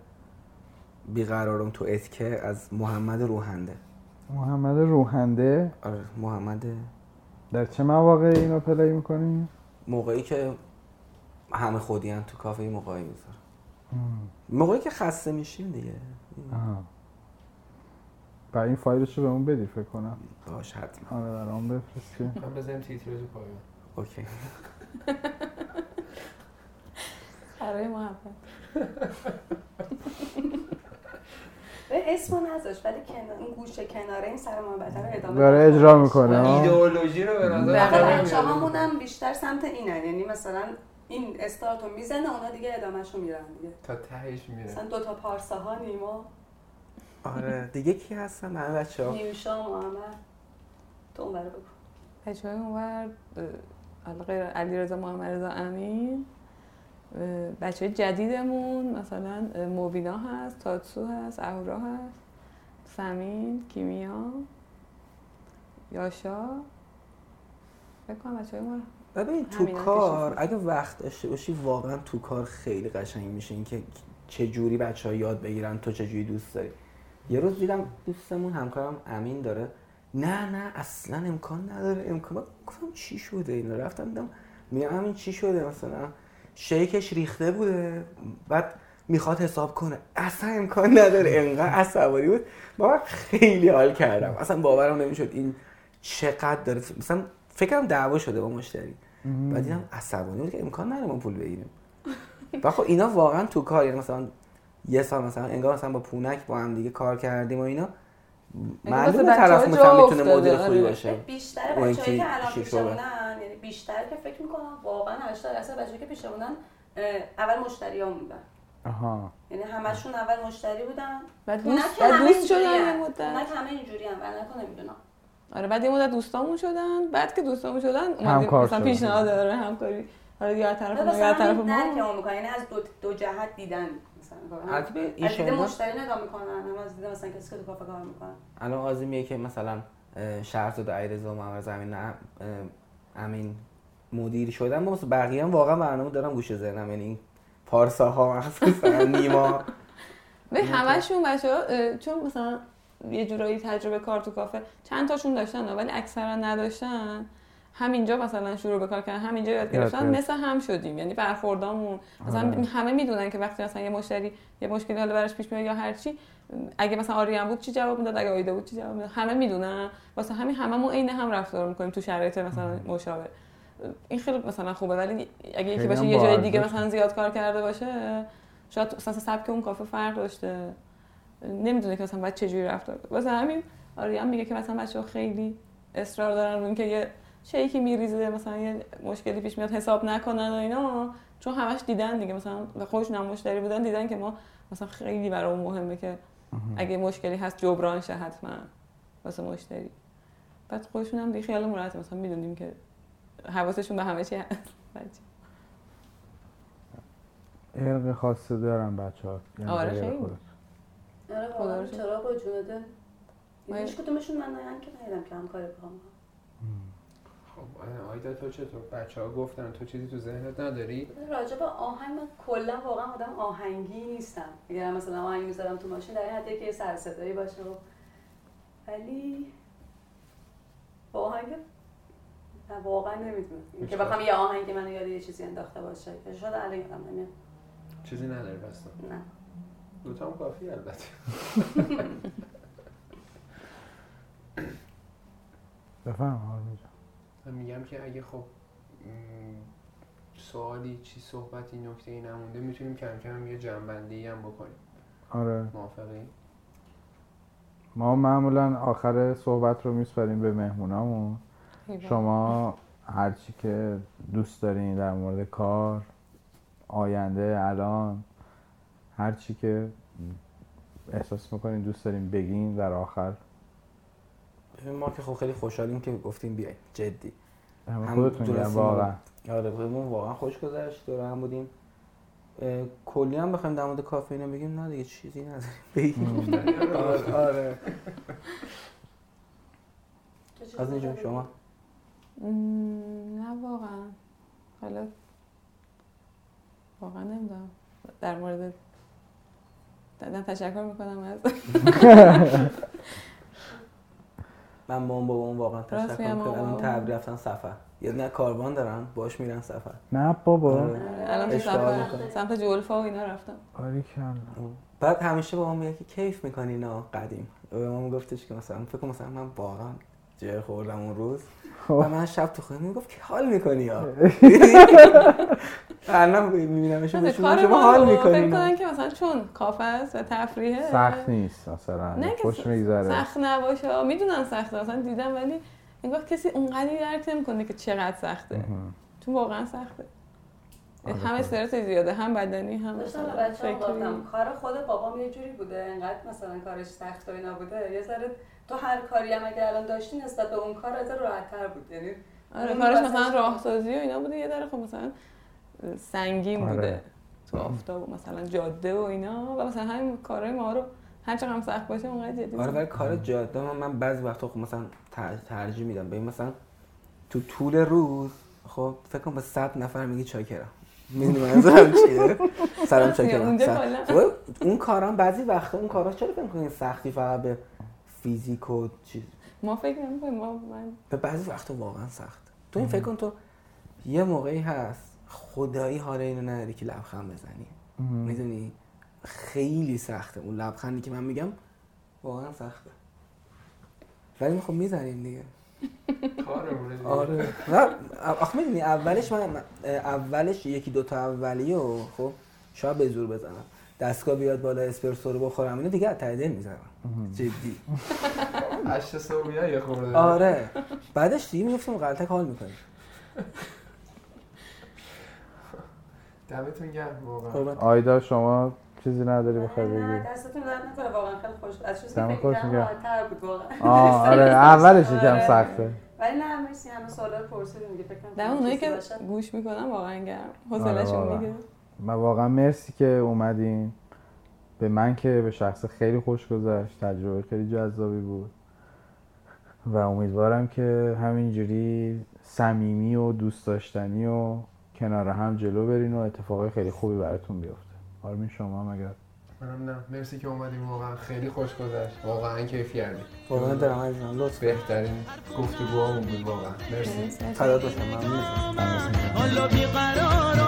S5: بیقرارم تو اتکه از محمد روحنده
S3: محمد روحنده
S5: آره محمد
S3: در چه مواقع اینو پلی میکنیم؟
S5: موقعی که همه خودی هم تو کافه موقعی میذارم موقعی که خسته میشیم دیگه
S3: و این فایلش رو به اون بدی فکر کنم
S5: باش حتما
S3: آره برام بفرست که
S4: من بزنیم تیتر تو پایان
S5: اوکی
S7: برای محبت
S6: اسمو نذاش ولی کنار اون گوشه کناره این سر محبت رو ادامه
S3: داره
S6: بده.
S3: اجرا میکنه آه.
S4: ایدئولوژی رو به نظر
S6: آخه
S4: من
S6: بچه
S4: نمیاد.
S6: هامون هم بیشتر سمت اینن یعنی مثلا این استارت رو میزنه اونا دیگه ادامهش رو میرن دیگه
S4: تا تهش میره
S6: مثلا دوتا پارسا ها نیما
S5: آره دیگه کی هستن همه بچه ها
S6: نیوشا محمد تو اون برو بگو
S7: پشمای اونور اه، حالا غیر علی رضا محمد رضا امین بچه جدیدمون مثلا اه، مبینا هست تاتسو هست اهورا هست سمین کیمیا یاشا فکر کنم بچه های
S5: ببین تو
S7: همینا
S5: کار اگه وقت داشته باشی واقعا تو کار خیلی قشنگ میشه اینکه چه جوری بچه ها یاد بگیرن تو چه جوری دوست داری یه روز دیدم دوستمون همکارم امین داره نه نه اصلا امکان نداره امکان من گفتم چی شده اینا رفتم دیدم میگم همین چی شده مثلا شیکش ریخته بوده بعد میخواد حساب کنه اصلا امکان نداره انقدر عصبانی بود با من خیلی حال کردم اصلا باورم نمیشد این چقدر داره مثلا فکرم دعوا شده با مشتری بعد دیدم عصبانی بود که امکان نداره ما پول بگیریم و خب اینا واقعا تو کار یعنی مثلا یه سال مثلا انگار مثلا با پونک با هم دیگه کار کردیم و اینا معلومه
S7: واسه
S5: طرف
S7: بچه‌ها
S5: مثلا
S7: جا
S5: میتونه
S7: افتاده،
S5: مدل خوبی
S7: آره.
S5: باشه
S6: بیشتر
S5: اون
S6: بچه‌ای
S5: یکی
S6: که الان
S5: شیش
S6: پیشمونن یعنی بیشتر که فکر میکنم واقعا 80 درصد بچه‌ای که پیشمونن اه، اول مشتری ها بودن
S3: آها
S6: یعنی همشون اول مشتری بودن
S7: بعد
S6: اونا
S7: دوست,
S6: که
S7: بعد
S6: همه
S7: دوست شدن
S6: اینجوری
S7: یه
S6: هن. اونا
S7: مدت
S6: که همه اینجوری هم ولی نکنه نمیدونم
S7: آره بعد یه مدت دوستامون شدن بعد که دوستامون شدن اومدیم
S3: همکار
S7: مثلا
S3: شدن.
S7: پیشنهاد داره همکاری حالا یا از طرف
S6: حالا
S7: ما یا
S6: مثلا
S7: از آره، طرف
S6: همین درک
S7: ما
S6: اون میکنه یعنی از دو, دو جهت دیدن مثلا کارو.
S5: البته این
S6: از دید
S5: شاینا-
S6: مشتری نگاه میکنن هم از دید مثلا کسی که تو کافه کار میکنه
S5: الان قاضی میگه که مثلا اه، شهرزاد علیرضا و محمد زمین امین مدیر شدن ما مثلا بقیه هم واقعا برنامه دارم گوشه ذهنم یعنی این پارسا ها مخصوصا نیما
S7: به همشون بچه ها چون مثلا یه جورایی تجربه کار تو کافه چند تاشون داشتن ولی اکثرا نداشتن همینجا مثلا شروع به کار کردن همینجا یاد گرفتن
S3: گرفت.
S7: مثل هم شدیم یعنی برخوردامون مثلا
S3: آره.
S7: همه میدونن که وقتی مثلا یه مشتری یه مشکلی حالا براش پیش میاد یا هر چی اگه مثلا آریان بود چی جواب میداد اگه آیدا بود چی جواب میداد همه میدونن واسه همین هممون عین هم رفتار میکنیم تو شرایط مثلا مشابه این خیلی مثلا خوبه ولی اگه یکی
S3: خیلی
S7: باشه
S3: هم
S7: یه جای
S3: باارزش.
S7: دیگه مثلا زیاد کار کرده باشه شاید مثلا سبک اون کافه فرق داشته نمیدونه که مثلا باید چجوری رفتار کنه واسه همین آریان میگه که مثلا بچه خیلی اصرار دارن رو اینکه یه شیکی میریزه مثلا یه مشکلی پیش میاد حساب نکنن و اینا چون همش دیدن دیگه مثلا و خودشون هم مشتری بودن دیدن که ما مثلا خیلی برای اون مهمه که اگه مشکلی هست جبران شه حتما واسه مشتری بعد خودشون هم دیگه خیالمون راحته مثلا میدونیم که حواسشون به همه چی هست بچه.
S3: عرق خاصی دارم یعنی بچه ها
S7: آره، خیلی.
S6: آره
S7: خدا رو
S6: واقعا
S7: شکر.
S6: چرا با جنده
S7: ما-
S6: هیچ کدومشون من نیان که نیدم که همکاری بکنم
S4: خب آیدا تو چطور بچه ها گفتن تو چیزی تو ذهنت نداری
S6: آره، راجع به آهنگ من کلا واقعا آدم آهنگی نیستم اگر مثلا آهنگ میذارم تو ماشین در این حدی که یه سر صدایی باشه و ولی با آهنگ نه، واقعا نمیدونم که بخوام یه آهنگ منو یاد یه چیزی انداخته باشه که شاید الان یادم نمیاد
S4: چیزی نداری بس
S6: نه
S4: دوتا هم کافی البته
S3: بفهم آرمین جان.
S4: من میگم که اگه خب م، سوالی چی صحبتی نکته ای نمونده میتونیم کم کم یه جنبندی هم بکنیم
S3: آره
S4: موافقی
S3: ما معمولا آخر صحبت رو میسپاریم به مهمونامون
S7: بله.
S3: شما هرچی که دوست دارین در مورد کار آینده الان هرچی که احساس میکنین دوست دارین بگین در آخر
S5: ما که خب خیلی خوشحالیم که گفتیم بیاین جدی
S3: همه
S5: هم
S3: خودتون
S5: تونستیم
S3: گم واقعا
S5: آره بهمون واقعا خوش گذشت دور هم بودیم اه، کلی هم بخوایم در مورد کافه اینا بگیم نه دیگه چیزی نداریم بگیم آره، آره
S6: تو چیزی
S5: از اینجا
S6: نداری؟
S5: شما
S7: مم، نه واقعا حالا واقعا نمیدونم در مورد نه تشکر میکنم از
S5: من با اون بابام واقعا
S7: راست
S5: تشکر
S7: میگم،
S5: میکنم
S7: بابام.
S5: الان تبری رفتن سفر یه نه کاروان دارن باش میرن سفر
S3: نه بابا
S5: آره.
S7: الان تو
S5: اشتباه
S7: سمت
S5: می‌کنی.
S7: سمت جلفا و اینا رفتم
S3: آره کلا
S5: بعد همیشه با ما میگه که کیف میکنی اینا قدیم و به ما میگفتش که مثلا فکر کنم مثلا من واقعا جر خوردم اون روز و من شب تو خونه میگفت که حال میکنی یا الان میبینمشون
S7: کار
S5: شما
S7: ما
S5: حال
S7: رو فکر
S5: میکنی
S7: کنن که مثلا چون کافه است و تفریحه
S3: سخت نیست مثلا
S7: نه که
S3: خوش میگذره
S7: سخت نباشه میدونم سخته اصلا دیدم ولی انگار کسی اونقدری درک نمیکنه که چقدر سخته چون واقعا سخته
S3: آره،
S7: هم استرس زیاده هم بدنی هم
S6: داشتم
S7: مثلا
S6: به بچه‌ها
S7: فکری.
S6: گفتم کار خود بابام یه جوری بوده انقدر مثلا کارش سخت و اینا بوده یه ذره تو هر کاری هم اگه الان داشتی نسبت به اون کار از راحت‌تر بود یعنی
S7: آره
S6: اون
S7: کارش
S6: وسط-
S7: مثلا راهسازی و اینا بوده یه ذره خب مثلا سنگین
S3: آره.
S7: بوده تو آفتاب و مثلا جاده و اینا و مثلا همین کارهای ما رو هر چقدر هم سخت باشه اونقدر جدی
S5: آره
S7: بوده.
S5: برای کار جاده من, من بعضی وقتا خب مثلا تر- ترجیح میدم ببین مثلا تو طول روز خب فکر کنم به 100 نفر میگی چاکرم میدونی منظورم چیه سلام چاکرم
S7: یعنی اونجا
S5: سلام.
S7: کلا.
S5: خب، اون کارم بعضی وقتا اون کارا چرا فکر می‌کنی سختی فقط به فیزیک و چیز
S7: ما فکر نمی‌کنیم ما من
S5: به بعضی وقتا واقعا سخت تو این فکر کن تو یه موقعی هست خدایی حال اینو نداری که لبخند بزنی میدونی خیلی سخته اون لبخندی که من میگم واقعا سخته ولی خب میزنیم دیگه
S4: کارمونه دیگه.
S5: آره نه آخه میدونی اولش من من- اولش یکی دوتا اولی و خب شاید به زور بزنم دستگاه بیاد بالا اسپرسو رو بخورم اینو دیگه از ته دل میزنم جدی
S4: هشت صبح میای یه خورده
S5: آره بعدش دیگه میگفتم غلطک حال میکنی
S4: دمتون گرم واقعا
S5: قربان
S3: آیدا شما چیزی نداری بخوای
S6: نه،
S3: بگی
S6: دستتون درد نکنه واقعا خیلی خوش از چیزی که
S3: دمت
S6: فکر
S3: خوش
S6: کردم
S3: میگم.
S6: راحت‌تر بود واقعا
S3: آه آره اولش یکم
S6: آره.
S3: سخته
S6: ولی نه مرسی همه سوالا رو پرسیدین دیگه فکر
S7: در
S6: کنم
S7: اونایی
S6: چیزی
S7: که
S6: باشه.
S7: گوش میکنن واقعا گرم
S3: آره،
S7: حوصله‌شون
S3: واقعا.
S7: میگیره
S3: من واقعا مرسی که اومدین به من که به شخص خیلی خوش گذشت تجربه خیلی جذابی بود و امیدوارم که همینجوری صمیمی و دوست داشتنی و کنار هم جلو برین و اتفاقای خیلی خوبی براتون بیفته آرمین شما هم اگر
S4: منم نه مرسی که اومدیم واقعا خیلی خوش گذشت واقعا کیف کردیم
S5: قربان دارم عزیزم لطف
S4: بهترین گفتگوهامون بود واقعا مرسی
S5: فدات باشم ممنونتم
S8: حالا بیقرارم